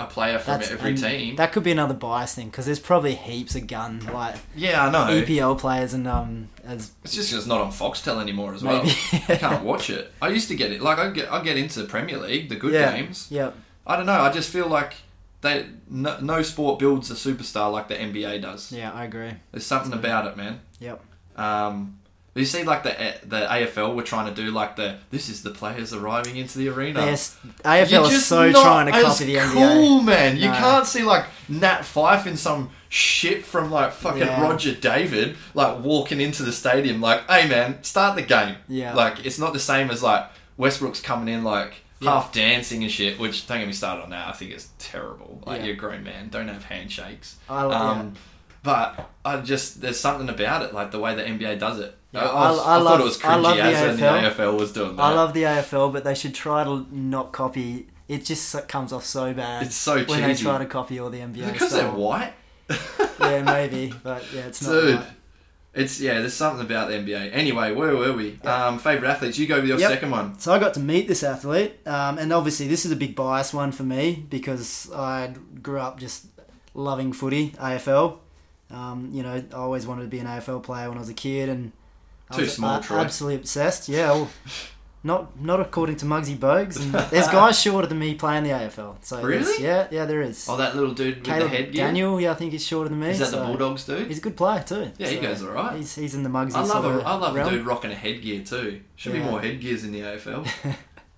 [SPEAKER 2] a player from every
[SPEAKER 4] and
[SPEAKER 2] team.
[SPEAKER 4] That could be another bias thing because there's probably heaps of gun like
[SPEAKER 2] yeah, I know.
[SPEAKER 4] EPL players and um as
[SPEAKER 2] It's just 'cause it's not on Foxtel anymore as well.
[SPEAKER 4] Maybe.
[SPEAKER 2] I can't watch it. I used to get it. Like I get, I get into Premier League, the good
[SPEAKER 4] yeah
[SPEAKER 2] games.
[SPEAKER 4] Yep.
[SPEAKER 2] I don't know. I just feel like they no, no sport builds a superstar like the NBA does.
[SPEAKER 4] Yeah, I agree.
[SPEAKER 2] There's something about it, man.
[SPEAKER 4] Yep.
[SPEAKER 2] Um, you see, like the the AFL were trying to do, like the this is the players arriving into the arena.
[SPEAKER 4] Yes, AFL
[SPEAKER 2] Um, You're
[SPEAKER 4] is
[SPEAKER 2] just
[SPEAKER 4] so
[SPEAKER 2] not
[SPEAKER 4] trying to
[SPEAKER 2] as
[SPEAKER 4] copy the NBA.
[SPEAKER 2] Cool man, you
[SPEAKER 4] No.
[SPEAKER 2] can't see like Nat Fife in some shit from like fucking
[SPEAKER 4] Yeah.
[SPEAKER 2] Roger David, like walking into the stadium like, "Hey man, start the game."
[SPEAKER 4] Yeah.
[SPEAKER 2] like it's not the same as like Westbrook's coming in like half dancing and shit. Which don't get me started on that. I think it's terrible. Like
[SPEAKER 4] Yeah.
[SPEAKER 2] you're a grown man, don't have handshakes.
[SPEAKER 4] I like-
[SPEAKER 2] um, But I just there's something about it, like the way the NBA does it.
[SPEAKER 4] Yeah,
[SPEAKER 2] I, I, was-
[SPEAKER 4] I-
[SPEAKER 2] I
[SPEAKER 4] I
[SPEAKER 2] thought
[SPEAKER 4] love-
[SPEAKER 2] it was
[SPEAKER 4] I love
[SPEAKER 2] cringy
[SPEAKER 4] the
[SPEAKER 2] as when the
[SPEAKER 4] AFL.
[SPEAKER 2] AFL was doing that.
[SPEAKER 4] I love the AFL, but they should try to not copy. It just so- comes off so bad.
[SPEAKER 2] It's so
[SPEAKER 4] when they
[SPEAKER 2] cheesy.
[SPEAKER 4] try to copy all the NBA
[SPEAKER 2] because they're
[SPEAKER 4] stuff.
[SPEAKER 2] white.
[SPEAKER 4] yeah, maybe, but yeah, it's not.
[SPEAKER 2] Dude,
[SPEAKER 4] right.
[SPEAKER 2] it's yeah. There's something about the NBA. Anyway, where were we? Um, favorite athletes. You go with your
[SPEAKER 4] Yep.
[SPEAKER 2] second one.
[SPEAKER 4] So I got to meet this athlete, um, and obviously this is a big bias one for me because I grew up just loving footy, AFL. Um, you know, I always wanted to be an AFL player when I was a kid, and I
[SPEAKER 2] Too
[SPEAKER 4] was
[SPEAKER 2] small,
[SPEAKER 4] a-
[SPEAKER 2] Troy.
[SPEAKER 4] absolutely obsessed. Yeah, well, not not according to Muggsy Bogues. And there's guys shorter than me playing the AFL. So there's-
[SPEAKER 2] Really?
[SPEAKER 4] yeah, yeah, there is.
[SPEAKER 2] Oh, that little dude with the
[SPEAKER 4] Caleb
[SPEAKER 2] headgear.
[SPEAKER 4] Daniel, yeah, I think he's shorter than me.
[SPEAKER 2] Is that the
[SPEAKER 4] so-
[SPEAKER 2] Bulldogs dude?
[SPEAKER 4] He's a good player too.
[SPEAKER 2] Yeah, he goes all right.
[SPEAKER 4] He's, he's in the Muggsy.
[SPEAKER 2] I love
[SPEAKER 4] sort
[SPEAKER 2] a,
[SPEAKER 4] of
[SPEAKER 2] I love
[SPEAKER 4] realm.
[SPEAKER 2] a dude rocking a headgear too. Should be
[SPEAKER 4] Yeah.
[SPEAKER 2] more headgears in the AFL.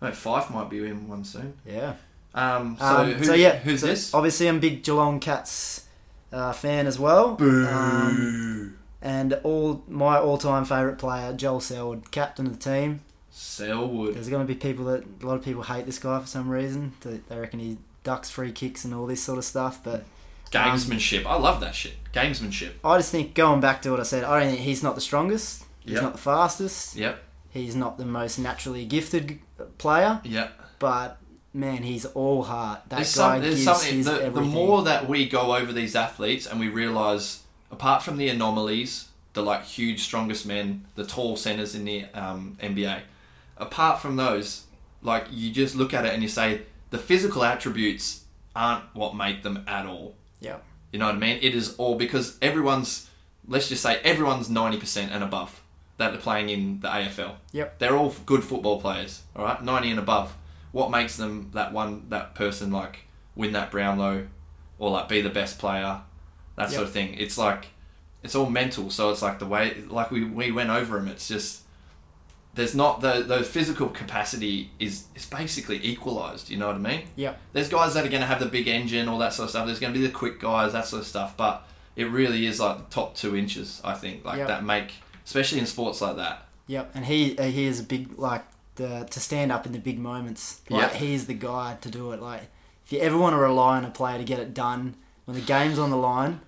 [SPEAKER 2] Mate, Fife might be in one soon.
[SPEAKER 4] Yeah.
[SPEAKER 2] Um, so,
[SPEAKER 4] Um,
[SPEAKER 2] who,
[SPEAKER 4] so yeah,
[SPEAKER 2] who's
[SPEAKER 4] so oh,
[SPEAKER 2] this?
[SPEAKER 4] Obviously, I'm a big Geelong Cats uh, fan as well. Um, and all my all-time favourite player, Joel Selwood, captain of the team.
[SPEAKER 2] Selwood.
[SPEAKER 4] There's going to be people that a lot of people hate this guy for some reason. They they reckon he ducks free kicks and all this sort of stuff. But
[SPEAKER 2] Gamesmanship. I love that shit. Gamesmanship.
[SPEAKER 4] I just think going back to what I said, I don't think he's not the strongest. He's
[SPEAKER 2] Yep.
[SPEAKER 4] not the fastest.
[SPEAKER 2] Yep.
[SPEAKER 4] He's not the most naturally gifted player.
[SPEAKER 2] Yep.
[SPEAKER 4] But man, he's all heart. That
[SPEAKER 2] there's
[SPEAKER 4] guy
[SPEAKER 2] some, there's
[SPEAKER 4] gives
[SPEAKER 2] something
[SPEAKER 4] his
[SPEAKER 2] the, the
[SPEAKER 4] everything.
[SPEAKER 2] more that we go over these athletes and we realize apart from the anomalies the like huge strongest men the tall centers in the um, nba apart from those like you just look at it and you say the physical attributes aren't what make them at all
[SPEAKER 4] yeah,
[SPEAKER 2] you know what I mean? It is all because everyone's, let's just say, everyone's 90% and above that are playing in the AFL.
[SPEAKER 4] Yep.
[SPEAKER 2] They're all good football players, all right? 90 and above. What makes them that one, that person, like, win that Brownlow or, like, be the best player, that sort of thing? It's like, it's all mental. So it's like the way, like, we, we went over them. It's just, there's not, the, the physical capacity is, is basically equalized, you know what I mean?
[SPEAKER 4] yeah.
[SPEAKER 2] there's guys that are going to have the big engine, all that sort of stuff. There's going to be the quick guys, that sort of stuff. But it really is like the top two inches, I think, like
[SPEAKER 4] Yep.
[SPEAKER 2] that make, especially in sports like that.
[SPEAKER 4] Yep, and he uh, he is a big like the to stand up in the big moments. Like
[SPEAKER 2] Yeah.
[SPEAKER 4] he's the guy to do it. Like if you ever want to rely on a player to get it done when the game's on the line,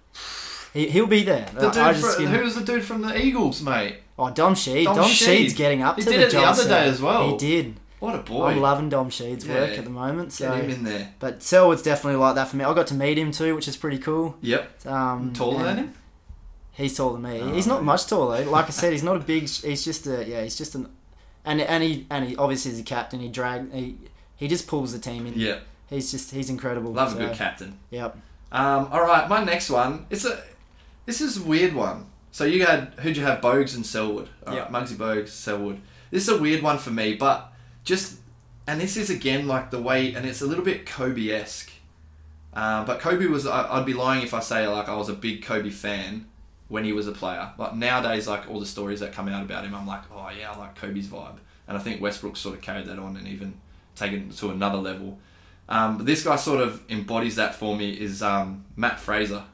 [SPEAKER 4] he he'll be there.
[SPEAKER 2] The
[SPEAKER 4] Like, I
[SPEAKER 2] dude
[SPEAKER 4] just
[SPEAKER 2] from,
[SPEAKER 4] can-
[SPEAKER 2] who was the dude from the Eagles, mate?
[SPEAKER 4] oh Dom Sheed.
[SPEAKER 2] Dom
[SPEAKER 4] Dom, Sheed's
[SPEAKER 2] Sheed.
[SPEAKER 4] getting up
[SPEAKER 2] He
[SPEAKER 4] to
[SPEAKER 2] did
[SPEAKER 4] the
[SPEAKER 2] it the
[SPEAKER 4] job
[SPEAKER 2] other
[SPEAKER 4] set.
[SPEAKER 2] day as well.
[SPEAKER 4] He did.
[SPEAKER 2] What a boy!
[SPEAKER 4] I'm loving Dom Sheed's work
[SPEAKER 2] Yeah.
[SPEAKER 4] at the moment. So,
[SPEAKER 2] Get him in there.
[SPEAKER 4] but Selwood's definitely like that for me. I got to meet him too, which is pretty cool.
[SPEAKER 2] Yep,
[SPEAKER 4] Um,
[SPEAKER 2] taller
[SPEAKER 4] and
[SPEAKER 2] than him.
[SPEAKER 4] He's taller than me.
[SPEAKER 2] Oh.
[SPEAKER 4] He's not much taller. Like I said, he's not a big. He's just a yeah. He's just an, and and he and he obviously is a captain. He drag he he just pulls the team in.
[SPEAKER 2] Yeah,
[SPEAKER 4] He's just he's incredible.
[SPEAKER 2] love
[SPEAKER 4] so,
[SPEAKER 2] a good captain.
[SPEAKER 4] Yep.
[SPEAKER 2] Um, all right, my next one. It's a, this is a weird one. So you had who'd you have? Bogues and Selwood. All right,
[SPEAKER 4] Yeah.
[SPEAKER 2] Muggsy Bogues, Selwood. This is a weird one for me, but just and this is again like the way, and it's a little bit Kobe esque. Um, but Kobe was I, I'd be lying if I say like I was a big Kobe fan when he was a player. But nowadays, like all the stories that come out about him, I'm like, oh yeah, I like Kobe's vibe, and I think Westbrook sort of carried that on and even taken it to another level. Um, but this guy sort of embodies that for me is um, Matt Fraser.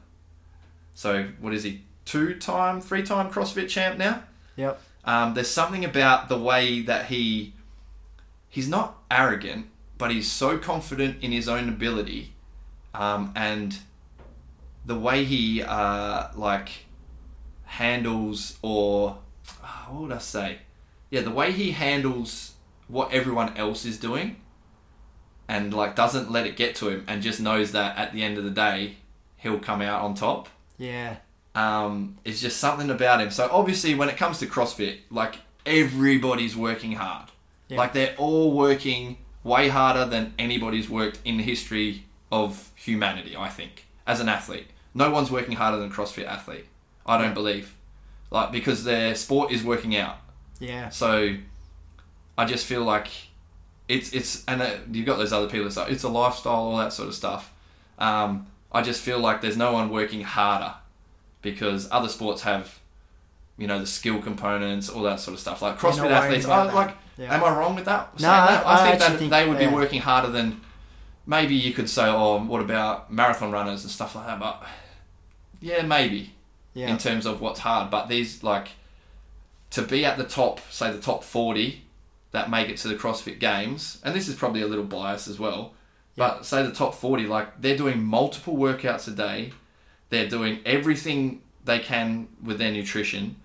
[SPEAKER 2] So what is he? Two time, three time CrossFit champ now.
[SPEAKER 4] Yep.
[SPEAKER 2] Um, there's something about the way that he he's not arrogant, but he's so confident in his own ability, um, and the way he uh, like handles or ah, what would I say? Yeah, the way he handles what everyone else is doing, and like doesn't let it get to him, and just knows that at the end of the day he'll come out on top
[SPEAKER 4] Yeah.
[SPEAKER 2] um, it's just something about him. So obviously, when it comes to CrossFit, like everybody's working hard.
[SPEAKER 4] Yeah.
[SPEAKER 2] Like they're all working way harder than anybody's worked in the history of humanity, I think, as an athlete. No one's working harder than a CrossFit athlete. I don't believe. Like, because their sport is working out.
[SPEAKER 4] Yeah.
[SPEAKER 2] So I just feel like it's it's and uh, you've got those other people that say it's a lifestyle, all that sort of stuff. Um, I just feel like there's no one working harder because other sports have, you know, the skill components, all that sort of stuff. Like
[SPEAKER 4] no
[SPEAKER 2] CrossFit
[SPEAKER 4] worries
[SPEAKER 2] athletes,
[SPEAKER 4] about
[SPEAKER 2] I,
[SPEAKER 4] that.
[SPEAKER 2] like,
[SPEAKER 4] Yeah.
[SPEAKER 2] am I wrong with that?
[SPEAKER 4] No,
[SPEAKER 2] saying that?
[SPEAKER 4] I- I
[SPEAKER 2] I, think
[SPEAKER 4] actually
[SPEAKER 2] that
[SPEAKER 4] think-
[SPEAKER 2] they would
[SPEAKER 4] yeah.
[SPEAKER 2] be working harder than maybe you could say, oh, what about marathon runners and stuff like that? But yeah, maybe
[SPEAKER 4] Yeah.
[SPEAKER 2] in terms of what's hard. But these like to be at the top, say the top forty that make it to the CrossFit Games, and this is probably a little biased as well. But say the top forty, like they're doing multiple workouts a day, they're doing everything they can with their nutrition,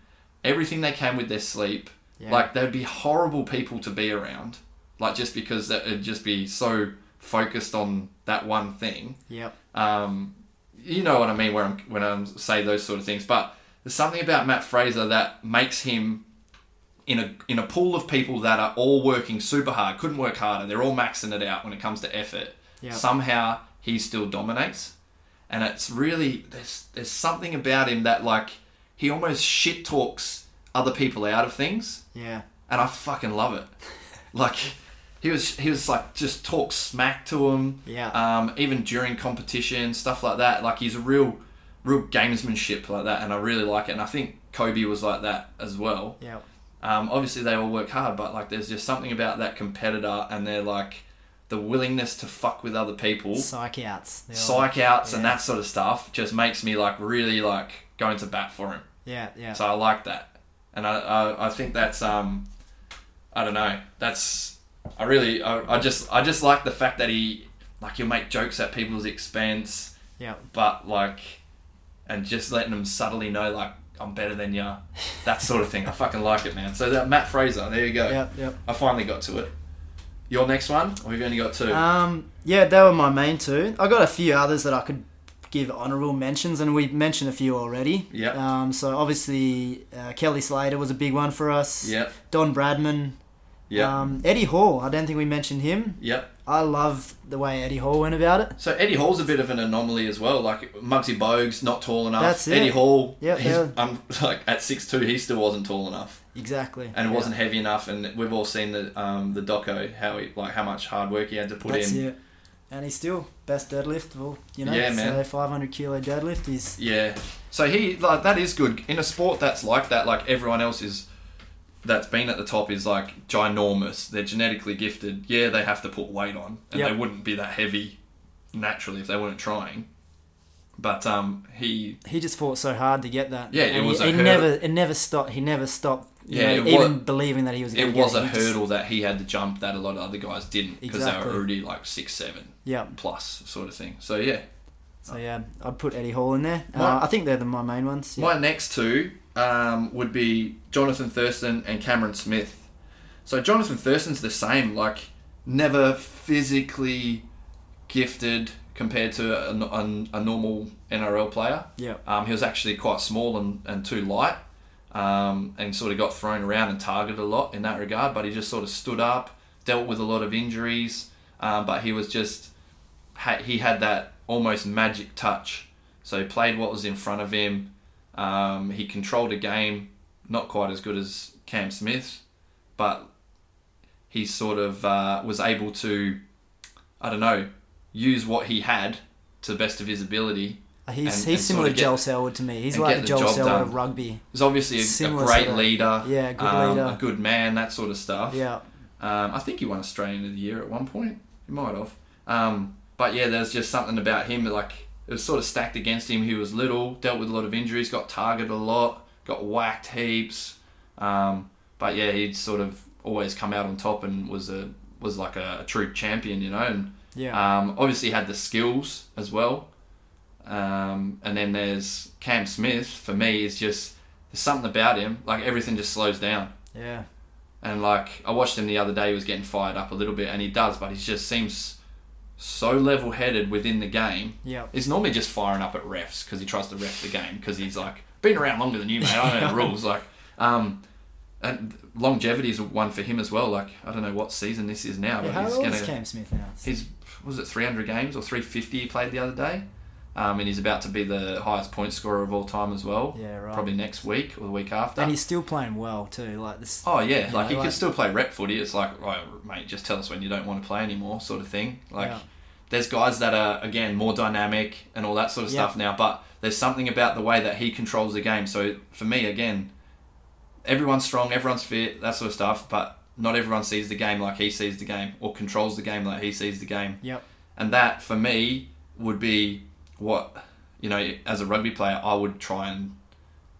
[SPEAKER 2] everything they can with their sleep.
[SPEAKER 4] Yeah.
[SPEAKER 2] Like they'd be horrible people to be around, like just because that would just be so focused on that one thing
[SPEAKER 4] Yep.
[SPEAKER 2] um, you know what I mean where I'm, when I say those sort of things. But there's something about Matt Fraser that makes him in a in a pool of people that are all working super hard, couldn't work harder. They're all maxing it out when it comes to effort.
[SPEAKER 4] Yeah.
[SPEAKER 2] Somehow he still dominates, and it's really there's there's something about him that like he almost shit talks other people out of things
[SPEAKER 4] Yeah.
[SPEAKER 2] and I fucking love it. Like he was, he was like just talk smack to him.
[SPEAKER 4] Yeah.
[SPEAKER 2] Um, even during competition, stuff like that. Like he's a real, real gamesmanship like that, and I really like it. And I think Kobe was like that as well.
[SPEAKER 4] Yep.
[SPEAKER 2] Um, obviously they all work hard, but like there's just something about that competitor and their like the willingness to fuck with other people,
[SPEAKER 4] Psych outs. They're all-
[SPEAKER 2] psych outs, and
[SPEAKER 4] yeah.
[SPEAKER 2] that sort of stuff. Just makes me like really like going to bat for him.
[SPEAKER 4] Yeah. Yeah.
[SPEAKER 2] So I like that, and I, I I think that's um, I don't know. That's I really I, I just I just like the fact that he like he'll make jokes at people's expense,
[SPEAKER 4] Yep.
[SPEAKER 2] but like, and just letting them subtly know like I'm better than you, that sort of thing. I fucking like it, man. So that Matt Fraser, there you go.
[SPEAKER 4] Yep. Yep.
[SPEAKER 2] I finally got to it. Your next one, or we've only got two.
[SPEAKER 4] Um, yeah, they were my main two. I got a few others that I could give honourable mentions, and we mentioned a few already.
[SPEAKER 2] Yeah.
[SPEAKER 4] Um, so obviously uh, Kelly Slater was a big one for us.
[SPEAKER 2] Yep.
[SPEAKER 4] Don Bradman.
[SPEAKER 2] Yep.
[SPEAKER 4] Um, Eddie Hall. I don't think we mentioned him.
[SPEAKER 2] yep.
[SPEAKER 4] I love the way Eddie Hall went about it.
[SPEAKER 2] So Eddie Hall's a bit of an anomaly as well. Like Muggsy Bogues, not tall enough.
[SPEAKER 4] That's it.
[SPEAKER 2] Eddie Hall,
[SPEAKER 4] Yeah,
[SPEAKER 2] he's-
[SPEAKER 4] yeah.
[SPEAKER 2] I'm like at six two, he still wasn't tall enough,
[SPEAKER 4] Exactly.
[SPEAKER 2] and
[SPEAKER 4] Yeah.
[SPEAKER 2] wasn't heavy enough. And we've all seen the um, the doco how he like how much hard work he had to put
[SPEAKER 4] That's
[SPEAKER 2] in.
[SPEAKER 4] it. And he's still best deadlift. Well, you know,
[SPEAKER 2] Yeah,
[SPEAKER 4] so
[SPEAKER 2] man.
[SPEAKER 4] 500 kilo deadlift is
[SPEAKER 2] Yeah. So he like that is good in a sport that's like that. Like everyone else is that's been at the top is like ginormous. They're genetically gifted. Yeah, they have to put weight on, and
[SPEAKER 4] Yep.
[SPEAKER 2] they wouldn't be that heavy naturally if they weren't trying. But um, he
[SPEAKER 4] he just fought so hard to get that.
[SPEAKER 2] Yeah, it
[SPEAKER 4] And
[SPEAKER 2] was
[SPEAKER 4] he,
[SPEAKER 2] a
[SPEAKER 4] he
[SPEAKER 2] hurdle.
[SPEAKER 4] never it never stopped. He never stopped. you
[SPEAKER 2] Yeah,
[SPEAKER 4] know,
[SPEAKER 2] it
[SPEAKER 4] even
[SPEAKER 2] wa-
[SPEAKER 4] believing that he was. gonna
[SPEAKER 2] it
[SPEAKER 4] get
[SPEAKER 2] was a
[SPEAKER 4] He just-
[SPEAKER 2] hurdle that he had to jump that a lot of other guys didn't because they
[SPEAKER 4] Exactly.
[SPEAKER 2] were already like six seven
[SPEAKER 4] Yeah.
[SPEAKER 2] plus sort of thing. So yeah,
[SPEAKER 4] So yeah, I'd put Eddie Hall in there. Uh,
[SPEAKER 2] My-
[SPEAKER 4] I think they're the, my main ones. Yeah.
[SPEAKER 2] my next two um, would be Jonathan Thurston and Cameron Smith. So Jonathan Thurston's the same, like never physically gifted compared to a, a, a normal NRL player.
[SPEAKER 4] Yeah.
[SPEAKER 2] Um, he was actually quite small and, and too light um, and sort of got thrown around and targeted a lot in that regard, but he just sort of stood up, dealt with a lot of injuries, um, but he was just, ha- he had that almost magic touch. So he played what was in front of him. Um, he controlled a game, not quite as good as Cam Smith, but he sort of uh, was able to, I don't know, use what he had to the best of his ability
[SPEAKER 4] Uh, he's
[SPEAKER 2] and- and
[SPEAKER 4] he's similar
[SPEAKER 2] sort of
[SPEAKER 4] to
[SPEAKER 2] get-
[SPEAKER 4] Joel Selwood to me. He's
[SPEAKER 2] and get
[SPEAKER 4] like the
[SPEAKER 2] the
[SPEAKER 4] Joel
[SPEAKER 2] job
[SPEAKER 4] Selwood
[SPEAKER 2] done.
[SPEAKER 4] of rugby.
[SPEAKER 2] He's obviously a- a,
[SPEAKER 4] Similar
[SPEAKER 2] great
[SPEAKER 4] to that.
[SPEAKER 2] leader.
[SPEAKER 4] Yeah, good
[SPEAKER 2] um,
[SPEAKER 4] leader.
[SPEAKER 2] A good man, that sort of stuff.
[SPEAKER 4] Yeah,
[SPEAKER 2] Um, I think he won Australian of the Year at one point. He might have. Um, but yeah, there's just something about him that, like, it was sort of stacked against him. He was little, dealt with a lot of injuries, got targeted a lot, got whacked heaps. Um, but yeah, he'd sort of always come out on top and was a was like a, a true champion, you know. And
[SPEAKER 4] yeah,
[SPEAKER 2] um, obviously had the skills as well. Um, and then there's Cam Smith. For me, is just there's something about him. Like everything just slows down.
[SPEAKER 4] yeah,
[SPEAKER 2] And like I watched him the other day, he was getting fired up a little bit, and he does, but he just seems so level-headed within the game.
[SPEAKER 4] yeah,
[SPEAKER 2] He's normally just firing up at refs because he tries to ref the game because he's like been around longer than you, mate. I don't know the rules. Like, um, and longevity is one for him as well. Like I don't know what season this is now,
[SPEAKER 4] yeah.
[SPEAKER 2] but
[SPEAKER 4] How
[SPEAKER 2] he's
[SPEAKER 4] old
[SPEAKER 2] gonna
[SPEAKER 4] is Cam Smith now?
[SPEAKER 2] he's was it 300 games or 350 he played the other day, um, and he's about to be the highest point scorer of all time as well.
[SPEAKER 4] Yeah, right.
[SPEAKER 2] Probably next week or the week after.
[SPEAKER 4] And he's still playing well too. Like this.
[SPEAKER 2] Oh yeah, like
[SPEAKER 4] You know,
[SPEAKER 2] he
[SPEAKER 4] like-
[SPEAKER 2] could still play rep footy. It's like, oh, mate, just tell us when you don't want to play anymore, sort of thing. Like,
[SPEAKER 4] Yeah.
[SPEAKER 2] there's guys that are again more dynamic and all that sort of
[SPEAKER 4] Yeah.
[SPEAKER 2] stuff now, but there's something about the way that he controls the game. So for me, again, everyone's strong, everyone's fit, that sort of stuff, but not everyone sees the game like he sees the game or controls the game like he sees the game.
[SPEAKER 4] Yep.
[SPEAKER 2] And that for me would be what you know as a rugby player I would try and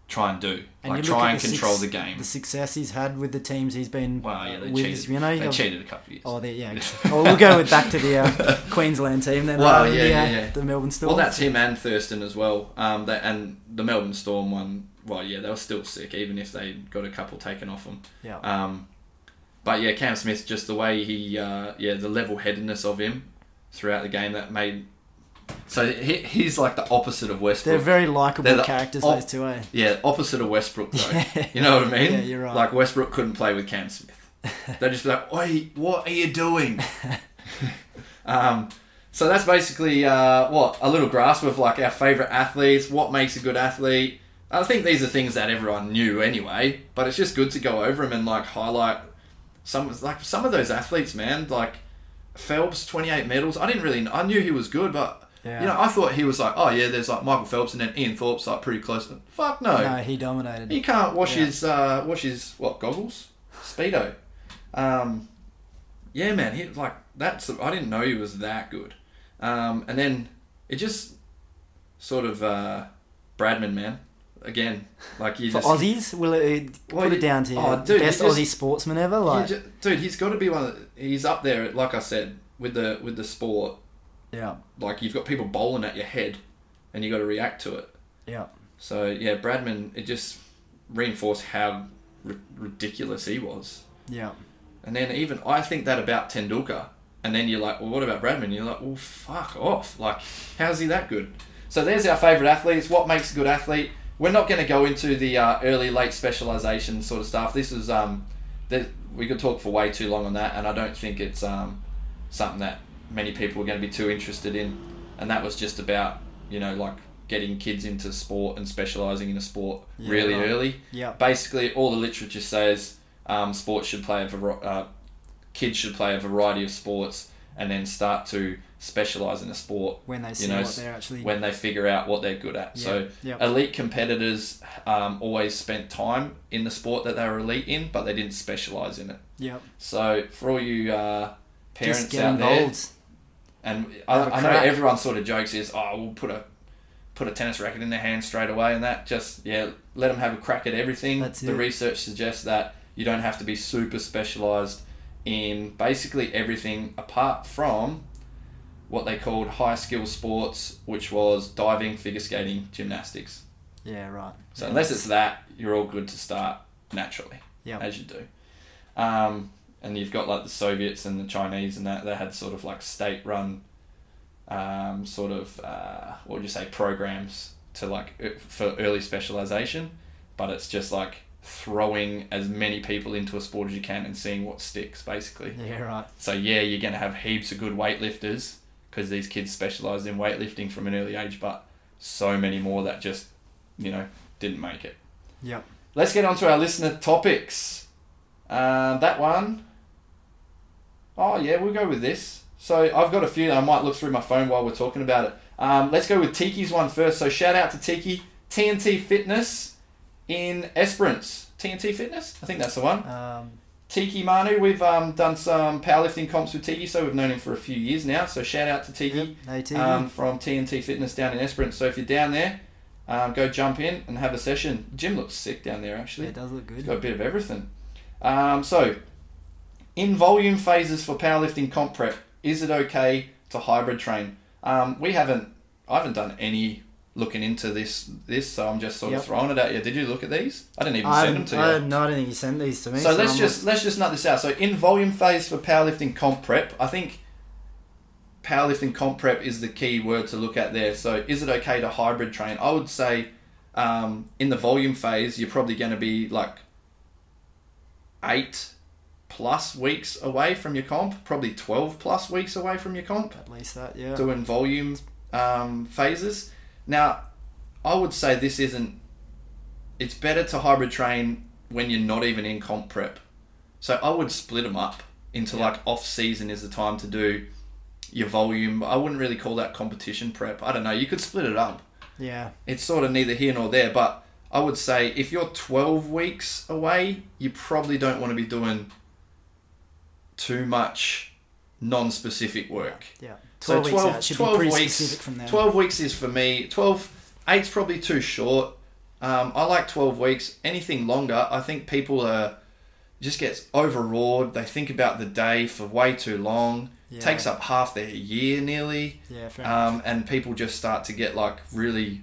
[SPEAKER 2] try and do
[SPEAKER 4] And
[SPEAKER 2] like
[SPEAKER 4] you look
[SPEAKER 2] try
[SPEAKER 4] at
[SPEAKER 2] and
[SPEAKER 4] the
[SPEAKER 2] control
[SPEAKER 4] suc-
[SPEAKER 2] the game.
[SPEAKER 4] The success he's had with the teams he's been
[SPEAKER 2] Wow, yeah, they
[SPEAKER 4] Uh, with.
[SPEAKER 2] cheated.
[SPEAKER 4] You know,
[SPEAKER 2] they
[SPEAKER 4] of-
[SPEAKER 2] cheated a couple of years.
[SPEAKER 4] Oh, they, yeah. well, we'll go with back to the uh, Queensland team then.
[SPEAKER 2] Well,
[SPEAKER 4] rather than
[SPEAKER 2] yeah,
[SPEAKER 4] the,
[SPEAKER 2] yeah,
[SPEAKER 4] uh,
[SPEAKER 2] yeah.
[SPEAKER 4] The Melbourne Storm.
[SPEAKER 2] well, that's him and Thurston as well. Um, that and the Melbourne Storm one. Well, yeah, they were still sick, even if they got a couple taken off them.
[SPEAKER 4] yeah.
[SPEAKER 2] Um, but yeah, Cam Smith, just the way he, uh, yeah, the level headedness of him throughout the game that made. So he, he's like the opposite of
[SPEAKER 4] They're
[SPEAKER 2] Westbrook.
[SPEAKER 4] very likable
[SPEAKER 2] they're the
[SPEAKER 4] characters,
[SPEAKER 2] op-
[SPEAKER 4] those two, eh?
[SPEAKER 2] yeah, opposite of Westbrook though.
[SPEAKER 4] Yeah.
[SPEAKER 2] You know what I mean?
[SPEAKER 4] Yeah, you're right.
[SPEAKER 2] Like Westbrook couldn't play with Cam Smith. They'd just be like, "Oi, what are you doing?" um, so that's basically uh, what a little grasp of like our favorite athletes, what makes a good athlete. I think these are things that everyone knew anyway, but it's just good to go over them and like highlight some like some of those athletes, man. Like Phelps, twenty eight medals. I didn't really. kn- I knew he was good, but
[SPEAKER 4] Yeah.
[SPEAKER 2] you know, I thought he was like, oh yeah, there's like Michael Phelps and then Ian Thorpe's like pretty close. Fuck no,
[SPEAKER 4] No, he dominated.
[SPEAKER 2] Oh. he can't wash
[SPEAKER 4] Yeah.
[SPEAKER 2] his uh, wash his what goggles, speedo. Um, yeah, man, he like that's I didn't know he was that good. Um, and then it just sort of uh, Bradman, man. Again, like you
[SPEAKER 4] For
[SPEAKER 2] just,
[SPEAKER 4] Aussies, will it
[SPEAKER 2] Well,
[SPEAKER 4] put
[SPEAKER 2] you-
[SPEAKER 4] it down to
[SPEAKER 2] oh, dude,
[SPEAKER 4] best
[SPEAKER 2] you just-
[SPEAKER 4] Aussie sportsman ever?
[SPEAKER 2] you
[SPEAKER 4] Like,
[SPEAKER 2] ju- dude, he's got to be one. Of, the- he's up there, like I said, with the with the sport.
[SPEAKER 4] yeah,
[SPEAKER 2] Like you've got people bowling at your head, and you got to react to it.
[SPEAKER 4] yeah,
[SPEAKER 2] So yeah, Bradman, it just reinforced how ri ridiculous he was.
[SPEAKER 4] yeah,
[SPEAKER 2] And then even I think that about Tendulkar. And then you're like, well, what about Bradman? You're like, well, fuck off. Like, how's he that good? So there's our favourite athletes. What makes a good athlete? We're not going to go into the uh, early late specialisation sort of stuff. This is um, th- we could talk for way too long on that, and I don't think it's um, something that many people are going to be too interested in. And that was just about you know like getting kids into sport and specialising in a sport
[SPEAKER 4] Yeah,
[SPEAKER 2] really
[SPEAKER 4] right.
[SPEAKER 2] early
[SPEAKER 4] yeah.
[SPEAKER 2] basically all the literature says um, sports should play a var- uh, kids should play a variety of sports and then start to specialize in a sport
[SPEAKER 4] When they see
[SPEAKER 2] you know
[SPEAKER 4] what
[SPEAKER 2] s-
[SPEAKER 4] they're actually.
[SPEAKER 2] when they figure out what they're good at
[SPEAKER 4] Yeah,
[SPEAKER 2] so
[SPEAKER 4] yeah.
[SPEAKER 2] elite competitors um, always spent time in the sport that they were elite in but they didn't specialize in it
[SPEAKER 4] yep.
[SPEAKER 2] so for all you uh,
[SPEAKER 4] Just
[SPEAKER 2] parents
[SPEAKER 4] get
[SPEAKER 2] out there
[SPEAKER 4] involved.
[SPEAKER 2] and
[SPEAKER 4] Have
[SPEAKER 2] I,
[SPEAKER 4] a
[SPEAKER 2] I know
[SPEAKER 4] crack.
[SPEAKER 2] everyone sort of jokes is, oh, we'll put a put a tennis racket in their hand straight away, and that just yeah, let them have a crack at everything.
[SPEAKER 4] That's
[SPEAKER 2] the
[SPEAKER 4] it.
[SPEAKER 2] research suggests that you don't have to be super specialized in basically everything apart from what they called high skill sports, which was diving, figure skating, gymnastics.
[SPEAKER 4] Yeah, right.
[SPEAKER 2] So unless it's that, you're all good to start naturally,
[SPEAKER 4] Yep.
[SPEAKER 2] as you do. Um, and you've got like the Soviets and the Chinese and that they had sort of like state-run, um, sort of uh, what would you say programs to like e- for early specialization, but it's just like throwing as many people into a sport as you can and seeing what sticks basically.
[SPEAKER 4] Yeah, right.
[SPEAKER 2] So yeah, you're going to have heaps of good weightlifters because these kids specialised in weightlifting from an early age, but so many more that just, you know, didn't make it.
[SPEAKER 4] Yep.
[SPEAKER 2] Let's get on to our listener topics. Um, that one. Oh yeah, we'll go with this. So I've got a few. I might look through my phone while we're talking about it. Um, let's go with Tiki's one first. So shout out to Tiki TNT Fitness in Esperance. TNT Fitness, I think that's the one.
[SPEAKER 4] Um,
[SPEAKER 2] Tiki Manu, we've um, done some powerlifting comps with Tiki, so we've known him for a few years now. So shout out to Tiki
[SPEAKER 4] yep, ATV.
[SPEAKER 2] um, from TNT Fitness down in Esperance. So if you're down there, um, go jump in and have a session. Gym looks sick down there actually.
[SPEAKER 4] it does look
[SPEAKER 2] It's
[SPEAKER 4] good.
[SPEAKER 2] got a bit of everything. Um, so, in volume phases for powerlifting comp prep, is it okay to hybrid train? Um, we haven't. I haven't done any looking into this. This, so I'm just sort
[SPEAKER 4] Yep.
[SPEAKER 2] of throwing it at you. Did you look at these? I didn't even
[SPEAKER 4] I,
[SPEAKER 2] send them to you.
[SPEAKER 4] I, no, I don't think you sent these to me.
[SPEAKER 2] So let's
[SPEAKER 4] I'm
[SPEAKER 2] just let's just nut this out. So in volume phase for powerlifting comp prep, I think powerlifting comp prep is the key word to look at there. So is it okay to hybrid train? I would say um, in the volume phase, you're probably going to be like eight plus weeks away from your comp, probably 12 plus weeks away from your comp,
[SPEAKER 4] At least that, yeah.
[SPEAKER 2] doing volume um, phases. Now, I would say this isn't. It's better to hybrid train when you're not even in comp prep. So I would split them up into like off season is the time to do your volume. I wouldn't really call that competition prep. I don't know. You could split it up
[SPEAKER 4] Yeah.
[SPEAKER 2] it's sort of neither here nor there, but I would say if you're 12 weeks away, you probably don't want to be doing too much non specific work.
[SPEAKER 4] Yeah. 12 weeks out. It should be pretty specific from there.
[SPEAKER 2] 12 weeks is for me. 12, eight's probably too short. Um, I like 12 weeks. Anything longer, I think people are just gets overawed. They think about the day for way too long.
[SPEAKER 4] Yeah.
[SPEAKER 2] Takes up half their year nearly
[SPEAKER 4] Yeah, fair enough.
[SPEAKER 2] um, and people just start to get like really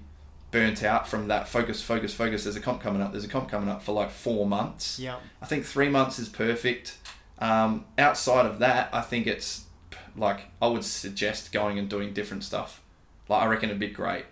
[SPEAKER 2] burnt out from that focus focus focus there's a comp coming up there's a comp coming up for like four months
[SPEAKER 4] Yeah.
[SPEAKER 2] i think three months is perfect um, outside of that i think it's like i would suggest going and doing different stuff like i reckon it'd be great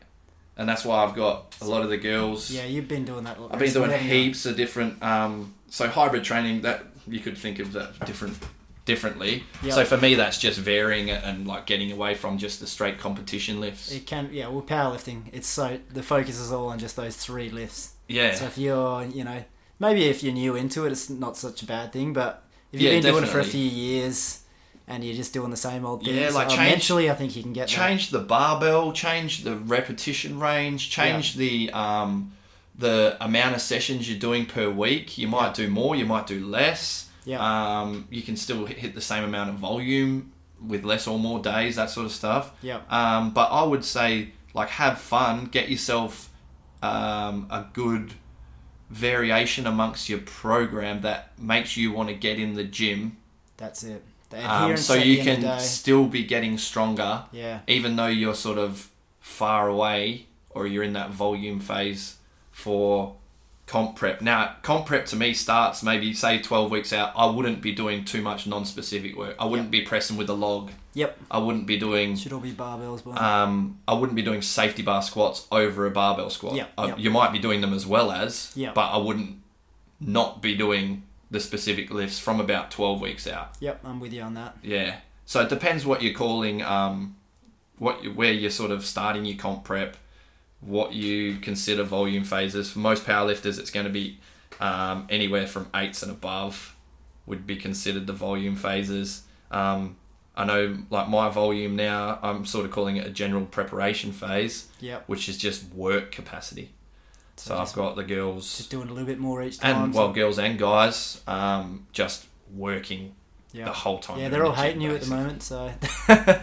[SPEAKER 2] and that's why i've got a lot of the girls
[SPEAKER 4] Yeah, you've been doing that.
[SPEAKER 2] I've been doing
[SPEAKER 4] recently, haven't you?
[SPEAKER 2] heaps of different. Um, so hybrid training that you could think of that different differently.
[SPEAKER 4] Yeah.
[SPEAKER 2] So for me, that's just varying it and like getting away from just the straight competition lifts.
[SPEAKER 4] It can, yeah. Well, powerlifting. It's so the focus is all on just those three lifts.
[SPEAKER 2] yeah,
[SPEAKER 4] So if you're, you know, maybe if you're new into it, it's not such a bad thing. But if you've
[SPEAKER 2] Yeah,
[SPEAKER 4] been doing it for a
[SPEAKER 2] definitely.
[SPEAKER 4] few years and you're just doing the same old things,
[SPEAKER 2] Yeah, like
[SPEAKER 4] uh,
[SPEAKER 2] change-
[SPEAKER 4] mentally, I think you can get
[SPEAKER 2] change the barbell, change the repetition range, change the um, the amount of sessions you're doing per week. You might do more, you might do less.
[SPEAKER 4] Yeah.
[SPEAKER 2] Um, you can still hit- hit the same amount of volume with less or more days, that sort of stuff.
[SPEAKER 4] Yeah.
[SPEAKER 2] Um, but I would say like have fun, get yourself um, a good variation amongst your program that makes you want to get in the gym
[SPEAKER 4] that. That's it. The
[SPEAKER 2] um,
[SPEAKER 4] adherence
[SPEAKER 2] so
[SPEAKER 4] at
[SPEAKER 2] you
[SPEAKER 4] the end of the
[SPEAKER 2] can
[SPEAKER 4] day.
[SPEAKER 2] still be getting stronger
[SPEAKER 4] Yeah.
[SPEAKER 2] even though you're sort of far away or you're in that volume phase for comp prep. Now, comp prep to me starts maybe say 12 weeks out. I wouldn't be doing too much non-specific work. I wouldn't be pressing with a log.
[SPEAKER 4] Yep.
[SPEAKER 2] I wouldn't be doing
[SPEAKER 4] Should all be barbells, but
[SPEAKER 2] um, I wouldn't be doing safety bar squats over a barbell squat.
[SPEAKER 4] Yeah,
[SPEAKER 2] I-
[SPEAKER 4] yeah.
[SPEAKER 2] You might be doing them as well as,
[SPEAKER 4] Yeah.
[SPEAKER 2] but I wouldn't not be doing the specific lifts from about 12 weeks out.
[SPEAKER 4] yep, I'm with you on that.
[SPEAKER 2] Yeah. So it depends what you're calling, um, what you, where you're sort of starting your comp prep, what you consider volume phases. For most powerlifters, it's going to be um, anywhere from eights and above would be considered the volume phases. Um, I know, like my volume now, I'm sort of calling it a general preparation phase,
[SPEAKER 4] Yep.
[SPEAKER 2] which is just work capacity. So,
[SPEAKER 4] just-
[SPEAKER 2] I've got the girls
[SPEAKER 4] Just doing a little bit more each time.
[SPEAKER 2] and
[SPEAKER 4] so-
[SPEAKER 2] well, girls and guys, um, just working
[SPEAKER 4] Yeah.
[SPEAKER 2] the whole time.
[SPEAKER 4] yeah,
[SPEAKER 2] in
[SPEAKER 4] they're all
[SPEAKER 2] the gym,
[SPEAKER 4] hating you at the
[SPEAKER 2] basically.
[SPEAKER 4] moment, so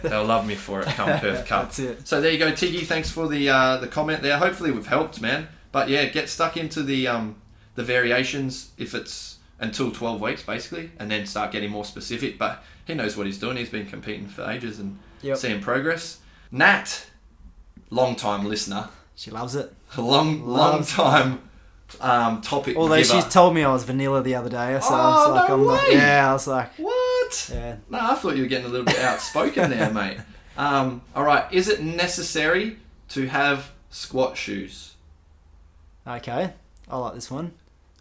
[SPEAKER 2] They'll love me for it. Come Perth Cup.
[SPEAKER 4] That's it.
[SPEAKER 2] So there you go, Tiggy. Thanks for the uh, the comment there. Hopefully we've helped, man. But yeah, get stuck into the um, the variations if it's until twelve weeks basically, and then start getting more specific. But he knows what he's doing. He's been competing for ages and
[SPEAKER 4] Yep.
[SPEAKER 2] seeing progress. Nat, long time listener,
[SPEAKER 4] she loves it.
[SPEAKER 2] long long
[SPEAKER 4] Loves-
[SPEAKER 2] time um, topic.
[SPEAKER 4] Although
[SPEAKER 2] giver.
[SPEAKER 4] she's told me I was vanilla the other day, so I
[SPEAKER 2] Oh,
[SPEAKER 4] was like,
[SPEAKER 2] no
[SPEAKER 4] I'm like,
[SPEAKER 2] way.
[SPEAKER 4] yeah, I was like,
[SPEAKER 2] what?
[SPEAKER 4] yeah,
[SPEAKER 2] No, I thought you were getting a little bit outspoken there, mate. Um, all right, is it necessary to have squat shoes?
[SPEAKER 4] okay, I like this one.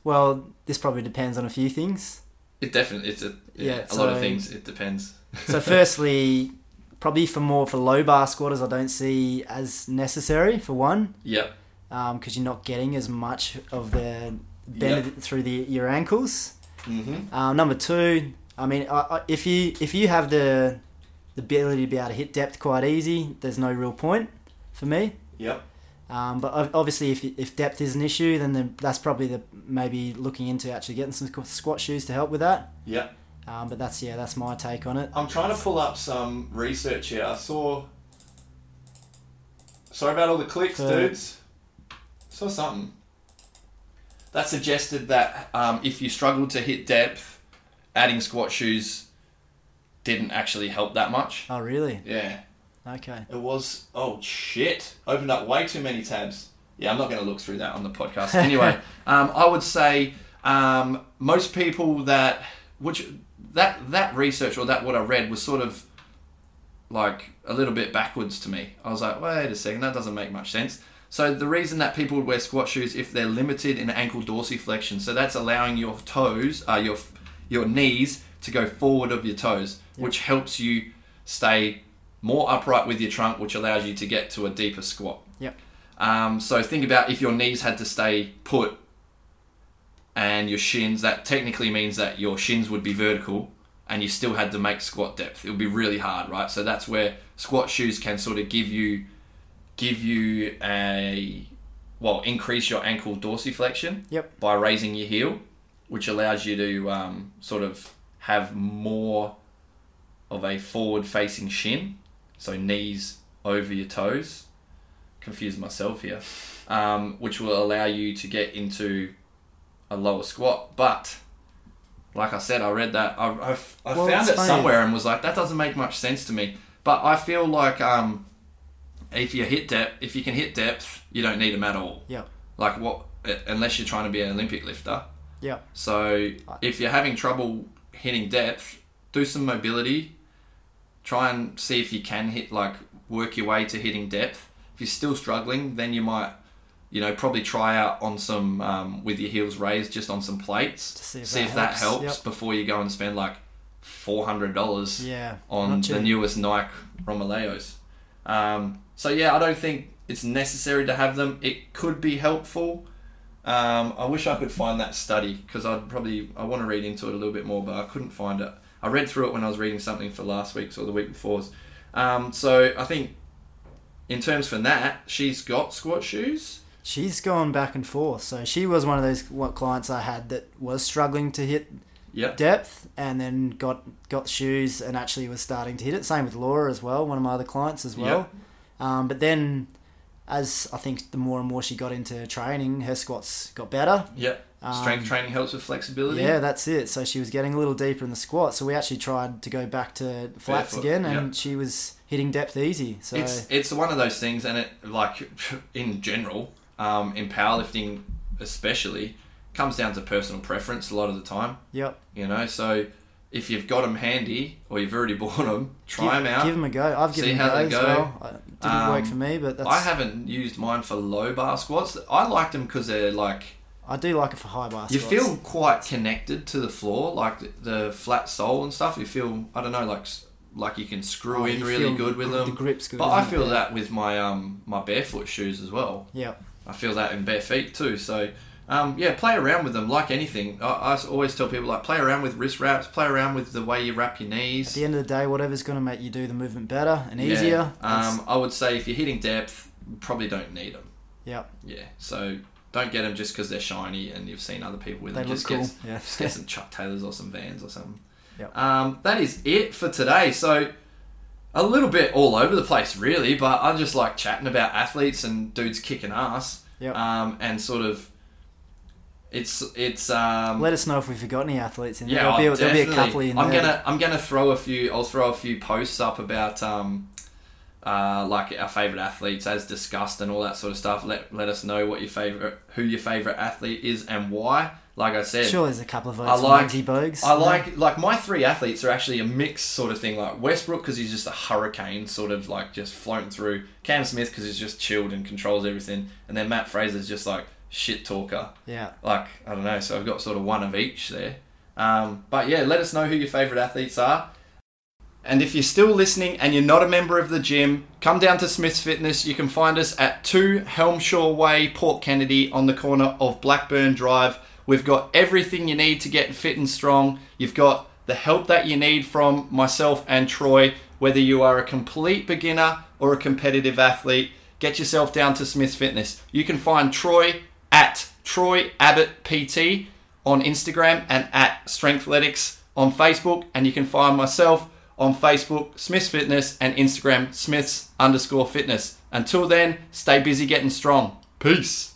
[SPEAKER 4] Well, this probably depends on a few things.
[SPEAKER 2] It definitely it's a yeah,
[SPEAKER 4] Yeah,
[SPEAKER 2] a lot of
[SPEAKER 4] so-
[SPEAKER 2] things. It depends.
[SPEAKER 4] So, firstly, probably for more for low bar squatters, I don't see as necessary for one,
[SPEAKER 2] Yep.
[SPEAKER 4] because you're not getting as much of the
[SPEAKER 2] Yep.
[SPEAKER 4] bend of- through the your ankles.
[SPEAKER 2] Mm-hmm.
[SPEAKER 4] Um, number two, I mean, I, I, if you if you have the the ability to be able to hit depth quite easy, there's no real point for me.
[SPEAKER 2] Yep.
[SPEAKER 4] Um, but ob- obviously, if, if depth is an issue, then the, that's probably the maybe looking into actually getting some squ- squat shoes to help with that.
[SPEAKER 2] Yep.
[SPEAKER 4] Um, but that's yeah, that's my take on it.
[SPEAKER 2] I'm trying to pull up some research here. I saw. Sorry about all the clicks,
[SPEAKER 4] Uh,
[SPEAKER 2] dudes. Saw something that suggested that um, if you struggled to hit depth, adding squat shoes didn't actually help that much.
[SPEAKER 4] Oh really?
[SPEAKER 2] Yeah.
[SPEAKER 4] Okay.
[SPEAKER 2] It was. Oh shit! Opened up way too many tabs. Yeah, I'm not going to look through that on the podcast. Anyway, um, I would say um, most people that which that that research or that what I read was sort of like a little bit backwards to me. I was like, wait a second, that doesn't make much sense. So the reason that people would wear squat shoes if they're limited in ankle dorsiflexion, so that's allowing your toes, uh, your your knees to go forward of your toes, which helps you stay more upright with your trunk, which allows you to get to a deeper squat.
[SPEAKER 4] Yep.
[SPEAKER 2] Um, so think about if your knees had to stay put and your shins, that technically means that your shins would be vertical and you still had to make squat depth. It would be really hard, right? So that's where squat shoes can sort of give you give you a well, increase your ankle dorsiflexion
[SPEAKER 4] Yep.
[SPEAKER 2] by raising your heel, which allows you to um, sort of have more of a forward facing shin, so knees over your toes. Confused myself here, um, which will allow you to get into a lower squat. But like I said, I read that I, I, I
[SPEAKER 4] Well,
[SPEAKER 2] found
[SPEAKER 4] it's
[SPEAKER 2] it
[SPEAKER 4] funny.
[SPEAKER 2] somewhere and was like, that doesn't make much sense to me. But I feel like um, if you hit depth, if you can hit depth, you don't need them at all
[SPEAKER 4] Yep.
[SPEAKER 2] like what uh, unless you're trying to be an olympic lifter
[SPEAKER 4] Yep.
[SPEAKER 2] so if you're having trouble hitting depth do some mobility try and see if you can hit like work your way to hitting depth if you're still struggling then you might you know probably try out on some um, with your heels raised just on some plates to
[SPEAKER 4] see if
[SPEAKER 2] see
[SPEAKER 4] that
[SPEAKER 2] if that
[SPEAKER 4] helps.
[SPEAKER 2] helps
[SPEAKER 4] Yep.
[SPEAKER 2] before you go and spend like $400
[SPEAKER 4] Yeah.
[SPEAKER 2] on
[SPEAKER 4] Not
[SPEAKER 2] the
[SPEAKER 4] cheap.
[SPEAKER 2] newest Nike Romoleos. Um, so yeah, I don't think it's necessary to have them. It could be helpful. Um, I wish I could find that study because I'd probably I want to read into it a little bit more, but I couldn't find it. I read through it when I was reading something for last week's or the week before's. Um, so I think in terms for that, she's got squat shoes.
[SPEAKER 4] She's gone back and forth. So she was one of those what clients I had that was struggling to hit
[SPEAKER 2] Yep.
[SPEAKER 4] depth and then got got shoes and actually was starting to hit it. Same with Laura as well, one of my other clients as well. Um, but then, as I think the more and more she got into training, her squats got better.
[SPEAKER 2] Yep.
[SPEAKER 4] Um,
[SPEAKER 2] Strength training helps with flexibility.
[SPEAKER 4] Yeah, that's it. So she was getting a little deeper in the squat. So we actually tried to go back to flats
[SPEAKER 2] Barefoot,
[SPEAKER 4] again, and
[SPEAKER 2] yeah.
[SPEAKER 4] she was hitting depth easy. So
[SPEAKER 2] it's it's one of those things, and it like in general, um, in powerlifting especially, comes down to personal preference a lot of the time.
[SPEAKER 4] yep,
[SPEAKER 2] You know, so if you've got them handy or you've already bought them, try
[SPEAKER 4] give,
[SPEAKER 2] them out.
[SPEAKER 4] Give them a go. I've
[SPEAKER 2] See
[SPEAKER 4] given them
[SPEAKER 2] how
[SPEAKER 4] a
[SPEAKER 2] they
[SPEAKER 4] go, as
[SPEAKER 2] go.
[SPEAKER 4] well. It didn't work
[SPEAKER 2] Um,
[SPEAKER 4] for me, but that's
[SPEAKER 2] I haven't used mine for low bar squats. I liked them because they're like
[SPEAKER 4] I do like it for high bar.
[SPEAKER 2] you
[SPEAKER 4] squats.
[SPEAKER 2] feel quite connected to the floor, like the, the flat sole and stuff. You feel I don't know, like s- like you can screw
[SPEAKER 4] Oh,
[SPEAKER 2] in
[SPEAKER 4] you
[SPEAKER 2] really
[SPEAKER 4] feel
[SPEAKER 2] good with
[SPEAKER 4] the
[SPEAKER 2] them.
[SPEAKER 4] grip's good,
[SPEAKER 2] but I
[SPEAKER 4] isn't it?
[SPEAKER 2] feel that with my um my barefoot shoes as well.
[SPEAKER 4] Yep.
[SPEAKER 2] I feel that in bare feet too. So, um, yeah, play around with them like anything. I, I always tell people like play around with wrist wraps, play around with the way you wrap your
[SPEAKER 4] At
[SPEAKER 2] knees.
[SPEAKER 4] the end of the day, whatever's going to make you do the movement better and
[SPEAKER 2] Yeah.
[SPEAKER 4] easier.
[SPEAKER 2] Um, I would say if you're hitting depth, you probably don't need them.
[SPEAKER 4] yeah.
[SPEAKER 2] Yeah. So don't get them just because they're shiny and you've seen other people with
[SPEAKER 4] They
[SPEAKER 2] them.
[SPEAKER 4] look
[SPEAKER 2] just
[SPEAKER 4] cool.
[SPEAKER 2] get,
[SPEAKER 4] Yeah.
[SPEAKER 2] just get some Chuck Taylors or some Vans or something.
[SPEAKER 4] Yep.
[SPEAKER 2] Um, that is it for today. So a little bit all over the place, really, but I just like chatting about athletes and dudes kicking ass.
[SPEAKER 4] Yep.
[SPEAKER 2] Um, and sort of, it's it's um.
[SPEAKER 4] Let us know if we forgot any athletes in there.
[SPEAKER 2] yeah,
[SPEAKER 4] there'll,
[SPEAKER 2] I'll
[SPEAKER 4] be, there'll be a couple
[SPEAKER 2] definitely-
[SPEAKER 4] in
[SPEAKER 2] I'm
[SPEAKER 4] there.
[SPEAKER 2] gonna I'm gonna throw a few. I'll throw a few posts up about um, uh, like our favorite athletes as discussed and all that sort of stuff. Let let us know what your favorite, who your favorite athlete is and why. Like I said,
[SPEAKER 4] Sure, there's a couple of votes
[SPEAKER 2] I like-
[SPEAKER 4] on Lindsay Bogues.
[SPEAKER 2] I like like my three athletes are actually a mixed sort of thing. Like Westbrook because he's just a hurricane, sort of like just floating through. Cam Smith because he's just chilled and controls everything, and then Matt Fraser's just like shit talker.
[SPEAKER 4] Yeah.
[SPEAKER 2] Like I don't know. So I've got sort of one of each there. Um, but yeah, let us know who your favourite athletes are. And if you're still listening and you're not a member of the gym, come down to Smith's Fitness. You can find us at 2 Helmshaw Way, Port Kennedy, on the corner of Blackburn Drive. We've got everything you need to get fit and strong. You've got the help that you need from myself and Troy, whether you are a complete beginner or a competitive athlete. Get yourself down to Smith's Fitness. You can find Troy at Troy Abbott PT on Instagram and at Strengthletics on Facebook. And you can find myself on Facebook, Smith's Fitness, and Instagram, Smith's underscore fitness. Until then, stay busy getting strong. Peace.